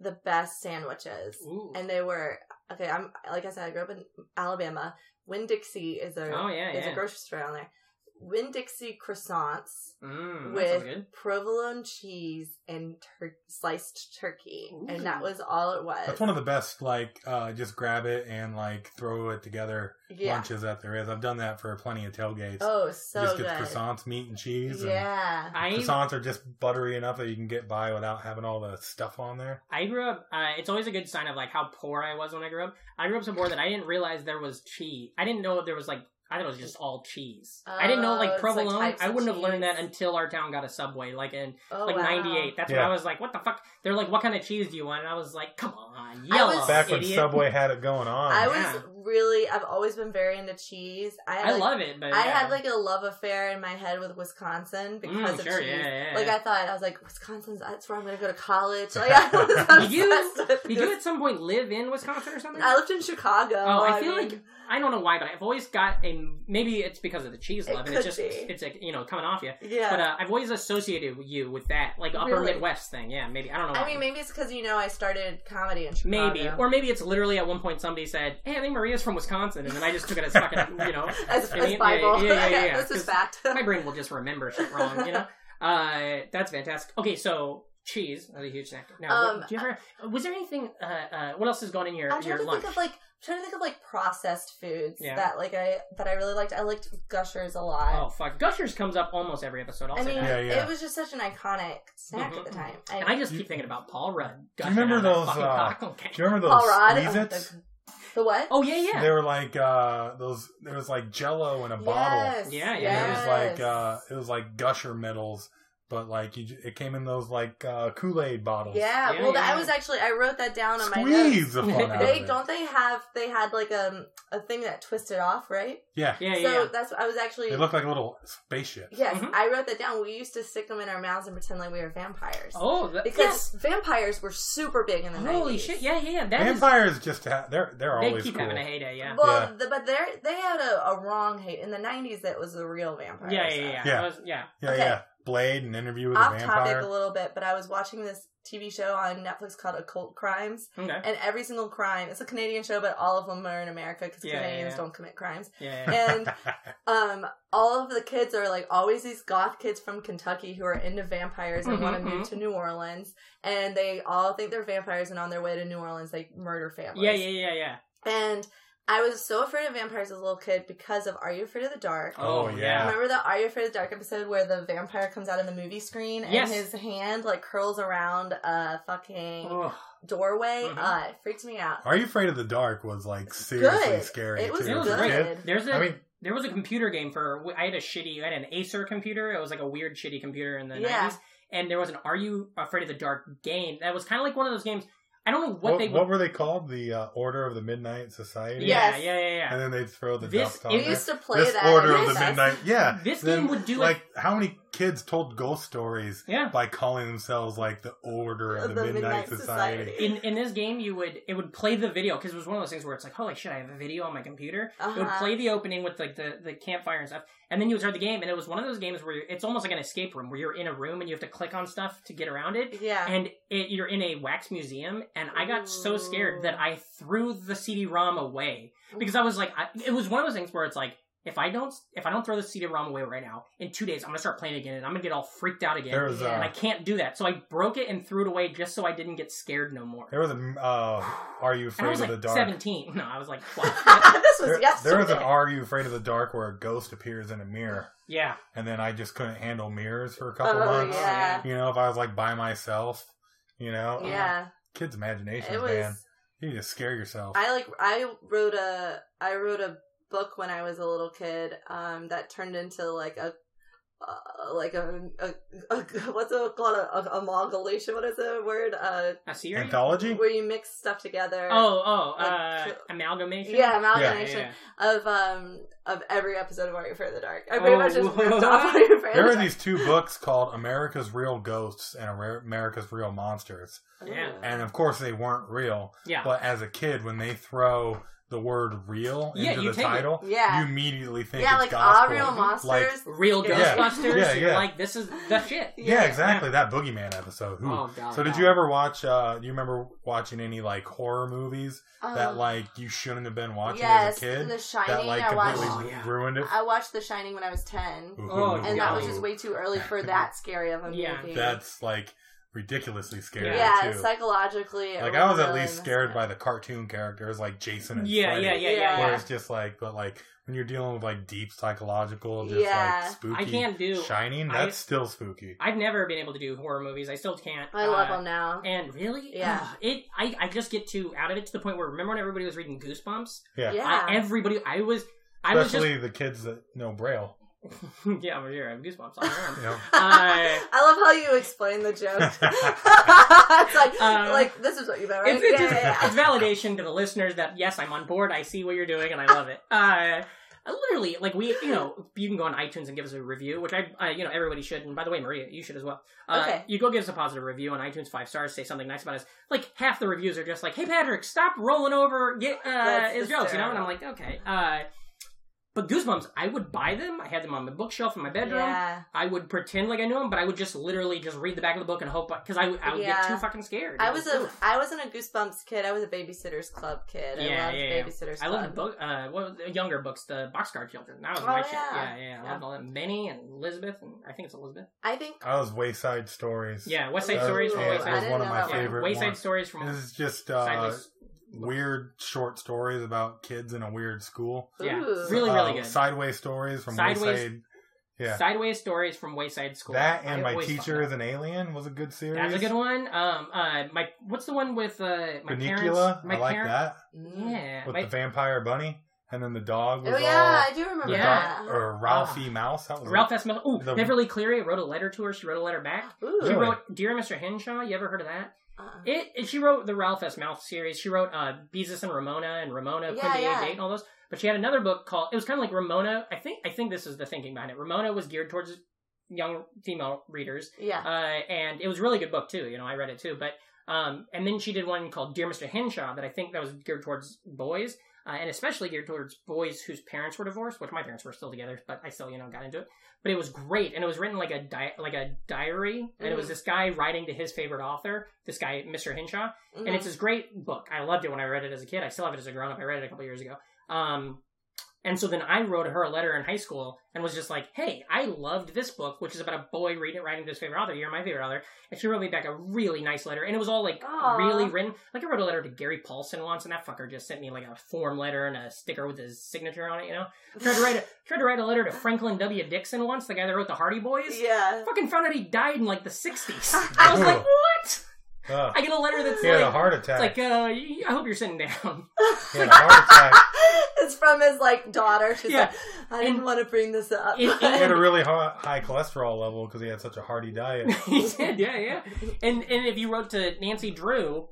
Speaker 6: the best sandwiches,
Speaker 2: Ooh.
Speaker 6: and they were okay. I'm like I said, I grew up in Alabama. Winn Dixie is a
Speaker 2: Oh, yeah,
Speaker 6: is
Speaker 2: yeah.
Speaker 6: a grocery store down there. Winn Dixie croissants
Speaker 2: Mm, that sounds
Speaker 6: with
Speaker 2: good.
Speaker 6: provolone cheese and tur- sliced turkey,
Speaker 2: Ooh.
Speaker 6: and that was all it was.
Speaker 3: That's one of the best. Like, uh, just grab it and like throw it together
Speaker 6: yeah.
Speaker 3: lunches that there is. I've done that for plenty of tailgates.
Speaker 6: Oh,
Speaker 3: you
Speaker 6: so
Speaker 3: just
Speaker 6: good.
Speaker 3: get croissants, meat, and cheese. and-
Speaker 6: Yeah.
Speaker 2: I
Speaker 3: croissants are just buttery enough that you can get by without having all the stuff on there.
Speaker 2: I grew up. Uh, it's always a good sign of like how poor I was when I grew up. I grew up so poor that I didn't realize there was cheese. I didn't know there was like. I- I thought it was just all cheese. I didn't know
Speaker 6: Oh,
Speaker 2: like
Speaker 6: it's, like,
Speaker 2: provolone.
Speaker 6: types
Speaker 2: I
Speaker 6: of
Speaker 2: wouldn't have learned that
Speaker 6: cheese.
Speaker 2: until our town got a subway, like in
Speaker 6: Oh,
Speaker 2: like
Speaker 6: wow.
Speaker 2: '98. That's when
Speaker 3: Yeah.
Speaker 2: I was like, "What the fuck?" They're like, "What kind of cheese do you want?" And I was like, "Come on,
Speaker 6: I
Speaker 2: yellow."
Speaker 6: was-
Speaker 3: Back when
Speaker 2: idiot.
Speaker 3: Subway had it going on.
Speaker 6: I
Speaker 2: yeah.
Speaker 6: was really. I've always been very into cheese. I,
Speaker 2: I
Speaker 6: like,
Speaker 2: love it, but
Speaker 6: I
Speaker 2: yeah.
Speaker 6: had like a love affair in my head with Wisconsin because
Speaker 2: Mm,
Speaker 6: of
Speaker 2: sure,
Speaker 6: cheese.
Speaker 2: yeah, yeah, yeah.
Speaker 6: Like I thought, I was like, Wisconsin's that's where I'm gonna go
Speaker 2: *laughs*
Speaker 6: to college. Like I was obsessed
Speaker 2: You-
Speaker 6: with
Speaker 2: Did you
Speaker 6: this.
Speaker 2: at some point live in Wisconsin or something?
Speaker 6: I lived in Chicago.
Speaker 2: Oh, I feel
Speaker 6: mean,
Speaker 2: like I don't know why, but I've always got a maybe it's because of the cheese
Speaker 6: It
Speaker 2: love, and
Speaker 6: could
Speaker 2: it's just
Speaker 6: be.
Speaker 2: it's like you know coming off you.
Speaker 6: yeah.
Speaker 2: But uh, I've always associated you with that, like Upper
Speaker 6: Really?
Speaker 2: Midwest thing. Yeah, maybe I don't know.
Speaker 6: I
Speaker 2: why.
Speaker 6: mean, maybe it's because you know I started comedy in Chicago.
Speaker 2: Maybe, or maybe it's literally at one point somebody said, "Hey, I think Maria's from Wisconsin," and then I just took it as fucking, *laughs* you know,
Speaker 6: as,
Speaker 2: I
Speaker 6: as
Speaker 2: mean,
Speaker 6: Bible.
Speaker 2: Yeah, yeah,
Speaker 6: *laughs*
Speaker 2: yeah. yeah.
Speaker 6: this is
Speaker 2: 'Cause
Speaker 6: fact.
Speaker 2: My brain will just remember shit wrong, you know. Uh, that's fantastic. Okay, so cheese, that's a huge snack. Now,
Speaker 6: Um,
Speaker 2: what, do you ever? was there anything? Uh, uh, what else is going in your
Speaker 6: I'm trying
Speaker 2: your
Speaker 6: to
Speaker 2: lunch?
Speaker 6: think of like I'm trying to think of like processed foods
Speaker 2: Yeah.
Speaker 6: that like I that I really liked. I liked Gushers a lot.
Speaker 2: oh fuck, Gushers comes up almost every episode. I'll
Speaker 6: I
Speaker 2: say
Speaker 6: mean,
Speaker 2: that.
Speaker 3: Yeah, yeah.
Speaker 6: it was just such an iconic snack
Speaker 2: Mhm.
Speaker 6: at the time.
Speaker 2: And I just
Speaker 3: You-
Speaker 2: keep thinking about Paul Rudd.
Speaker 3: Do you remember
Speaker 2: gushing out of
Speaker 3: those,
Speaker 2: that fucking
Speaker 3: uh,
Speaker 2: cockle cake.
Speaker 3: Do you remember those
Speaker 6: Paul Rudd.
Speaker 3: Squeeze Its?
Speaker 6: the, the what?
Speaker 2: Oh yeah, yeah.
Speaker 3: They were like uh those there was like jello in a bottle.
Speaker 6: Yes,
Speaker 2: Yeah,
Speaker 3: And
Speaker 2: yeah.
Speaker 3: it was like uh
Speaker 6: yes.
Speaker 3: it was like gusher medals, but like you, j- it came in those like uh Kool-Aid bottles.
Speaker 6: yeah.
Speaker 2: Yeah,
Speaker 6: well, that-
Speaker 2: yeah.
Speaker 6: I was actually I wrote that down on my notes.
Speaker 3: Squeeze the fun out
Speaker 6: They
Speaker 3: of it.
Speaker 6: don't they have they had like um a thing that twisted off right?
Speaker 3: Yeah.
Speaker 2: yeah, yeah,
Speaker 6: so
Speaker 2: yeah.
Speaker 6: that's I was actually
Speaker 3: They look like a little spaceship.
Speaker 6: yes
Speaker 2: Mhm.
Speaker 6: I wrote that down. We used to stick them in our mouths and pretend like we were vampires
Speaker 2: Oh, that,
Speaker 6: because
Speaker 2: yes.
Speaker 6: vampires were super big in the
Speaker 2: Holy
Speaker 6: 90s.
Speaker 2: shit! Yeah, yeah, yeah. That is-
Speaker 3: Vampires just ha- they're they're
Speaker 2: They
Speaker 3: always
Speaker 2: keep
Speaker 3: cool.
Speaker 2: having a heyday. Yeah.
Speaker 6: Well,
Speaker 3: Yeah.
Speaker 6: the, but they they had a, a wrong hate in the '90s. That was the real vampire.
Speaker 2: Yeah,
Speaker 6: stuff.
Speaker 2: yeah, yeah.
Speaker 3: Yeah.
Speaker 2: It was- yeah.
Speaker 3: yeah,
Speaker 6: okay.
Speaker 3: yeah. Blade and interview with a
Speaker 6: Off topic a
Speaker 3: vampire.
Speaker 6: little bit, but I was watching this TV show on Netflix called Occult Crimes,
Speaker 2: Okay.
Speaker 6: and every single crime it's a Canadian show, but all of them are in America because
Speaker 2: Yeah, yeah,
Speaker 6: Canadians
Speaker 2: yeah.
Speaker 6: don't commit crimes.
Speaker 2: Yeah. yeah.
Speaker 6: And
Speaker 2: *laughs*
Speaker 6: um, all of the kids are like always these goth kids from Kentucky who are into vampires and
Speaker 2: Mhm,
Speaker 6: want to move
Speaker 2: mhm.
Speaker 6: to New Orleans, and they all think they're vampires, and on their way to New Orleans they murder families.
Speaker 2: Yeah, yeah, yeah, yeah.
Speaker 6: And I was so afraid of vampires as a little kid because of Are You Afraid of the Dark?
Speaker 2: Oh,
Speaker 3: *laughs* Oh, yeah.
Speaker 2: yeah.
Speaker 6: Remember the Are You Afraid of the Dark episode where the vampire comes out of the movie screen and
Speaker 2: Yes.
Speaker 6: his hand like curls around a fucking
Speaker 2: Ugh.
Speaker 6: doorway?
Speaker 2: Mhm.
Speaker 6: Uh, it freaks me out.
Speaker 3: Are you afraid of the dark? Was like seriously
Speaker 6: Good.
Speaker 3: scary.
Speaker 6: It was
Speaker 3: too.
Speaker 2: It was
Speaker 3: as a
Speaker 6: good.
Speaker 3: kid.
Speaker 2: great. There's a
Speaker 3: I mean,
Speaker 2: there was a computer game for I had a shitty I had an Acer computer. It was like a weird shitty computer in the
Speaker 6: Yeah.
Speaker 2: nineties. And there was an Are You Afraid of the Dark game that was kind of like one of those games. I don't know what,
Speaker 3: what,
Speaker 2: they
Speaker 3: what,
Speaker 2: would.
Speaker 3: were they called? The uh, Order of the Midnight Society.
Speaker 2: yeah,
Speaker 6: Yes.
Speaker 2: yeah, yeah, yeah.
Speaker 3: And then they'd throw the
Speaker 2: This-
Speaker 3: dust on
Speaker 2: it
Speaker 6: We
Speaker 3: there.
Speaker 6: used to play
Speaker 3: this
Speaker 6: that.
Speaker 3: Order of
Speaker 6: at *laughs*
Speaker 3: the
Speaker 6: recess.
Speaker 3: Midnight. Yeah.
Speaker 2: *laughs* This
Speaker 3: Then,
Speaker 2: game would do
Speaker 3: like how many kids told ghost stories
Speaker 2: yeah.
Speaker 3: by calling themselves like the Order of the, Midnight, Society?
Speaker 2: in in this game you would it would play the video because it was one of those things where it's like holy shit I have a video on my computer. It would
Speaker 6: Uh-huh.
Speaker 2: play the opening with like the the campfire and stuff, and then you would start the game, and it was one of those games where you're, it's almost like an escape room where you're in a room and you have to click on stuff to get around it.
Speaker 6: Yeah.
Speaker 2: And it, you're in a wax museum, and I got so
Speaker 6: Ooh.
Speaker 2: scared that I threw the CD-ROM away because I was like, I, it was one of those things where it's like, if I don't, if I don't throw the CD-ROM away right now, in two days I'm gonna start playing again, and I'm gonna get all freaked out again,
Speaker 3: There was
Speaker 6: Yeah.
Speaker 3: uh,
Speaker 2: and I can't do that. So I broke it and threw it away just so I didn't get scared no more.
Speaker 3: there was a uh, Are You
Speaker 2: And I
Speaker 3: Afraid
Speaker 2: was
Speaker 3: of
Speaker 2: like
Speaker 3: the Dark?
Speaker 2: 17. No, I was like 12.
Speaker 3: *laughs*
Speaker 6: *laughs* this was
Speaker 3: There,
Speaker 6: yesterday.
Speaker 3: there was an Are You Afraid of the Dark where a ghost appears in a mirror,
Speaker 2: yeah.
Speaker 3: and then I just couldn't handle mirrors for a couple
Speaker 6: oh,
Speaker 3: months.
Speaker 6: yeah.
Speaker 3: You know, if I was like by myself, you know,
Speaker 6: Yeah.
Speaker 3: kids' imaginations,
Speaker 6: It was.
Speaker 3: man, you just scare yourself.
Speaker 6: I like I wrote a I wrote a book when I was a little kid um that turned into like a uh, like a, a, a *laughs* what's it called a, a amalgamation what is the word uh
Speaker 2: A series?
Speaker 3: Anthology?
Speaker 6: where you mix stuff together
Speaker 2: Oh, oh,
Speaker 6: Like,
Speaker 2: uh,
Speaker 6: so-
Speaker 2: amalgamation?
Speaker 6: yeah
Speaker 2: Yeah,
Speaker 6: amalgamation
Speaker 2: yeah.
Speaker 6: of um of every episode of Are You Afraid of the Dark I pretty
Speaker 2: Oh, *laughs*
Speaker 6: much just
Speaker 2: what?
Speaker 6: ripped off Are You Afraid
Speaker 3: There
Speaker 6: of
Speaker 3: are
Speaker 6: the
Speaker 3: these two books called America's Real Ghosts and Amer- America's Real Monsters.
Speaker 6: Dark
Speaker 2: Yeah.
Speaker 3: And of course, they weren't real.
Speaker 2: Yeah.
Speaker 3: But as a kid, when they throw the word real
Speaker 2: Yeah,
Speaker 3: into
Speaker 2: you
Speaker 3: the
Speaker 2: take it.
Speaker 3: title,
Speaker 6: Yeah.
Speaker 3: you immediately think
Speaker 6: yeah
Speaker 3: it's
Speaker 6: like all
Speaker 3: gospel.
Speaker 6: real monsters
Speaker 3: Like,
Speaker 2: Real
Speaker 6: Yeah.
Speaker 2: Ghostbusters?
Speaker 3: Yeah, yeah.
Speaker 2: Like, this is the shit.
Speaker 3: yeah, exactly. That Boogeyman episode. Ooh.
Speaker 2: Oh, God.
Speaker 3: so, did you ever watch, uh, do you remember watching any like horror movies that
Speaker 6: Um,
Speaker 3: like you shouldn't have been watching as
Speaker 6: yes
Speaker 3: a kid?
Speaker 6: The Shining
Speaker 3: that like
Speaker 6: I watched
Speaker 3: completely
Speaker 2: Oh, yeah.
Speaker 3: ru- ruined it?
Speaker 6: I watched The Shining when I was ten
Speaker 3: Ooh,
Speaker 2: Oh,
Speaker 6: and that was
Speaker 2: Wow.
Speaker 6: just way too early for that scary of a movie.
Speaker 2: Yeah.
Speaker 3: That's like ridiculously scary.
Speaker 2: Yeah,
Speaker 6: yeah,
Speaker 3: too.
Speaker 6: psychologically. it
Speaker 3: Like I was at
Speaker 6: really
Speaker 3: least
Speaker 6: messed
Speaker 3: scared
Speaker 6: up.
Speaker 3: by the cartoon characters like Jason and
Speaker 2: Yeah,
Speaker 3: Freddy,
Speaker 2: yeah, yeah, yeah,
Speaker 6: Yeah.
Speaker 2: yeah.
Speaker 3: Where it's just like, but like when you're dealing with like deep psychological, just
Speaker 6: Yeah.
Speaker 3: like spooky.
Speaker 2: I can't do.
Speaker 3: Shining.
Speaker 2: I-
Speaker 3: That's still spooky.
Speaker 2: I've never been able to do horror movies. I still can't.
Speaker 6: I love
Speaker 2: uh,
Speaker 6: them now.
Speaker 2: And really,
Speaker 6: Yeah.
Speaker 2: Ugh, it. I, I just get too out of it to the point where remember when everybody was reading Goosebumps?
Speaker 6: *laughs*
Speaker 3: Yeah.
Speaker 6: yeah,
Speaker 2: I, everybody, I was. I was
Speaker 3: Especially
Speaker 2: just
Speaker 3: the kids that know Braille.
Speaker 2: *laughs* yeah, I'm here. I have goosebumps on my arm.
Speaker 3: You know?
Speaker 2: Uh,
Speaker 6: I love how you explain
Speaker 3: *laughs*
Speaker 6: the joke. *laughs* it's like,
Speaker 2: Um,
Speaker 6: like this is what you meant, right?
Speaker 2: it's, it's,
Speaker 6: Yeah, yeah, yeah.
Speaker 2: it's validation to the listeners that yes, I'm on board. I see what you're doing, and I love it. Uh, I literally, like we, you know, you can go on iTunes and give us a review, which I, I you know, everybody should. And by the way, Maria, you should as well. Uh,
Speaker 6: Okay.
Speaker 2: You go give us a positive review on iTunes, five stars, say something nice about us. Like half the reviews are just like, "Hey Patrick, stop rolling over, get uh,
Speaker 6: That's
Speaker 2: his jokes," you know, and I'm
Speaker 6: hysterical.
Speaker 2: like, okay. Uh, but Goosebumps, I would buy them. I had them on the bookshelf in my bedroom.
Speaker 6: Yeah.
Speaker 2: I would pretend like I knew him, but I would just literally just read the back of the book and hope because I, I would get
Speaker 6: Yeah.
Speaker 2: too fucking scared.
Speaker 6: I was a
Speaker 2: Ugh.
Speaker 6: I wasn't a Goosebumps kid. I was a Babysitters Club kid.
Speaker 2: Yeah,
Speaker 6: I loved
Speaker 2: yeah, yeah.
Speaker 6: Babysitters
Speaker 2: I
Speaker 6: Club.
Speaker 2: loved book, uh, what was the younger books, the Boxcar Children. That was
Speaker 6: Oh,
Speaker 2: my shit. Yeah,
Speaker 6: yeah.
Speaker 2: yeah. I
Speaker 6: Yeah.
Speaker 2: loved all that. Minnie and Elizabeth, and I think it's Elizabeth.
Speaker 6: I think
Speaker 3: I was Wayside Stories.
Speaker 2: Yeah, West Side
Speaker 6: Ooh,
Speaker 2: Stories
Speaker 3: Ooh,
Speaker 2: from
Speaker 3: yeah,
Speaker 6: I
Speaker 2: Wayside.
Speaker 3: it was
Speaker 6: didn't
Speaker 3: one of
Speaker 6: know
Speaker 3: my
Speaker 6: that one.
Speaker 2: yeah,
Speaker 3: favorite
Speaker 2: Wayside
Speaker 3: ones.
Speaker 2: Stories from
Speaker 3: This is just uh,
Speaker 2: Sideways.
Speaker 3: weird short stories about kids in a weird school.
Speaker 2: Yeah,
Speaker 6: Ooh.
Speaker 2: really,
Speaker 3: Uh,
Speaker 2: really good.
Speaker 3: Sideways stories from
Speaker 2: Sideways-
Speaker 3: Wayside. Yeah,
Speaker 2: Sideways Stories from Wayside School.
Speaker 3: that and
Speaker 2: I
Speaker 3: my
Speaker 2: always thought
Speaker 3: teacher
Speaker 2: that.
Speaker 3: is an alien was a good series.
Speaker 2: That's a good one. Um, uh, my what's the one with uh my
Speaker 3: Funicula,
Speaker 2: parents? My
Speaker 3: I like
Speaker 2: parents.
Speaker 3: that
Speaker 2: Yeah,
Speaker 3: with
Speaker 2: my-
Speaker 3: the vampire bunny, and then the dog was
Speaker 6: mm. Oh yeah,
Speaker 3: all
Speaker 6: I do remember
Speaker 3: the
Speaker 2: Yeah.
Speaker 3: dog-
Speaker 6: that.
Speaker 3: or Ralphie Mouse. That was
Speaker 2: Ah. Ralph S. Miller. Ooh,
Speaker 3: The-
Speaker 2: Beverly Cleary wrote a letter to her. She wrote a letter back.
Speaker 6: Ooh.
Speaker 2: She
Speaker 3: Really?
Speaker 2: wrote "Dear Mr. Henshaw." You ever heard of that?
Speaker 6: Uh-uh.
Speaker 2: It. it- she wrote the Ralph S. Mouth series. She wrote uh, Beezus and Ramona and Ramona
Speaker 6: Yeah,
Speaker 2: Quimby
Speaker 6: yeah.
Speaker 2: and Date and all those. But she had another book called. It was kind of like Ramona. I think. I think this is the thinking behind it. Ramona was geared towards young female readers,
Speaker 6: Yeah.
Speaker 2: uh, and it was a really good book too. You know, I read it too. But um, and then she did one called Dear Mr. Henshaw that I think that was geared towards boys. Uh, and especially geared towards boys whose parents were divorced, which my parents were still together, but I still, you know, got into it. But it was great, and it was written like a di- like a diary, and it was
Speaker 6: Mhm.
Speaker 2: this guy writing to his favorite author, this guy Mr. Henshaw, *laughs*
Speaker 6: Mhm.
Speaker 2: and it's this great book. I loved it when I read it as a kid. I still have it as a grown up. I read it a couple years ago. Um, and so then I wrote her a letter in high school and was just like, "Hey, I loved this book, which is about a boy reading writing to his favorite author. You're my favorite author." And she wrote me back a really nice letter, and it was all like
Speaker 6: Aw.
Speaker 2: really written. Like I wrote a letter to Gary Paulson once, and that fucker just sent me like a form letter and a sticker with his signature on it. You know, tried to write a, tried to write a letter to Franklin W. Dixon once, the guy that wrote the Hardy Boys.
Speaker 6: *laughs* yeah.
Speaker 2: Fucking found out he died in like the '60s. *laughs* I was like, "What?"
Speaker 3: Ugh.
Speaker 2: I get a letter that's
Speaker 3: He had
Speaker 2: like
Speaker 3: a heart attack.
Speaker 2: it's like, uh, y- I hope you're sitting down. *laughs*
Speaker 3: he had a heart attack.
Speaker 6: it's from his like daughter. She's
Speaker 2: Yeah.
Speaker 6: like, I didn't
Speaker 2: And-
Speaker 6: want to bring this
Speaker 2: In
Speaker 6: up.
Speaker 3: He had a
Speaker 2: England, *laughs*
Speaker 3: really high, high cholesterol level because he had such a hearty diet.
Speaker 2: he said, yeah, yeah. And and if you wrote to Nancy Drew,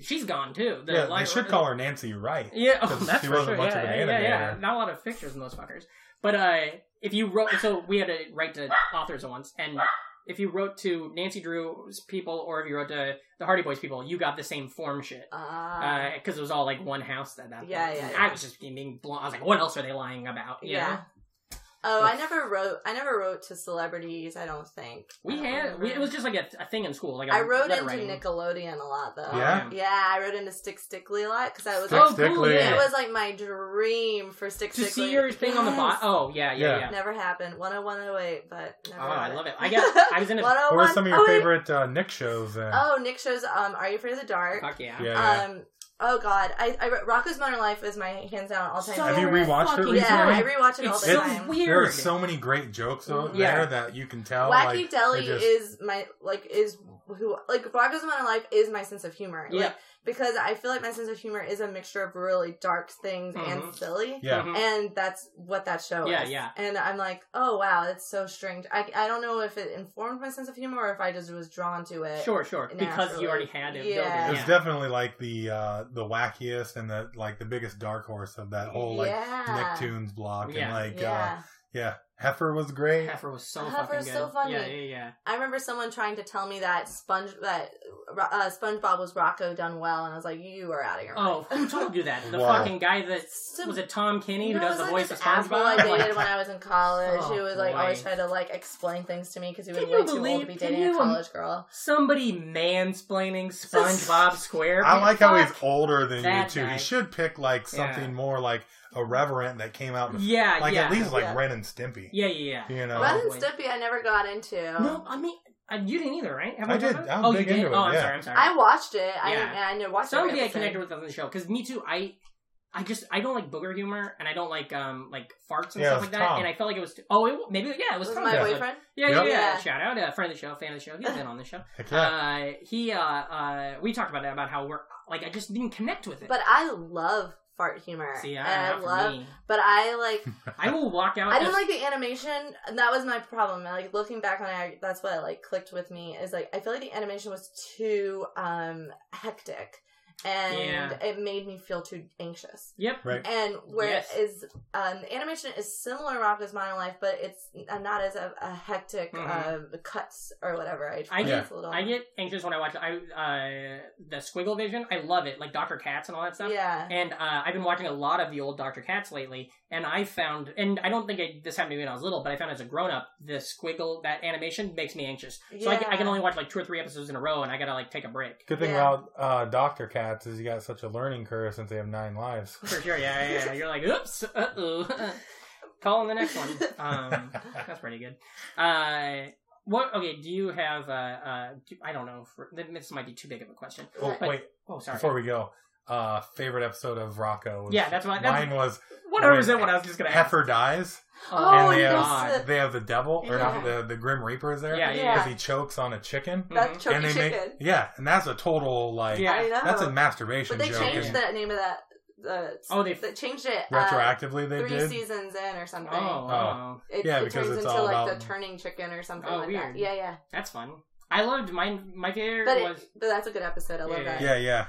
Speaker 2: she's gone too. *laughs* The
Speaker 3: yeah, they
Speaker 2: li- uh,
Speaker 3: should call her Nancy Wright.
Speaker 2: Yeah, *laughs* oh,
Speaker 3: 'Cause
Speaker 2: that's
Speaker 3: she
Speaker 2: for
Speaker 3: wasn't
Speaker 2: sure.
Speaker 3: much
Speaker 2: yeah,
Speaker 3: of an
Speaker 2: yeah, yeah,
Speaker 3: animator.
Speaker 2: Not a lot of pictures in those fuckers. But uh, if you wrote, so we had to write to authors once, and if you wrote to Nancy Drew's people or if you wrote to the Hardy Boys people, you got the same form shit.
Speaker 6: *laughs* Ah.
Speaker 2: because it was all like one house at that point.
Speaker 6: Yeah, yeah,
Speaker 2: And
Speaker 6: yeah.
Speaker 2: I was just being blunt. I was like, what else are they lying about? You
Speaker 6: yeah.
Speaker 2: know?
Speaker 6: Oh, I never wrote. I never wrote to celebrities. I don't think I
Speaker 2: We
Speaker 6: don't
Speaker 2: had we, it
Speaker 6: remember.
Speaker 2: was just like a, a thing in school. Like a
Speaker 6: I wrote
Speaker 2: letter
Speaker 6: into
Speaker 2: writing.
Speaker 6: Nickelodeon a lot though.
Speaker 3: Yeah?
Speaker 6: Yeah, I wrote into Stick Stickly a lot because I was
Speaker 3: Stick
Speaker 2: Oh,
Speaker 6: like,
Speaker 2: cool,
Speaker 3: Stickly.
Speaker 2: yeah.
Speaker 6: it was like my dream for Stick
Speaker 2: to
Speaker 6: Stickly.
Speaker 2: see your thing on the bot.
Speaker 6: Yes.
Speaker 2: Oh yeah, yeah,
Speaker 3: Yeah.
Speaker 2: yeah.
Speaker 6: Never happened. oh, 10108, but never
Speaker 2: Oh, I
Speaker 6: happened.
Speaker 2: love it.
Speaker 6: *laughs*
Speaker 2: I got- I was in a-
Speaker 6: 101
Speaker 3: What were some of your
Speaker 6: 08?
Speaker 3: favorite uh, Nick shows? Then?
Speaker 6: Oh, Nick shows. Um, Are you afraid of the dark?
Speaker 2: Fuck yeah.
Speaker 3: yeah, yeah.
Speaker 6: Um. Oh God, I, I re- Rocco's Modern Life is my hands down all time.
Speaker 2: So
Speaker 3: Have you rewatched it
Speaker 2: fucking
Speaker 3: recently?
Speaker 6: yeah, I
Speaker 2: good.
Speaker 6: rewatch it all
Speaker 2: It's
Speaker 6: the
Speaker 2: so
Speaker 6: time.
Speaker 2: weird.
Speaker 3: there are so many great jokes o-
Speaker 2: Yeah.
Speaker 3: there that you can tell.
Speaker 6: Wacky
Speaker 3: like,
Speaker 6: Deli
Speaker 3: they're just-
Speaker 6: is my like is who like Rocco's Modern Life is my sense of humor. Like,
Speaker 2: Yeah.
Speaker 6: because I feel like my sense of humor is a mixture of really dark things
Speaker 2: Mhm.
Speaker 6: and silly.
Speaker 3: yeah.
Speaker 2: Mhm.
Speaker 6: And that's what that show
Speaker 2: Yeah,
Speaker 6: is.
Speaker 2: yeah.
Speaker 6: And I'm like, oh wow, that's so strange. I, I don't know if it informed my sense of humor or if I just was drawn to it.
Speaker 2: Sure, sure. Because
Speaker 6: Naturally.
Speaker 2: you already had it.
Speaker 6: Yeah.
Speaker 2: built in,
Speaker 3: It's definitely like the uh, the wackiest and the like the biggest dark horse of that whole like
Speaker 6: Yeah.
Speaker 3: Nicktoons block
Speaker 2: Yeah.
Speaker 3: and like uh,
Speaker 6: yeah.
Speaker 3: yeah, Heifer was great.
Speaker 2: Heifer was so
Speaker 6: Heifer
Speaker 2: fucking
Speaker 6: is
Speaker 2: good.
Speaker 6: so funny.
Speaker 2: Yeah, yeah, yeah.
Speaker 6: I remember someone trying to tell me that Sponge that uh, SpongeBob was Rocco done well, and I was like, you are out of your
Speaker 2: Oh,
Speaker 6: mind.
Speaker 2: who
Speaker 6: *laughs*
Speaker 2: told you that? The
Speaker 3: Wow.
Speaker 2: fucking guy that
Speaker 6: Some-
Speaker 2: was it Tom Kinney who
Speaker 6: No,
Speaker 2: does
Speaker 6: it
Speaker 2: the
Speaker 6: was,
Speaker 2: voice
Speaker 6: like,
Speaker 2: of
Speaker 6: this asshole I
Speaker 2: SpongeBob?
Speaker 6: dated
Speaker 2: Like,
Speaker 6: when I was in college.
Speaker 2: Oh,
Speaker 6: who was like
Speaker 2: boy.
Speaker 6: always try to like explain things to me because he was
Speaker 2: Can
Speaker 6: way
Speaker 2: you
Speaker 6: too old
Speaker 2: believe-
Speaker 6: to be
Speaker 2: can
Speaker 6: dating
Speaker 2: you,
Speaker 6: a
Speaker 2: um,
Speaker 6: college girl.
Speaker 2: somebody
Speaker 6: *laughs*
Speaker 2: mansplaining SpongeBob SquarePants.
Speaker 3: I like how he's
Speaker 2: Fuck.
Speaker 3: older than
Speaker 2: That
Speaker 3: you too.
Speaker 2: guy.
Speaker 3: He should pick like something
Speaker 2: Yeah.
Speaker 3: more like irreverent that came out. before.
Speaker 2: Yeah,
Speaker 3: like
Speaker 2: yeah.
Speaker 3: at least like
Speaker 6: Yeah.
Speaker 3: Ren and Stimpy.
Speaker 2: Yeah, yeah, yeah.
Speaker 3: You know,
Speaker 6: Ren and
Speaker 2: Oh, boy.
Speaker 6: Stimpy, I never got into.
Speaker 2: No, I mean, I, you didn't either, right? Have we
Speaker 3: I
Speaker 2: talked
Speaker 3: did.
Speaker 2: about it?
Speaker 3: I'm
Speaker 2: oh,
Speaker 3: big
Speaker 2: you did.
Speaker 3: into it,
Speaker 2: oh, I'm
Speaker 3: yeah.
Speaker 2: sorry. I'm sorry.
Speaker 6: I watched it. I
Speaker 2: Yeah.
Speaker 6: didn't. I didn't watch
Speaker 2: Somebody
Speaker 6: it.
Speaker 2: I connected with on the show because me too. I I just I don't like booger humor and I don't like um like farts and
Speaker 3: Yeah,
Speaker 2: stuff
Speaker 3: it was
Speaker 2: like that.
Speaker 3: Tom.
Speaker 2: And I felt like it was too, oh it, maybe yeah it was,
Speaker 6: Was
Speaker 2: Tom
Speaker 6: my
Speaker 2: that was
Speaker 6: boyfriend?
Speaker 2: Yeah, yeah,
Speaker 3: Yep.
Speaker 2: yeah,
Speaker 6: Yeah.
Speaker 2: Shout out a friend of the show, fan of the show. He's been on the show.
Speaker 3: Heck *laughs* yeah.
Speaker 2: Uh, he uh, uh we talked about that about how we're like I just didn't connect with it.
Speaker 6: But I love fart humor.
Speaker 2: See,
Speaker 6: And
Speaker 2: I,
Speaker 6: I
Speaker 2: not for
Speaker 6: love,
Speaker 2: me.
Speaker 6: but I like
Speaker 2: I will walk out.
Speaker 6: I didn't
Speaker 2: if-
Speaker 6: like the animation, and that was my problem. And, Like looking back on it, I- that's what like clicked with me is like I feel like the animation was too um hectic, and
Speaker 2: Yeah.
Speaker 6: it made me feel too anxious.
Speaker 2: Yep.
Speaker 3: Right.
Speaker 6: And whereas
Speaker 2: Yes.
Speaker 6: um, the animation is similar to Rock is Modern Life, but it's uh, not as a, a hectic
Speaker 2: Mhm.
Speaker 6: uh, cuts or whatever. I,
Speaker 2: I
Speaker 6: find
Speaker 3: get-
Speaker 6: it's a little,
Speaker 2: I get anxious when I watch I uh the squiggle vision. I love it, like Doctor Katz and all that stuff.
Speaker 6: yeah.
Speaker 2: And uh, I've been watching a lot of the old Doctor Katz lately, and I found, and I don't think I, this happened to me when I was little, but I found as a grown up, the squiggle that animation makes me anxious. So I, can- I can
Speaker 6: Yeah.
Speaker 2: only watch like two or three episodes in a row, and I gotta like take a break.
Speaker 3: Good thing
Speaker 6: Yeah.
Speaker 3: about uh, Doctor Cats is you got such a learning curve since they have
Speaker 2: *laughs*
Speaker 3: nine lives.
Speaker 2: For sure, yeah, yeah. yeah. You're like, oops, uh oh. *laughs* Call in the next one. Um, that's pretty good. Uh, what? Okay, do you have? Uh, uh, do, I don't know. For, this might be too big of a question.
Speaker 3: Oh
Speaker 6: But-
Speaker 3: wait,
Speaker 2: Oh, sorry.
Speaker 3: before we go, uh, favorite episode of Rocco? Was,
Speaker 2: Yeah, that's what- that's-
Speaker 3: mine was.
Speaker 2: One hundred percent. What I was just gonna ask.
Speaker 3: Heifer dies,
Speaker 6: Oh,
Speaker 3: and they
Speaker 6: yes.
Speaker 3: have, they have the devil or not
Speaker 6: Yeah.
Speaker 3: the the Grim Reaper is there
Speaker 2: Yeah, yeah,
Speaker 3: because
Speaker 6: yeah.
Speaker 3: he chokes on a chicken.
Speaker 6: that
Speaker 2: Mhm.
Speaker 6: choking
Speaker 3: and they
Speaker 6: chicken.
Speaker 3: make yeah, and that's a total like
Speaker 2: Yeah.
Speaker 6: I know.
Speaker 3: that's a masturbation
Speaker 6: but they
Speaker 3: joke.
Speaker 6: changed
Speaker 3: and
Speaker 6: the name of that. The,
Speaker 2: Oh, they-
Speaker 6: changed it uh,
Speaker 3: retroactively they
Speaker 6: three
Speaker 3: did.
Speaker 6: seasons in or something.
Speaker 2: Oh, wow.
Speaker 6: It,
Speaker 3: Yeah,
Speaker 6: it
Speaker 3: because
Speaker 6: turns
Speaker 3: it's
Speaker 6: into
Speaker 3: all
Speaker 6: like
Speaker 3: about-
Speaker 6: the turning chicken or something
Speaker 2: Oh,
Speaker 6: like
Speaker 2: weird.
Speaker 6: that. Yeah, yeah.
Speaker 2: that's fun. I loved mine. My favorite
Speaker 6: But it,
Speaker 2: was
Speaker 6: but that's a good episode. I love
Speaker 2: Yeah,
Speaker 6: that.
Speaker 3: Yeah, yeah.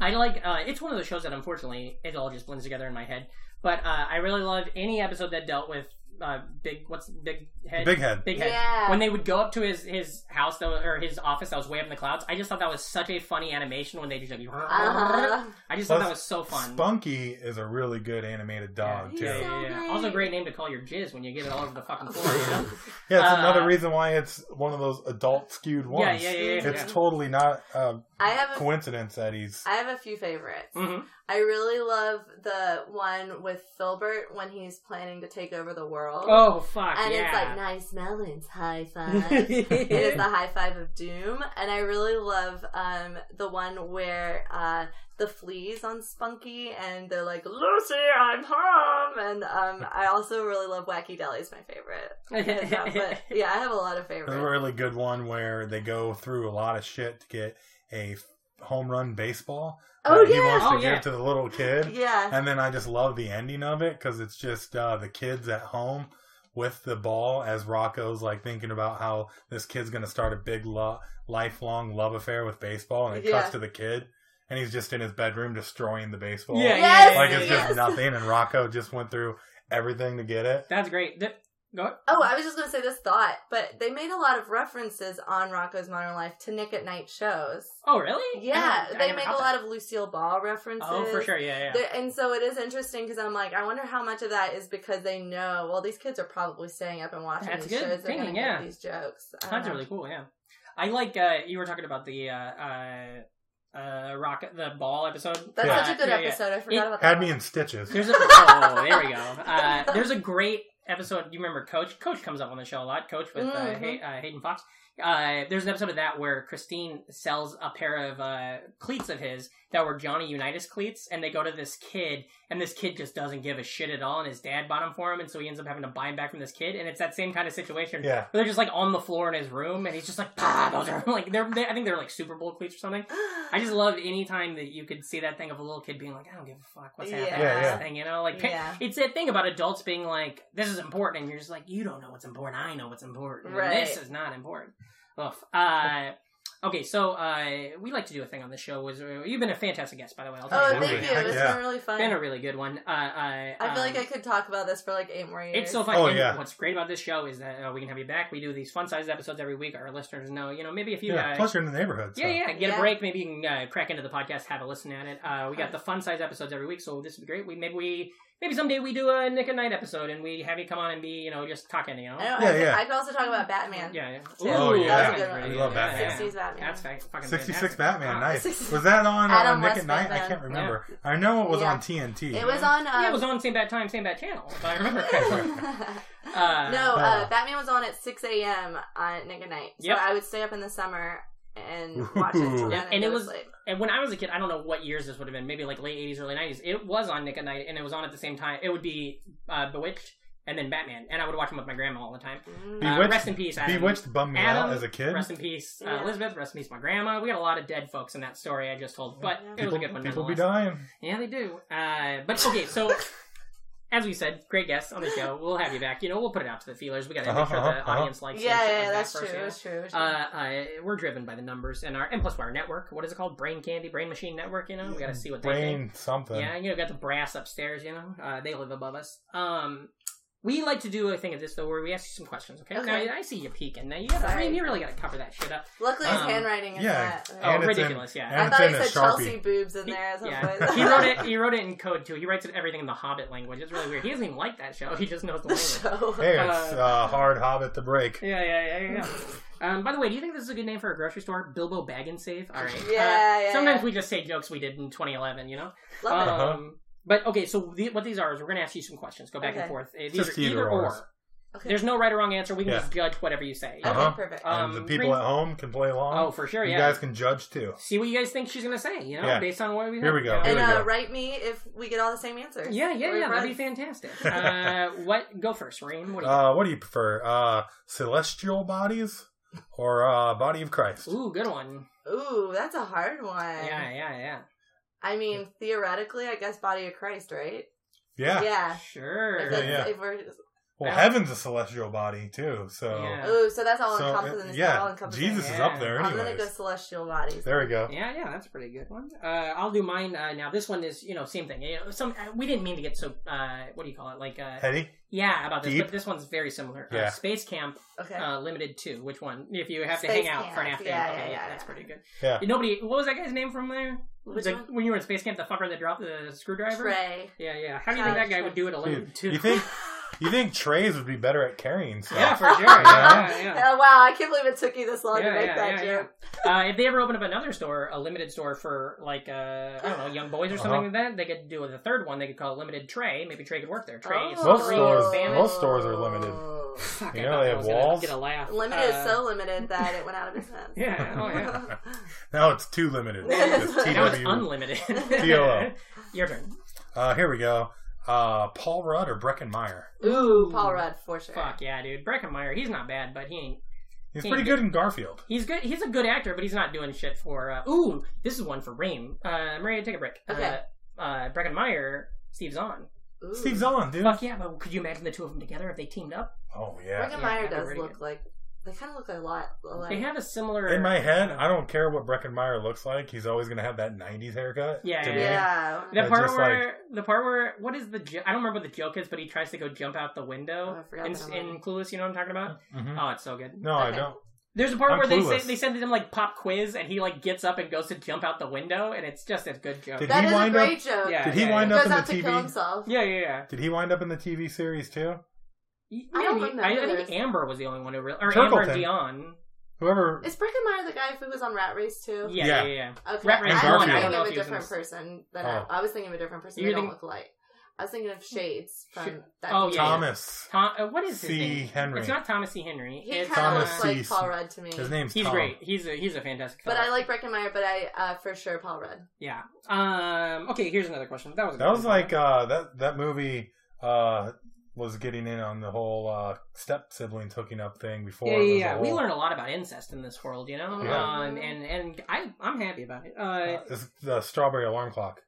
Speaker 2: I like. Uh, it's one of those shows that unfortunately it all just blends together in my head. But uh, I really loved any episode that dealt with uh, big. What's big head?
Speaker 3: Big head.
Speaker 2: Big head.
Speaker 6: Yeah.
Speaker 2: When they would go up to his his house that was, or his office that was way up in the clouds, I just thought that was such a funny animation when they just like.
Speaker 3: *laughs*
Speaker 6: Uh-huh.
Speaker 2: I just thought
Speaker 3: Plus,
Speaker 2: that was so fun.
Speaker 3: Spunky is a really good animated dog
Speaker 6: He's
Speaker 3: too.
Speaker 2: Yeah,
Speaker 3: Yeah,
Speaker 6: so
Speaker 2: yeah, yeah.
Speaker 6: great.
Speaker 2: Also, a great name to call your jizz when you get it all over the fucking floor. You
Speaker 3: *laughs*
Speaker 2: know?
Speaker 3: it's
Speaker 2: Uh,
Speaker 3: another reason why it's one of those adult skewed
Speaker 2: yeah,
Speaker 3: ones.
Speaker 2: yeah, yeah, yeah.
Speaker 3: It's
Speaker 2: yeah.
Speaker 3: totally not a
Speaker 6: I have a,
Speaker 3: coincidence that he's
Speaker 6: Oh. I have a few favorites.
Speaker 2: Mhm.
Speaker 6: I really love the one with Filbert when he's planning to take over the world.
Speaker 2: Oh fuck
Speaker 6: and it's like
Speaker 2: yeah!
Speaker 6: nice melons, high
Speaker 3: *laughs*
Speaker 6: five. it is the high five of doom and i really love um the one where uh the fleas on spunky and they're like lucy i'm home and um i also really love wacky deli's my favorite but yeah i have a lot of
Speaker 3: There's a
Speaker 6: favorites
Speaker 3: really good one where they go through a lot of shit to get a home run baseball.
Speaker 6: Oh,
Speaker 3: that He
Speaker 6: yeah.
Speaker 3: wants to
Speaker 2: Oh,
Speaker 3: give
Speaker 2: yeah.
Speaker 3: to the little kid.
Speaker 6: yeah
Speaker 3: And then I just love the ending of it because it's just uh, the kids at home with the ball as Rocco's like thinking about how this kid's going to start a big lo- lifelong love affair with baseball. And it
Speaker 6: Yeah.
Speaker 3: cuts to the kid and he's just in his bedroom destroying the baseball.
Speaker 2: Yeah,
Speaker 6: yes,
Speaker 3: Like it's
Speaker 6: yes.
Speaker 3: just nothing. And Rocco just went through everything to get it.
Speaker 2: *laughs* That's great. Th- go-
Speaker 6: Oh, I was just gonna say this thought, but they made a lot of references on Rocco's Modern Life to Nick at Night shows.
Speaker 2: oh really?
Speaker 6: Yeah, they make a lot
Speaker 2: of.
Speaker 6: of Lucille Ball references.
Speaker 2: Oh, for sure. Yeah, yeah.
Speaker 6: There- and so it is interesting because I'm like, I wonder how much of that is because they know. Well, these kids are probably staying up and watching
Speaker 2: That's
Speaker 6: these
Speaker 2: good
Speaker 6: shows. They're gonna
Speaker 2: thinking,
Speaker 6: get
Speaker 2: yeah.
Speaker 6: these jokes. Um, I don't
Speaker 2: That's
Speaker 6: know.
Speaker 2: really cool. Yeah, I like. Uh, you were talking about the uh, uh, uh, rocket, the ball episode.
Speaker 6: That's
Speaker 3: Yeah.
Speaker 6: such a good
Speaker 2: Yeah, yeah.
Speaker 6: episode. I forgot
Speaker 2: It-
Speaker 6: about that. *gasps*
Speaker 3: Had me in stitches.
Speaker 2: There's a oh, there we go. Uh, there's a great episode. You remember Coach? Coach comes up on the show a lot. Coach with uh,
Speaker 6: Mhm.
Speaker 2: Hay- uh, Hayden Fox. Uh, there's an episode of that where Christine sells a pair of uh, cleats of his that were Johnny Unitas cleats, and they go to this kid, and this kid just doesn't give a shit at all, and his dad bought them for him, and so he ends up having to buy them back from this kid, and it's that same kind of situation.
Speaker 3: Yeah.
Speaker 2: Where they're just like on the floor in his room, and he's just like, *laughs* "Bah, those are like they're. They, I think they're like Super Bowl cleats or something. I just loved any time that you could see that thing of a little kid being like, I don't give a fuck what's happening
Speaker 6: Yeah.
Speaker 2: in
Speaker 3: Yeah,
Speaker 2: this
Speaker 3: yeah.
Speaker 2: thing, you know? Like, *laughs*
Speaker 3: Oh,
Speaker 6: Yeah.
Speaker 2: it's that thing about adults being like, this is important, and you're just like, you don't know what's important. I know what's important. and
Speaker 6: Right.
Speaker 2: This is not important. Oof. Uh, okay, so uh, we like to do a thing on the show. Was uh, You've been a fantastic guest, by the way. I'll tell
Speaker 6: Oh,
Speaker 2: you
Speaker 3: Absolutely.
Speaker 6: thank
Speaker 2: that.
Speaker 6: you. It's
Speaker 3: Yeah.
Speaker 6: been really fun.
Speaker 2: Been a really good one. Uh, uh,
Speaker 6: I feel like
Speaker 2: um,
Speaker 6: I could talk about this for like eight more years.
Speaker 2: it's so fun.
Speaker 3: Oh,
Speaker 2: And
Speaker 3: yeah.
Speaker 2: What's great about this show is that uh, we can have you back. We do these fun-sized episodes every week. Our listeners know, you know, maybe if you
Speaker 3: yeah.
Speaker 2: uh,
Speaker 3: Plus, you're in the neighborhood. So.
Speaker 2: yeah, yeah. Get
Speaker 6: Yeah.
Speaker 2: a break. Maybe you can uh, crack into the podcast, have a listen at it. Uh, we got the fun size episodes every week, so this would be great. We maybe we maybe someday we do a Nick and Night episode, and we have you come on and be you know just talking, you know.
Speaker 6: I, don't,
Speaker 3: Yeah,
Speaker 6: I,
Speaker 3: yeah.
Speaker 6: I could also talk about Batman.
Speaker 2: Yeah, yeah.
Speaker 3: Oh,
Speaker 2: Ooh,
Speaker 3: yeah.
Speaker 2: that
Speaker 3: That's
Speaker 2: sounds
Speaker 3: a good
Speaker 2: really
Speaker 3: one. We
Speaker 2: good.
Speaker 3: love
Speaker 2: Yeah,
Speaker 3: Batman.
Speaker 2: yeah.
Speaker 6: 60s Batman.
Speaker 2: That's fa- fucking
Speaker 3: 66
Speaker 2: fantastic.
Speaker 3: Batman,
Speaker 2: Uh,
Speaker 6: *laughs*
Speaker 3: nice.
Speaker 6: 66
Speaker 3: Was that on uh,
Speaker 6: Adam
Speaker 3: Nick
Speaker 6: West
Speaker 3: at Night? I
Speaker 6: Batman.
Speaker 3: can't remember. I know it was
Speaker 6: Yeah.
Speaker 3: on TNT.
Speaker 6: It was on. Um,
Speaker 2: Yeah, it
Speaker 6: *laughs*
Speaker 2: was on same bat time, same bat channel. If I remember
Speaker 3: *laughs*
Speaker 2: correctly. Uh,
Speaker 6: *laughs* no,
Speaker 3: Uh.
Speaker 6: uh, Batman was on at 6 a.m. on Nick at Night. So
Speaker 2: Yep.
Speaker 6: I would stay up in the summer
Speaker 3: *laughs*
Speaker 6: and watch it. till
Speaker 3: Ooh.
Speaker 6: then
Speaker 2: Yeah, and
Speaker 6: go
Speaker 2: it
Speaker 6: to
Speaker 2: was-
Speaker 6: sleep.
Speaker 2: And when I was a kid, I don't know what years this would have been, maybe like late 80s, early 90s. It was on Nick at Night, and it was on at the same time. It would be uh, Bewitched and then Batman, and I would watch them with my grandma all the time.
Speaker 6: Mm.
Speaker 2: Uh,
Speaker 3: Bewitched-
Speaker 2: rest in peace, Adam.
Speaker 3: Bewitched bummed me
Speaker 2: Adam,
Speaker 3: out as a kid.
Speaker 2: Rest in peace, uh,
Speaker 6: Yeah.
Speaker 2: Elizabeth. Rest in peace, my grandma. We got a lot of dead folks in that story I just told, but it was a
Speaker 3: people
Speaker 2: good one.
Speaker 3: people be
Speaker 2: nonetheless.
Speaker 3: dying.
Speaker 2: Yeah, they do. Uh, but okay, so *laughs* as we said, great guest on the show. We'll have you back. You know, we'll put it out to the feelers. We got to make
Speaker 3: Uh-huh,
Speaker 2: sure
Speaker 3: uh-huh,
Speaker 2: the
Speaker 3: uh-huh.
Speaker 2: audience likes
Speaker 6: yeah,
Speaker 2: it.
Speaker 6: yeah,
Speaker 2: Like
Speaker 6: that's
Speaker 2: that
Speaker 6: true,
Speaker 2: first, yeah.
Speaker 6: that's true. That's
Speaker 2: Uh,
Speaker 6: true.
Speaker 2: uh, we're driven by the numbers and our and plus our network. What is it called? Brain Candy, Brain Machine Network. You know, we got to see what they think.
Speaker 3: Brain something.
Speaker 2: Yeah, you know, got the brass upstairs. You know, uh, they live above us. Um, we like to do a thing of this though, where we ask you some questions. Okay,
Speaker 6: Okay.
Speaker 2: Now, I see you peeking. Now you got. I
Speaker 6: Sorry.
Speaker 2: mean, you really got to cover that shit up.
Speaker 6: Luckily, his
Speaker 2: um,
Speaker 6: handwriting is
Speaker 3: yeah,
Speaker 6: not.
Speaker 2: Oh,
Speaker 3: And it's in-
Speaker 2: ridiculous! yeah,
Speaker 3: and
Speaker 6: I
Speaker 3: it's
Speaker 6: thought he
Speaker 3: in a
Speaker 6: said
Speaker 3: Sharpie.
Speaker 6: Chelsea boobs in
Speaker 2: He-
Speaker 6: there.
Speaker 2: *laughs* yeah.
Speaker 6: That's
Speaker 2: he
Speaker 6: *laughs*
Speaker 2: wrote it. He wrote it in code too. He writes it everything in the Hobbit language. It's really weird. He doesn't even like that show. *laughs* He just knows the language.
Speaker 6: So,
Speaker 3: Hey, it's
Speaker 2: Uh,
Speaker 3: uh, hard hobbit to break.
Speaker 2: Yeah, yeah, yeah, yeah. Um, by the way, do you think this is a good name for a grocery store? Bilbo Bag and Save. All right. Uh,
Speaker 6: Yeah, yeah,
Speaker 2: Sometimes
Speaker 6: yeah.
Speaker 2: we just say jokes we did in 2011. You know.
Speaker 6: love it.
Speaker 3: Uh-huh.
Speaker 2: Um, but okay, so the, what these are is we're going to ask you some questions. Go back and
Speaker 6: Okay.
Speaker 2: forth. Uh, These
Speaker 3: Just
Speaker 2: are either,
Speaker 3: either
Speaker 2: or.
Speaker 3: ors.
Speaker 6: Okay.
Speaker 2: There's no right or wrong answer. We can
Speaker 3: Yeah.
Speaker 2: just judge whatever you say.
Speaker 3: Uh-huh.
Speaker 6: Okay, perfect.
Speaker 2: Uh, um,
Speaker 3: and the people
Speaker 2: green-
Speaker 3: at home can play along.
Speaker 2: Oh, for sure.
Speaker 3: you
Speaker 2: Yeah.
Speaker 3: guys can judge too.
Speaker 2: See what you guys think she's going to say. You know,
Speaker 3: Yeah.
Speaker 2: based on what we
Speaker 3: Here we go.
Speaker 2: heard.
Speaker 3: Here
Speaker 6: and
Speaker 3: we
Speaker 6: uh,
Speaker 3: go.
Speaker 6: write me if we get all the same answers.
Speaker 2: Yeah, yeah,
Speaker 6: Or
Speaker 2: yeah. That'd
Speaker 6: write-
Speaker 2: be fantastic.
Speaker 3: *laughs*
Speaker 2: Uh, what? Go first, Rain. What do you?
Speaker 3: Uh, what do you prefer, uh, celestial bodies or uh, body of Christ?
Speaker 2: Ooh, good one.
Speaker 6: Ooh, that's a hard one.
Speaker 2: Yeah, yeah,
Speaker 6: I mean, theoretically, I guess Body of Christ, right?
Speaker 3: Yeah.
Speaker 2: yeah.
Speaker 6: Yeah.
Speaker 2: Sure.
Speaker 6: If
Speaker 3: Yeah,
Speaker 6: it's-
Speaker 3: yeah.
Speaker 6: if we're-
Speaker 3: Well, heaven's a celestial body too, so
Speaker 2: Yeah.
Speaker 6: Ooh, so that's all
Speaker 3: so
Speaker 6: encompassing.
Speaker 3: uh,
Speaker 6: It's all
Speaker 3: yeah,
Speaker 6: encompassing.
Speaker 3: Jesus is
Speaker 2: Yeah.
Speaker 3: up there.
Speaker 6: I'm gonna
Speaker 3: Anyways,
Speaker 6: go celestial bodies.
Speaker 3: there we go.
Speaker 2: Yeah, yeah, that's a pretty good one. Uh, I'll do mine uh, now. This one is, you know, same thing. You know, some uh, we didn't mean to get so. Uh, what do you call it? Like, uh,
Speaker 3: Hetty,
Speaker 2: yeah, about this,
Speaker 3: Deep.
Speaker 2: but this one's very similar. Uh,
Speaker 3: Yeah.
Speaker 2: Space Camp
Speaker 6: Okay.
Speaker 2: uh, Limited Two. Which one? If you have to
Speaker 6: Space
Speaker 2: hang out for an
Speaker 6: Camp.
Speaker 2: afternoon,
Speaker 6: Yeah,
Speaker 2: okay,
Speaker 6: yeah, yeah,
Speaker 2: that's
Speaker 6: yeah.
Speaker 2: pretty good.
Speaker 3: Yeah.
Speaker 2: Nobody. What was that guy's name from there?
Speaker 6: Which
Speaker 2: The-
Speaker 6: one?
Speaker 2: When you were in Space Camp, the fucker that dropped the screwdriver.
Speaker 6: Trey.
Speaker 2: Yeah, yeah. How do you think
Speaker 6: Tyler
Speaker 2: that guy
Speaker 6: Trey.
Speaker 2: would do it alone?
Speaker 3: Dude,
Speaker 2: Two. *laughs*
Speaker 3: you think you think trays would be better at carrying stuff?
Speaker 2: Yeah, for sure. Yeah,
Speaker 6: *laughs*
Speaker 2: yeah.
Speaker 6: Oh, wow, I can't believe it took you this long to
Speaker 2: Yeah,
Speaker 6: make
Speaker 2: yeah,
Speaker 6: that
Speaker 2: yeah,
Speaker 6: joke.
Speaker 2: uh, if they ever open up another store, a limited store for like uh, I don't know, young boys or something
Speaker 3: Uh-huh.
Speaker 2: like that, they could do with a third one. They could call it limited tray. Maybe tray could work there. Tray is
Speaker 6: Oh.
Speaker 3: Most
Speaker 2: free
Speaker 3: stores-
Speaker 2: famine.
Speaker 3: most stores are limited.
Speaker 2: Fuck,
Speaker 3: You
Speaker 2: I
Speaker 3: know
Speaker 2: thought
Speaker 3: they
Speaker 2: I
Speaker 3: have
Speaker 2: was gonna
Speaker 3: walls?
Speaker 2: Get a laugh.
Speaker 6: Limited
Speaker 2: Uh,
Speaker 6: is so limited that it went out of business.
Speaker 2: *laughs* Yeah. Oh
Speaker 3: *laughs*
Speaker 2: yeah.
Speaker 3: Now it's too limited. It's
Speaker 2: *laughs* now it's
Speaker 3: TW.
Speaker 2: unlimited.
Speaker 3: TLO.
Speaker 2: *laughs* Your turn.
Speaker 3: Uh, here we go. Uh, Paul Rudd or Breckenmeyer?
Speaker 2: Ooh,
Speaker 6: Paul Rudd for sure.
Speaker 2: Fuck yeah, dude. Breckenmeyer, he's not bad, but he ain't.
Speaker 3: He's
Speaker 2: He
Speaker 3: pretty
Speaker 2: ain't
Speaker 3: good in Garfield.
Speaker 2: He's good. He's a good actor, but he's not doing shit for. Uh, ooh, this is one for Rain. Uh, Maria, take a break.
Speaker 6: Okay.
Speaker 2: Uh, uh, Breckenmeyer, Steve's on.
Speaker 6: Ooh.
Speaker 3: Steve Zahn, dude.
Speaker 2: Fuck yeah, but could you imagine the two of them together if they teamed up?
Speaker 3: Oh yeah.
Speaker 6: Breckenmeyer
Speaker 2: Yeah, they're
Speaker 6: does
Speaker 2: really
Speaker 6: look
Speaker 2: good.
Speaker 6: like they kind of look a lot alike.
Speaker 2: They have a similar.
Speaker 3: In my head, I don't care what Breckenmeyer looks like. He's always gonna have that '90s haircut.
Speaker 2: Yeah,
Speaker 3: to
Speaker 2: yeah,
Speaker 3: me.
Speaker 6: yeah.
Speaker 2: The
Speaker 3: They're
Speaker 2: part
Speaker 3: just
Speaker 2: where the part where what is the jo- I don't remember what the joke is, but he tries to go jump out the
Speaker 6: Oh, I
Speaker 2: window
Speaker 6: forgot
Speaker 2: in,
Speaker 6: that
Speaker 2: in
Speaker 6: line.
Speaker 2: Clueless. You know what I'm talking about?
Speaker 3: Mhm.
Speaker 2: Oh, it's so good.
Speaker 3: No, I
Speaker 6: Okay.
Speaker 3: don't.
Speaker 2: There's a part
Speaker 3: I'm
Speaker 2: where they
Speaker 3: clueless.
Speaker 2: say they send him like pop quiz, and he like gets up and goes to jump out the window, and it's just a good joke.
Speaker 3: Did
Speaker 6: That
Speaker 3: he
Speaker 6: is a
Speaker 3: wind
Speaker 6: great
Speaker 3: up?
Speaker 6: joke.
Speaker 2: Yeah.
Speaker 3: Did he
Speaker 2: yeah,
Speaker 3: wind
Speaker 6: Goes
Speaker 3: up in
Speaker 6: out
Speaker 3: the
Speaker 6: to kill
Speaker 3: TV?
Speaker 6: himself.
Speaker 2: yeah, yeah, yeah.
Speaker 3: Did he wind up in the TV series too?
Speaker 6: I don't
Speaker 2: Maybe-
Speaker 6: remember
Speaker 2: I, I
Speaker 6: this.
Speaker 2: think Amber was the only one who really, or Amber
Speaker 3: Turtleton.
Speaker 2: and Dion.
Speaker 3: Whoever.
Speaker 6: Is Breckenmeyer the guy who was on Rat Race too?
Speaker 2: Yeah,
Speaker 3: Yeah.
Speaker 2: yeah, yeah.
Speaker 6: Okay.
Speaker 2: Rat
Speaker 6: I
Speaker 2: Race
Speaker 6: was
Speaker 3: one, I
Speaker 6: thinking
Speaker 3: don't
Speaker 2: know
Speaker 6: of
Speaker 2: if
Speaker 6: a
Speaker 2: he was in
Speaker 6: different
Speaker 2: this.
Speaker 6: person than
Speaker 3: Oh.
Speaker 6: I, I was thinking of a different person.
Speaker 2: You
Speaker 6: They don't
Speaker 2: think-
Speaker 6: look alike. I was thinking of Shades from
Speaker 2: Shit.
Speaker 6: that.
Speaker 2: Oh, yeah,
Speaker 3: Thomas.
Speaker 2: Tom, uh, what is his
Speaker 3: C.
Speaker 2: name?
Speaker 3: Henry.
Speaker 2: It's not Thomas C. Henry.
Speaker 6: He
Speaker 2: it's,
Speaker 6: kind of
Speaker 3: Thomas
Speaker 2: uh,
Speaker 6: looks like
Speaker 3: C.
Speaker 6: Paul Rudd to me.
Speaker 3: His name's
Speaker 2: He's
Speaker 3: Tom.
Speaker 2: great. He's a he's a fantastic.
Speaker 6: But
Speaker 2: fellow.
Speaker 6: I like Breckenmeyer, but I uh, for sure Paul Rudd.
Speaker 2: Yeah. Um. Okay. Here's another question. That was a
Speaker 3: That
Speaker 2: good
Speaker 3: was
Speaker 2: one.
Speaker 3: like uh, that. That movie uh, was getting in on the whole uh, step siblings hooking up thing before.
Speaker 2: yeah,
Speaker 3: it was
Speaker 2: yeah.
Speaker 3: a
Speaker 2: yeah. We
Speaker 3: whole-
Speaker 2: learn a lot about incest in this world, you know.
Speaker 3: Yeah.
Speaker 2: Um, and and I I'm happy about it. Uh,
Speaker 3: Uh, it's the strawberry alarm clock.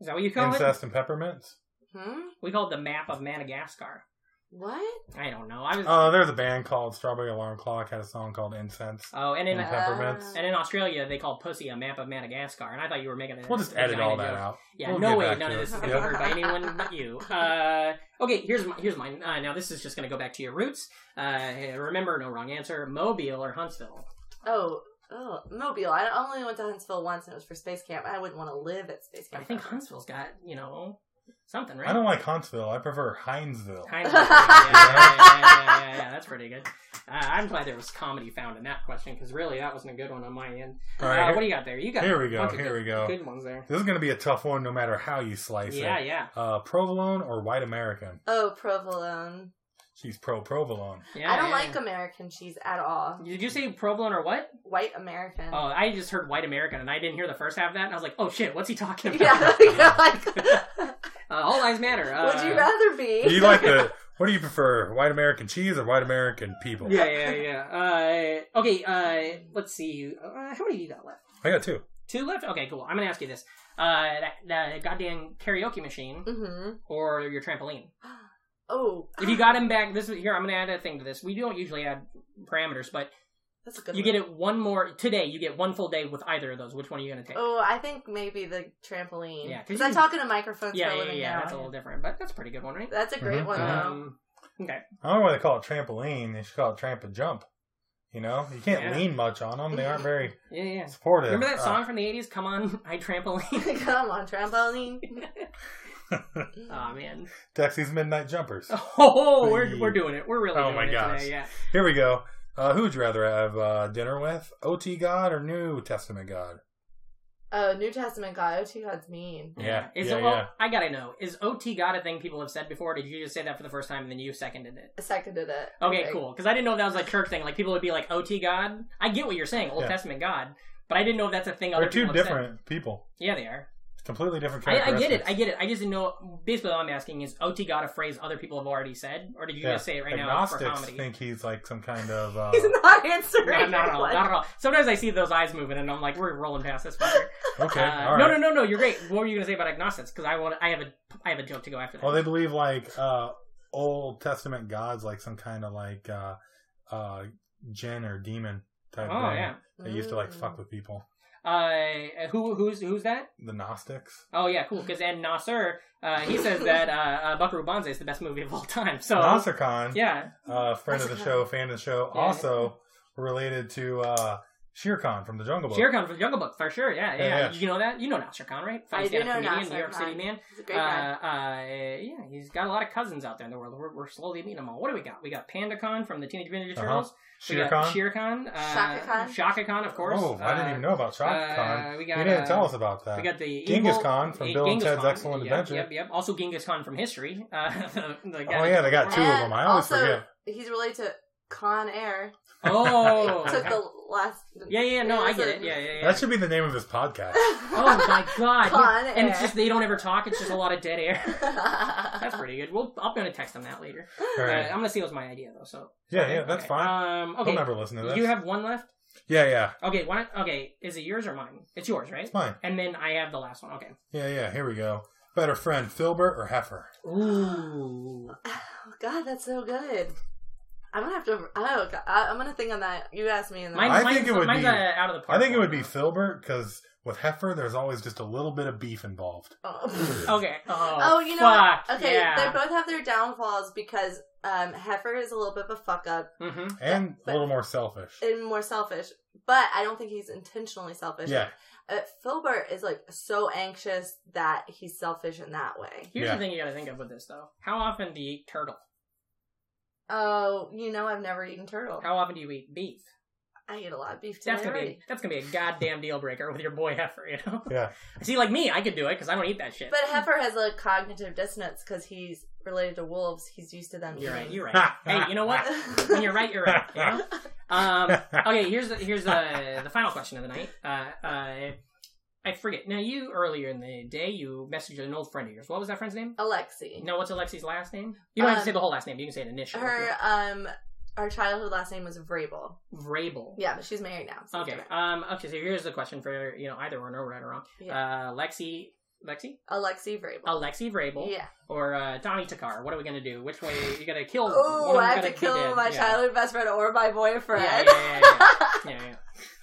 Speaker 2: is that what you call
Speaker 3: Incest and peppermints.
Speaker 6: Hmm.
Speaker 2: it? We call it the map of Madagascar.
Speaker 6: What?
Speaker 2: I don't know. I was.
Speaker 3: Oh, there's a band called Strawberry Alarm Clock. Had a song called Incense.
Speaker 2: oh, and in
Speaker 3: and peppermints.
Speaker 2: and in Australia they call pussy a map of Madagascar, and I thought you were making it.
Speaker 3: We'll just edit all that out.
Speaker 2: Yeah,
Speaker 3: We'll
Speaker 2: no
Speaker 3: get
Speaker 2: way,
Speaker 3: back
Speaker 2: none of
Speaker 3: to
Speaker 2: this
Speaker 3: it.
Speaker 2: is gonna be
Speaker 3: Yep.
Speaker 2: heard by anyone but you. Uh, okay, here's my, here's mine. Uh, now this is just gonna go back to your roots. Uh, remember, no wrong answer. Mobile or Huntsville?
Speaker 6: Oh, oh, Mobile. I only went to Huntsville once, and it was for space camp. I wouldn't want to live at space
Speaker 2: I
Speaker 6: camp.
Speaker 2: think Huntsville's got you know something, right?
Speaker 3: I don't like Huntsville. I prefer Hinesville.
Speaker 2: Kind of. yeah, yeah, yeah, yeah, yeah, yeah, that's pretty good. Uh, I'm glad there was comedy found in that question because really that wasn't a good one on my end.
Speaker 3: All right,
Speaker 2: uh, what do you got there? You got
Speaker 3: here
Speaker 2: a
Speaker 3: we go,
Speaker 2: bunch of
Speaker 3: here
Speaker 2: good-
Speaker 3: we go.
Speaker 2: Good ones there.
Speaker 3: This is going to be a tough one, no matter how you slice
Speaker 2: Yeah,
Speaker 3: it.
Speaker 2: yeah,
Speaker 3: Uh, provolone or white American?
Speaker 6: Oh, provolone.
Speaker 3: She's pro
Speaker 2: *laughs*
Speaker 3: provolone.
Speaker 2: yeah.
Speaker 6: I don't
Speaker 2: yeah.
Speaker 6: like American cheese at all.
Speaker 2: Did you say provolone or what?
Speaker 6: White American.
Speaker 2: Oh,
Speaker 6: *laughs*
Speaker 2: I just heard white American and I didn't hear the first half of that, and I was like, oh shit, what's he
Speaker 6: *laughs*
Speaker 2: talking about?
Speaker 6: yeah, like,
Speaker 2: *laughs* Uh, all lives matter. Uh,
Speaker 6: would you rather be?
Speaker 3: You like the What do you prefer, white American cheese or white American people?
Speaker 2: Yeah, yeah, yeah. Uh, okay, uh, let's see. Uh, how many do you got left?
Speaker 3: I got two.
Speaker 2: Two left? Okay, cool. I'm going to ask you this. Uh, that, that goddamn karaoke machine
Speaker 6: *laughs* Mm-hmm.
Speaker 2: or your trampoline?
Speaker 6: Oh,
Speaker 2: If you got him back, this here, I'm going to add a thing to this. We don't usually add parameters, but
Speaker 6: that's a good.
Speaker 2: you
Speaker 6: one.
Speaker 2: get it one more today. You get one full day with either of those. Which one are you going to take?
Speaker 6: Oh, I think maybe the trampoline.
Speaker 2: Yeah,
Speaker 6: Yeah,
Speaker 2: 'cause
Speaker 6: because
Speaker 2: you-
Speaker 6: I'm talking to microphones
Speaker 2: yeah,
Speaker 6: for a
Speaker 2: yeah, yeah,
Speaker 6: living
Speaker 2: yeah.
Speaker 6: now.
Speaker 2: That's a little different, but that's a pretty good one, right?
Speaker 6: That's a great
Speaker 3: Mhm.
Speaker 6: one, though.
Speaker 2: Um, okay.
Speaker 3: I don't know why they call it trampoline. They should call it tramp and jump. You know, you can't
Speaker 2: Yeah.
Speaker 3: lean much on them. They
Speaker 2: *laughs*
Speaker 3: aren't very
Speaker 2: Yeah, yeah.
Speaker 3: supportive.
Speaker 2: Remember that song from the 80s? Come on, *laughs* I
Speaker 6: *laughs*
Speaker 2: trampoline.
Speaker 3: Mm-hmm.
Speaker 6: Come on, trampoline. *laughs*
Speaker 3: Uh,
Speaker 2: *laughs*
Speaker 3: *laughs*
Speaker 2: oh, man. *laughs*
Speaker 3: Dexy's Midnight Jumpers.
Speaker 2: Oh, we're, we're doing it. We're really
Speaker 3: Oh
Speaker 2: doing
Speaker 3: my
Speaker 2: it
Speaker 3: gosh.
Speaker 2: today. Yeah.
Speaker 3: Here we go. Uh, who would you rather have uh, dinner with? OT God or New Testament God?
Speaker 6: Oh, New Testament God. OT God's mean.
Speaker 3: Yeah,
Speaker 2: Is
Speaker 3: yeah,
Speaker 2: it, well,
Speaker 3: yeah.
Speaker 2: I gotta know. Is OT got a thing people have said before? Or did you just say that for the first time and then you seconded it?
Speaker 6: I seconded it.
Speaker 2: Okay,
Speaker 6: Like, *laughs*
Speaker 2: cool. Because I didn't know if that was like church thing. Like people would be like OT God. I get what you're saying, Old
Speaker 3: Yeah.
Speaker 2: Testament God. But I didn't know if that's a thing. Other
Speaker 3: They're two
Speaker 2: people have said.
Speaker 3: different people.
Speaker 2: Yeah, they are.
Speaker 3: Completely different
Speaker 2: I, I
Speaker 3: characteristics.
Speaker 2: get it. I get it. I just didn't know. Basically, all I'm asking is OT God a phrase other people have already said, or did you
Speaker 3: Yeah.
Speaker 2: just say it right
Speaker 3: Agnostics
Speaker 2: now for comedy?
Speaker 3: think he's like some kind of. Uh,
Speaker 6: He's not
Speaker 2: *laughs*
Speaker 6: answering.
Speaker 2: No, not at all.
Speaker 6: Like,
Speaker 2: Not at all. Sometimes I see those eyes moving, and I'm like, we're rolling past this. fucker.
Speaker 3: okay,
Speaker 2: Uh,
Speaker 3: all right.
Speaker 2: No, no, no, no. You're great. What were you gonna say about agnostics? Because I want. I have a. I have a joke to go after that.
Speaker 3: Well, Oh, they believe like uh, Old Testament gods, like some kind of like uh, uh, djinn or demon type.
Speaker 2: oh
Speaker 3: thing.
Speaker 2: yeah.
Speaker 3: They used to like
Speaker 6: Mm.
Speaker 3: fuck with people.
Speaker 2: Uh, who who's who's that?
Speaker 3: The Gnostics.
Speaker 2: Oh yeah, cool. Because Ed Nasser, uh, he
Speaker 3: *laughs*
Speaker 2: says that uh, uh, Buckaroo Banzai is the best movie of all time. So
Speaker 3: Gnosticon,
Speaker 2: yeah,
Speaker 3: uh, friend of the
Speaker 6: Gnosticon.
Speaker 3: show, fan of the show,
Speaker 2: Yeah.
Speaker 3: also related to uh, Shere Khan from the Jungle Book.
Speaker 2: Shere Khan from Jungle Book for sure. Yeah, yeah.
Speaker 3: Yeah, yeah.
Speaker 2: You know that? You know Nasser Khan, right?
Speaker 6: I
Speaker 2: Funny
Speaker 6: do
Speaker 2: stand-up
Speaker 6: know
Speaker 2: comedian,
Speaker 6: Nasser
Speaker 2: New York City
Speaker 6: Khan.
Speaker 2: man.
Speaker 6: He's a
Speaker 2: Uh,
Speaker 6: great guy.
Speaker 2: uh, yeah, he's got a lot of cousins out there in the world. We're, we're slowly meeting them all. What do we got? We got Panda Khan from the Teenage Mutant Ninja
Speaker 3: Uh-huh.
Speaker 2: Turtles. We got
Speaker 3: Shere Khan.
Speaker 2: Shere Khan. Uh,
Speaker 6: Shaka Khan.
Speaker 2: Shaka Khan, of course.
Speaker 3: Oh, I didn't even know about Shaka
Speaker 2: uh,
Speaker 3: Khan.
Speaker 2: we
Speaker 3: We
Speaker 2: got,
Speaker 3: you didn't
Speaker 2: uh,
Speaker 3: tell us about that.
Speaker 2: We got the
Speaker 3: Genghis
Speaker 2: evil-
Speaker 3: Khan from
Speaker 2: eh,
Speaker 3: Bill and
Speaker 2: Genghis
Speaker 3: Ted's
Speaker 2: Khan.
Speaker 3: Excellent
Speaker 2: Yep,
Speaker 3: Adventure.
Speaker 2: Yep, yep. Also Genghis Khan from history. *laughs* Uh, the, the guy
Speaker 3: oh yeah, they got two of
Speaker 6: And
Speaker 3: them. I always
Speaker 6: also,
Speaker 3: forget.
Speaker 6: He's related to Con Air.
Speaker 2: *laughs* Oh,
Speaker 6: Took the last. *laughs*
Speaker 2: yeah, yeah, no, I
Speaker 6: was
Speaker 2: get
Speaker 6: a-
Speaker 2: it. Yeah, yeah, yeah.
Speaker 3: That should be the name of this podcast.
Speaker 2: *laughs* Oh my god!
Speaker 6: *laughs* Con
Speaker 2: yeah. And it's
Speaker 6: air.
Speaker 2: just they don't ever talk. It's just a lot of dead
Speaker 6: *laughs*
Speaker 2: air. That's pretty good. Well, I'm gonna text them that later.
Speaker 3: All
Speaker 2: Uh,
Speaker 3: right.
Speaker 2: I'm gonna see what's my idea though. So
Speaker 3: Yeah, yeah, that's
Speaker 2: Okay.
Speaker 3: fine.
Speaker 2: Um,
Speaker 3: He'll
Speaker 2: okay,
Speaker 3: never listen to this.
Speaker 2: you have one left.
Speaker 3: yeah, yeah,
Speaker 2: Okay, why not? Okay, is it yours or mine? It's yours, right?
Speaker 3: it's fine.
Speaker 2: And then I have the last one. Okay.
Speaker 3: Yeah, yeah. Here we go. Better friend, Filbert or Heifer?
Speaker 2: Ooh.
Speaker 6: Oh, God, that's so good. I'm gonna have to. Oh, God, I, I'm gonna think on that. You asked me, and then
Speaker 2: Mine,
Speaker 3: I
Speaker 2: mine's,
Speaker 3: think it would
Speaker 2: mine's
Speaker 3: be-
Speaker 2: uh, out of the
Speaker 3: I
Speaker 2: park.
Speaker 3: think it
Speaker 2: one.
Speaker 3: would be Filbert because with Heifer, there's always just a little bit of beef involved.
Speaker 6: *laughs* Oh.
Speaker 2: Okay. Oh,
Speaker 6: Oh, you know
Speaker 2: fuck.
Speaker 6: what? Okay,
Speaker 2: yeah.
Speaker 6: they both have their downfalls because um, Heifer is a little bit of a fuck up
Speaker 2: hmm
Speaker 3: and
Speaker 6: but-
Speaker 3: a little more selfish.
Speaker 6: and more selfish, but I don't think he's intentionally selfish.
Speaker 3: yeah, *laughs*
Speaker 6: Uh, Filbert is like so anxious that he's selfish in that way.
Speaker 2: Here's
Speaker 3: Yeah.
Speaker 2: the thing you gotta think of with this though. How often do you eat turtle?
Speaker 6: Oh, you know, I've never eaten turtle.
Speaker 2: How often do you eat beef?
Speaker 6: I eat a lot of beef today.
Speaker 2: That's gonna be
Speaker 6: already.
Speaker 2: that's gonna be a goddamn deal breaker with your boy heifer, you know.
Speaker 3: yeah.
Speaker 2: *laughs* See, like me, I could do it because I don't eat that shit.
Speaker 6: But Heifer has a cognitive dissonance because he's related to wolves. He's used to them.
Speaker 2: you're right.
Speaker 3: *laughs*
Speaker 6: eating.
Speaker 2: You're right. hey, you know what?
Speaker 6: *laughs*
Speaker 2: When you're right, you're right. You know? um, okay, here's the, here's the the final question of the night. Uh, uh, I forget. Now, you earlier in the day, you messaged an old friend of yours. What was that friend's name?
Speaker 6: Alexi.
Speaker 2: No, what's Alexi's last name? You don't have to
Speaker 6: Um,
Speaker 2: say the whole last name. You can say an initial. if you
Speaker 6: Her
Speaker 2: want.
Speaker 6: um, our childhood last name was Vrabel.
Speaker 2: Vrabel.
Speaker 6: Yeah, but she's married now. So it's
Speaker 2: Okay.
Speaker 6: different.
Speaker 2: Um. Okay. So here's the question for you know either one or right or wrong.
Speaker 6: Yeah.
Speaker 2: Uh, Lexi, Lexi,
Speaker 6: Alexi Vrabel.
Speaker 2: Alexi Vrabel,
Speaker 6: Yeah.
Speaker 2: or uh, Donnie Takar. What are we gonna do? Which way you gotta kill?
Speaker 6: Oh,
Speaker 2: one of
Speaker 6: I
Speaker 2: them
Speaker 6: have to
Speaker 2: gotta be
Speaker 6: kill
Speaker 2: dead.
Speaker 6: my
Speaker 2: yeah.
Speaker 6: childhood best friend or my boyfriend.
Speaker 2: Yeah, yeah, yeah, yeah.
Speaker 6: *laughs*
Speaker 2: yeah, yeah.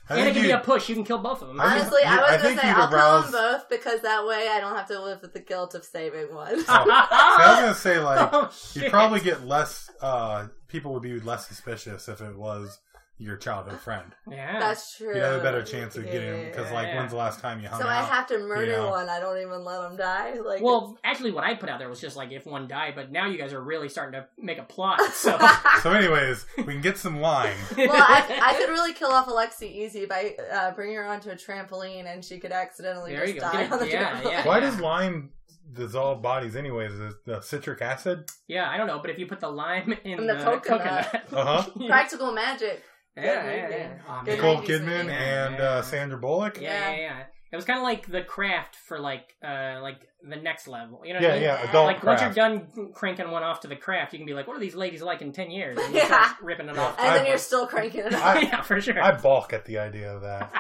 Speaker 3: I
Speaker 2: and it
Speaker 3: think
Speaker 2: can be
Speaker 3: you-
Speaker 2: a push. You can kill both of them. *laughs*
Speaker 3: I think-
Speaker 6: Honestly, I
Speaker 3: you-
Speaker 6: was
Speaker 3: I
Speaker 6: gonna
Speaker 3: think
Speaker 6: say
Speaker 3: you'd
Speaker 6: I'll kill them
Speaker 3: arouse-
Speaker 6: both because that way I don't have to live with the guilt of saving one.
Speaker 2: Ah,
Speaker 6: *laughs*
Speaker 3: See,
Speaker 2: *laughs*
Speaker 3: I was gonna say like
Speaker 2: oh, shit.
Speaker 3: you probably get less. uh People would be less suspicious if it was your childhood friend.
Speaker 2: yeah.
Speaker 6: That's true.
Speaker 3: You'd have a better chance of getting
Speaker 6: Yeah.
Speaker 3: because like
Speaker 2: Yeah.
Speaker 3: when's the last time you hung
Speaker 6: So I
Speaker 3: out?
Speaker 6: have to murder
Speaker 3: Yeah.
Speaker 6: one. I don't even let him die. Like,
Speaker 2: well, actually, what I put out there was just like if one died, but now you guys are really starting to make a
Speaker 6: *laughs*
Speaker 2: plot. So,
Speaker 6: well,
Speaker 3: so, anyways, we can get some wine.
Speaker 2: *laughs*
Speaker 6: I, I could really kill off Alexi easy by uh, bringing her onto a trampoline, and she
Speaker 2: *laughs*
Speaker 6: could accidentally
Speaker 2: There you
Speaker 6: just
Speaker 2: go.
Speaker 6: die
Speaker 2: Get-
Speaker 6: on the
Speaker 2: yeah,
Speaker 6: trampoline.
Speaker 2: yeah.
Speaker 3: Why does lime dissolve bodies anyways? Is it the citric acid?
Speaker 2: yeah, I don't know, but if you put the lime in
Speaker 6: And the coconut.
Speaker 2: *laughs*
Speaker 3: Uh huh.
Speaker 2: yeah,
Speaker 6: Practical magic.
Speaker 2: yeah, yeah.
Speaker 6: movie.
Speaker 2: Oh,
Speaker 6: Good
Speaker 2: man.
Speaker 3: Nicole
Speaker 6: '90s
Speaker 3: Kidman
Speaker 6: movie.
Speaker 3: and
Speaker 2: Yeah.
Speaker 3: uh, Sandra Bullock.
Speaker 2: Yeah, yeah, yeah. It was kind of like the craft for like uh like the next level. You know what I
Speaker 3: yeah,
Speaker 2: mean?
Speaker 3: yeah, adult
Speaker 2: Like once
Speaker 3: craft.
Speaker 2: you're done cranking one off to the craft, you can be like, "What are these ladies like in ten years?" And you
Speaker 6: Yeah.
Speaker 2: start ripping it off.
Speaker 6: And then
Speaker 3: I-
Speaker 6: you're still cranking it
Speaker 3: *laughs*
Speaker 6: up.
Speaker 3: I-
Speaker 2: *laughs* yeah, for sure.
Speaker 3: I balk at the idea of that.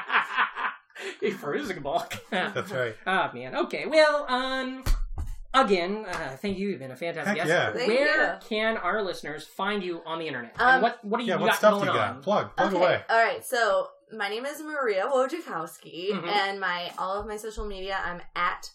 Speaker 2: You're perusing bulk. *laughs*
Speaker 3: That's right.
Speaker 2: Ah man. Okay. Well, um, again, uh, thank you. You've been a fantastic
Speaker 3: Heck
Speaker 2: guest.
Speaker 3: yeah.
Speaker 6: Thank
Speaker 2: Where
Speaker 6: you.
Speaker 2: can our listeners find you on the internet?
Speaker 6: Um,
Speaker 2: and what What do you
Speaker 3: Yeah, what
Speaker 2: got
Speaker 3: stuff
Speaker 2: going
Speaker 3: you got?
Speaker 2: on?
Speaker 3: Plug, plug away.
Speaker 6: All right. So my name is Maria Wojciechowski,
Speaker 2: Mhm.
Speaker 6: and my all of my social media, I'm at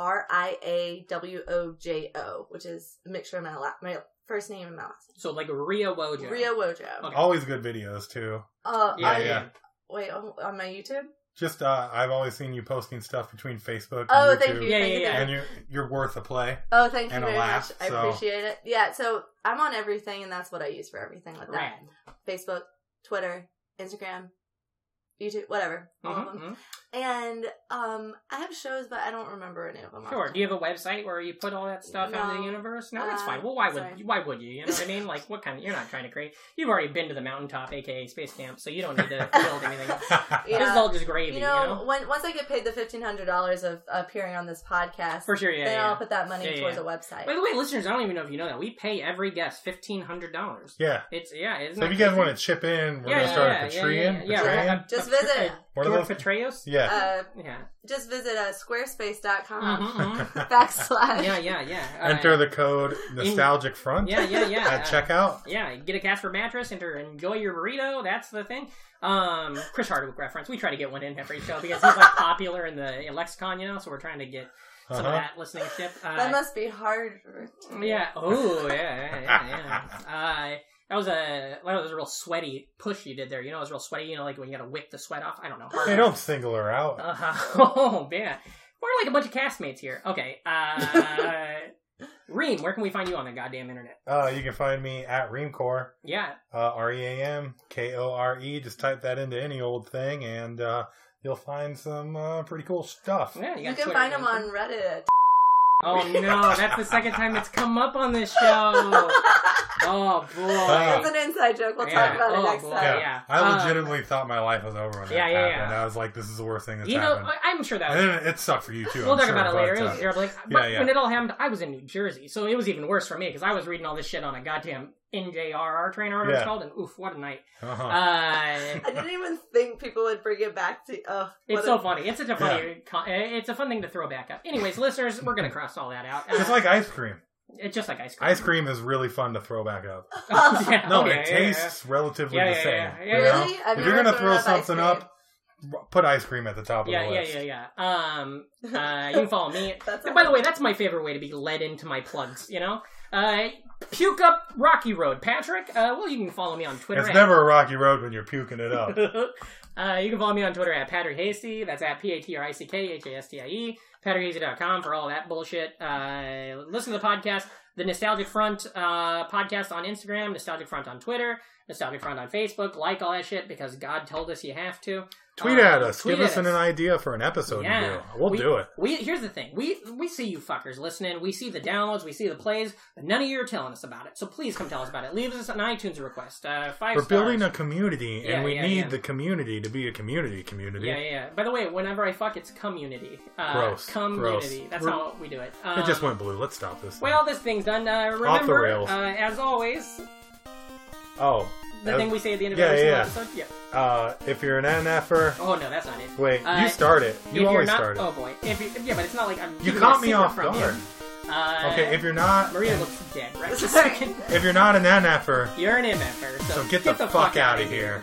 Speaker 6: R I A W O J O, which is a mixture of my la- my first name and my last
Speaker 2: So like Rio Wojo.
Speaker 6: name. Ria Wojo.
Speaker 2: Okay.
Speaker 3: Always good videos too.
Speaker 6: Uh,
Speaker 2: Yeah,
Speaker 6: on-
Speaker 3: Oh, yeah.
Speaker 6: Wait, on, on my YouTube?
Speaker 3: Just uh, I've always seen you posting stuff between Facebook. And
Speaker 6: Oh,
Speaker 3: YouTube,
Speaker 6: thank you.
Speaker 2: Yeah,
Speaker 6: thank
Speaker 2: yeah,
Speaker 6: you,
Speaker 2: yeah.
Speaker 6: thank
Speaker 3: And
Speaker 6: you.
Speaker 3: you're you're worth a play. *laughs*
Speaker 6: Oh, thank you
Speaker 3: and a
Speaker 6: very
Speaker 3: laugh,
Speaker 6: much.
Speaker 3: so-
Speaker 6: I appreciate it. Yeah, so I'm on everything, and that's what I use for everything like
Speaker 2: Rad.
Speaker 6: that. Facebook, Twitter, Instagram, YouTube, whatever, all of
Speaker 2: Mhm,
Speaker 6: them.
Speaker 2: mhm.
Speaker 6: And um, I have shows, but I don't remember any of them.
Speaker 2: Sure. Do you have a website where you put all that stuff out in the
Speaker 6: No.
Speaker 2: universe? No, that's
Speaker 6: Uh,
Speaker 2: fine. Well, why would
Speaker 6: sorry.
Speaker 2: why would you? You know what I mean? Like, what kind of? You're not trying to create. You've already been to the mountaintop, aka space camp, so you don't need
Speaker 6: *laughs*
Speaker 2: to build anything. up.
Speaker 6: Yeah.
Speaker 2: This is all just gravy,
Speaker 6: You know, when once I get paid the fifteen hundred dollars of appearing on this podcast,
Speaker 2: For sure, yeah.
Speaker 6: then
Speaker 2: yeah.
Speaker 6: I'll put that money
Speaker 2: Yeah, yeah,
Speaker 6: towards
Speaker 2: yeah.
Speaker 6: a website.
Speaker 2: By the way, listeners, I don't even know if you know that we pay every guest fifteen hundred dollars.
Speaker 3: Yeah.
Speaker 2: It's yeah. Isn't
Speaker 3: So if you guys want to chip in, we're
Speaker 2: Yeah,
Speaker 3: gonna start
Speaker 2: yeah,
Speaker 3: a
Speaker 2: yeah,
Speaker 3: Patreon.
Speaker 2: yeah, yeah,
Speaker 3: Patreon?
Speaker 2: yeah.
Speaker 6: just visit,
Speaker 3: What are
Speaker 2: George
Speaker 3: those-
Speaker 2: Petraeus?
Speaker 3: Yeah.
Speaker 6: uh,
Speaker 2: Yeah.
Speaker 6: just visit uh, squarespace.com
Speaker 3: *laughs*
Speaker 2: Mhm, mhm.
Speaker 6: *laughs* backslash.
Speaker 2: yeah. Yeah. Yeah. Uh,
Speaker 3: Enter the code nostalgic front
Speaker 2: Yeah. Yeah. Yeah.
Speaker 3: at
Speaker 2: uh,
Speaker 3: checkout.
Speaker 2: Yeah, get a Casper mattress, enter, enjoy your burrito. That's the thing. Um, Chris Hardwick reference. We try to get one in every show because he's like popular in the lexicon, you know. So we're trying to get some of
Speaker 3: Uh-huh.
Speaker 2: that listening shit.
Speaker 6: That
Speaker 2: Uh,
Speaker 6: must be hard. to-
Speaker 2: yeah. Oh, yeah, yeah, yeah. yeah. Uh, that was a that was a real sweaty push you did there. You know, it was real sweaty. You know, like when you got to wick the sweat off. I
Speaker 3: *laughs*
Speaker 2: don't know. Hard
Speaker 3: Hey, don't single her out.
Speaker 2: uh, *laughs* oh man, we're like a bunch of castmates here. Okay,
Speaker 3: *laughs*
Speaker 2: uh, Reem, where can we find you on the goddamn internet?
Speaker 3: Uh, you can find me at Reamcore,
Speaker 2: Yeah,
Speaker 3: uh, R E A M K O R E. Just type that into any old thing, and uh, you'll find some uh, pretty cool stuff.
Speaker 2: yeah,
Speaker 6: You
Speaker 2: got
Speaker 6: can
Speaker 2: Twitter,
Speaker 6: find them
Speaker 2: don't you?
Speaker 6: on Reddit.
Speaker 2: Oh no, that's the second time it's come up on this show. Oh boy.
Speaker 3: Wow.
Speaker 6: That's an inside joke. We'll
Speaker 2: Yeah.
Speaker 6: talk about
Speaker 2: Oh,
Speaker 6: it next
Speaker 2: boy.
Speaker 6: time.
Speaker 3: Uh. Yeah,
Speaker 2: yeah.
Speaker 3: I
Speaker 2: Um,
Speaker 3: legitimately thought my life was over when that
Speaker 2: yeah, yeah,
Speaker 3: happened.
Speaker 2: yeah.
Speaker 3: I was like, "This is the worst thing that's
Speaker 2: you know,
Speaker 3: happened."
Speaker 2: I- I'm sure that
Speaker 3: and
Speaker 2: was.
Speaker 3: then it sucked for you too.
Speaker 2: We'll
Speaker 3: I'm
Speaker 2: talk
Speaker 3: sure,
Speaker 2: about it later. It
Speaker 3: but,
Speaker 2: was
Speaker 3: uh,
Speaker 2: terrible. Like, but
Speaker 3: yeah.
Speaker 2: when it all happened, I was in New Jersey, so it was even worse for me because I was reading all this shit on a goddamn NJRR train or whatever it's
Speaker 3: Yeah.
Speaker 2: called, and oof, what a night.
Speaker 3: uh-huh.
Speaker 2: Uh,
Speaker 6: I didn't even think people would bring it back to. Oh,
Speaker 2: It's so funny. It's such a funny.
Speaker 3: Yeah.
Speaker 2: co- eh, It's a fun thing to throw back up. Anyways, listeners, we're gonna cross all that out.
Speaker 3: It's
Speaker 2: Uh,
Speaker 3: like ice cream.
Speaker 2: it's just like ice cream. *laughs*
Speaker 3: Ice cream is really fun to throw back up.
Speaker 2: yeah,
Speaker 3: No,
Speaker 2: oh, yeah,
Speaker 3: it
Speaker 2: yeah, yeah.
Speaker 3: tastes relatively
Speaker 2: Yeah,
Speaker 3: the
Speaker 2: yeah,
Speaker 3: same.
Speaker 2: yeah, yeah.
Speaker 3: you know?
Speaker 6: Really? I've
Speaker 3: If you're
Speaker 6: never
Speaker 3: gonna
Speaker 6: thrown
Speaker 3: throw
Speaker 6: up ice
Speaker 3: something
Speaker 6: cream.
Speaker 3: up, r- put ice cream at the top of
Speaker 2: Yeah,
Speaker 3: the
Speaker 2: yeah,
Speaker 3: list.
Speaker 2: yeah, yeah. Um, uh, you can follow me.
Speaker 6: That's
Speaker 2: By the way, that's my favorite way to be led into my plugs. You know, uh, puke up Rocky Road, Patrick. Uh, well, you can follow me on Twitter.
Speaker 3: It's
Speaker 2: at-
Speaker 3: never a rocky road when you're puking
Speaker 2: *laughs*
Speaker 3: it up. *laughs*
Speaker 2: uh, you can follow me on Twitter at Patrick Hasty. That's at P A T R I C K H A S T I E. PatrickHasty.com for all that bullshit. Uh, listen to the podcast, the Nostalgic Front uh, podcast on Instagram, Nostalgic Front on Twitter, Nostalgic Front on Facebook. Like all that shit because God told us you have to.
Speaker 3: Tweet
Speaker 2: Uh,
Speaker 3: at us.
Speaker 2: tweet
Speaker 3: Give
Speaker 2: at
Speaker 3: us an, idea for an episode
Speaker 2: Yeah.
Speaker 3: to do. We'll
Speaker 2: we,
Speaker 3: do it.
Speaker 2: We here's the thing. We we see you fuckers listening. We see the downloads. We see the plays. But none of you are telling us about it. So please come tell us about it. Leave us an iTunes request. Uh, 5
Speaker 3: We're
Speaker 2: stars.
Speaker 3: building a community,
Speaker 2: Yeah,
Speaker 3: and we
Speaker 2: yeah,
Speaker 3: need
Speaker 2: yeah.
Speaker 3: the community to be a community community.
Speaker 2: Yeah, yeah, yeah. By the way, whenever I fuck, it's community. Uh,
Speaker 3: Gross,
Speaker 2: Community.
Speaker 3: gross.
Speaker 2: That's
Speaker 3: We're-
Speaker 2: how we do it.
Speaker 3: It just
Speaker 2: Um,
Speaker 3: went blue. Let's stop this. thing.
Speaker 2: Well, this thing's done. Uh, remember,
Speaker 3: Off the rails.
Speaker 2: Uh, as always,
Speaker 3: oh,
Speaker 2: the
Speaker 3: uh,
Speaker 2: thing we say at the end of
Speaker 3: yeah,
Speaker 2: every single
Speaker 3: yeah.
Speaker 2: episode. Yeah.
Speaker 3: uh, if you're an NFer,
Speaker 2: Oh no, that's not it.
Speaker 3: wait,
Speaker 2: Uh,
Speaker 3: you start it.
Speaker 2: If
Speaker 3: You
Speaker 2: you're
Speaker 3: always
Speaker 2: not,
Speaker 3: start it.
Speaker 2: Oh boy. If you, yeah, but it's not like I'm.
Speaker 3: you
Speaker 2: giving
Speaker 3: caught
Speaker 2: a
Speaker 3: me
Speaker 2: secret
Speaker 3: off
Speaker 2: from you.
Speaker 3: guard.
Speaker 2: Uh,
Speaker 3: Okay, if you're not,
Speaker 2: Maria looks
Speaker 3: *laughs*
Speaker 2: dead right this
Speaker 6: Sorry.
Speaker 2: second.
Speaker 3: if you're not an er, NFer,
Speaker 2: You're an MFer, so,
Speaker 3: so get the, fuck, out of here.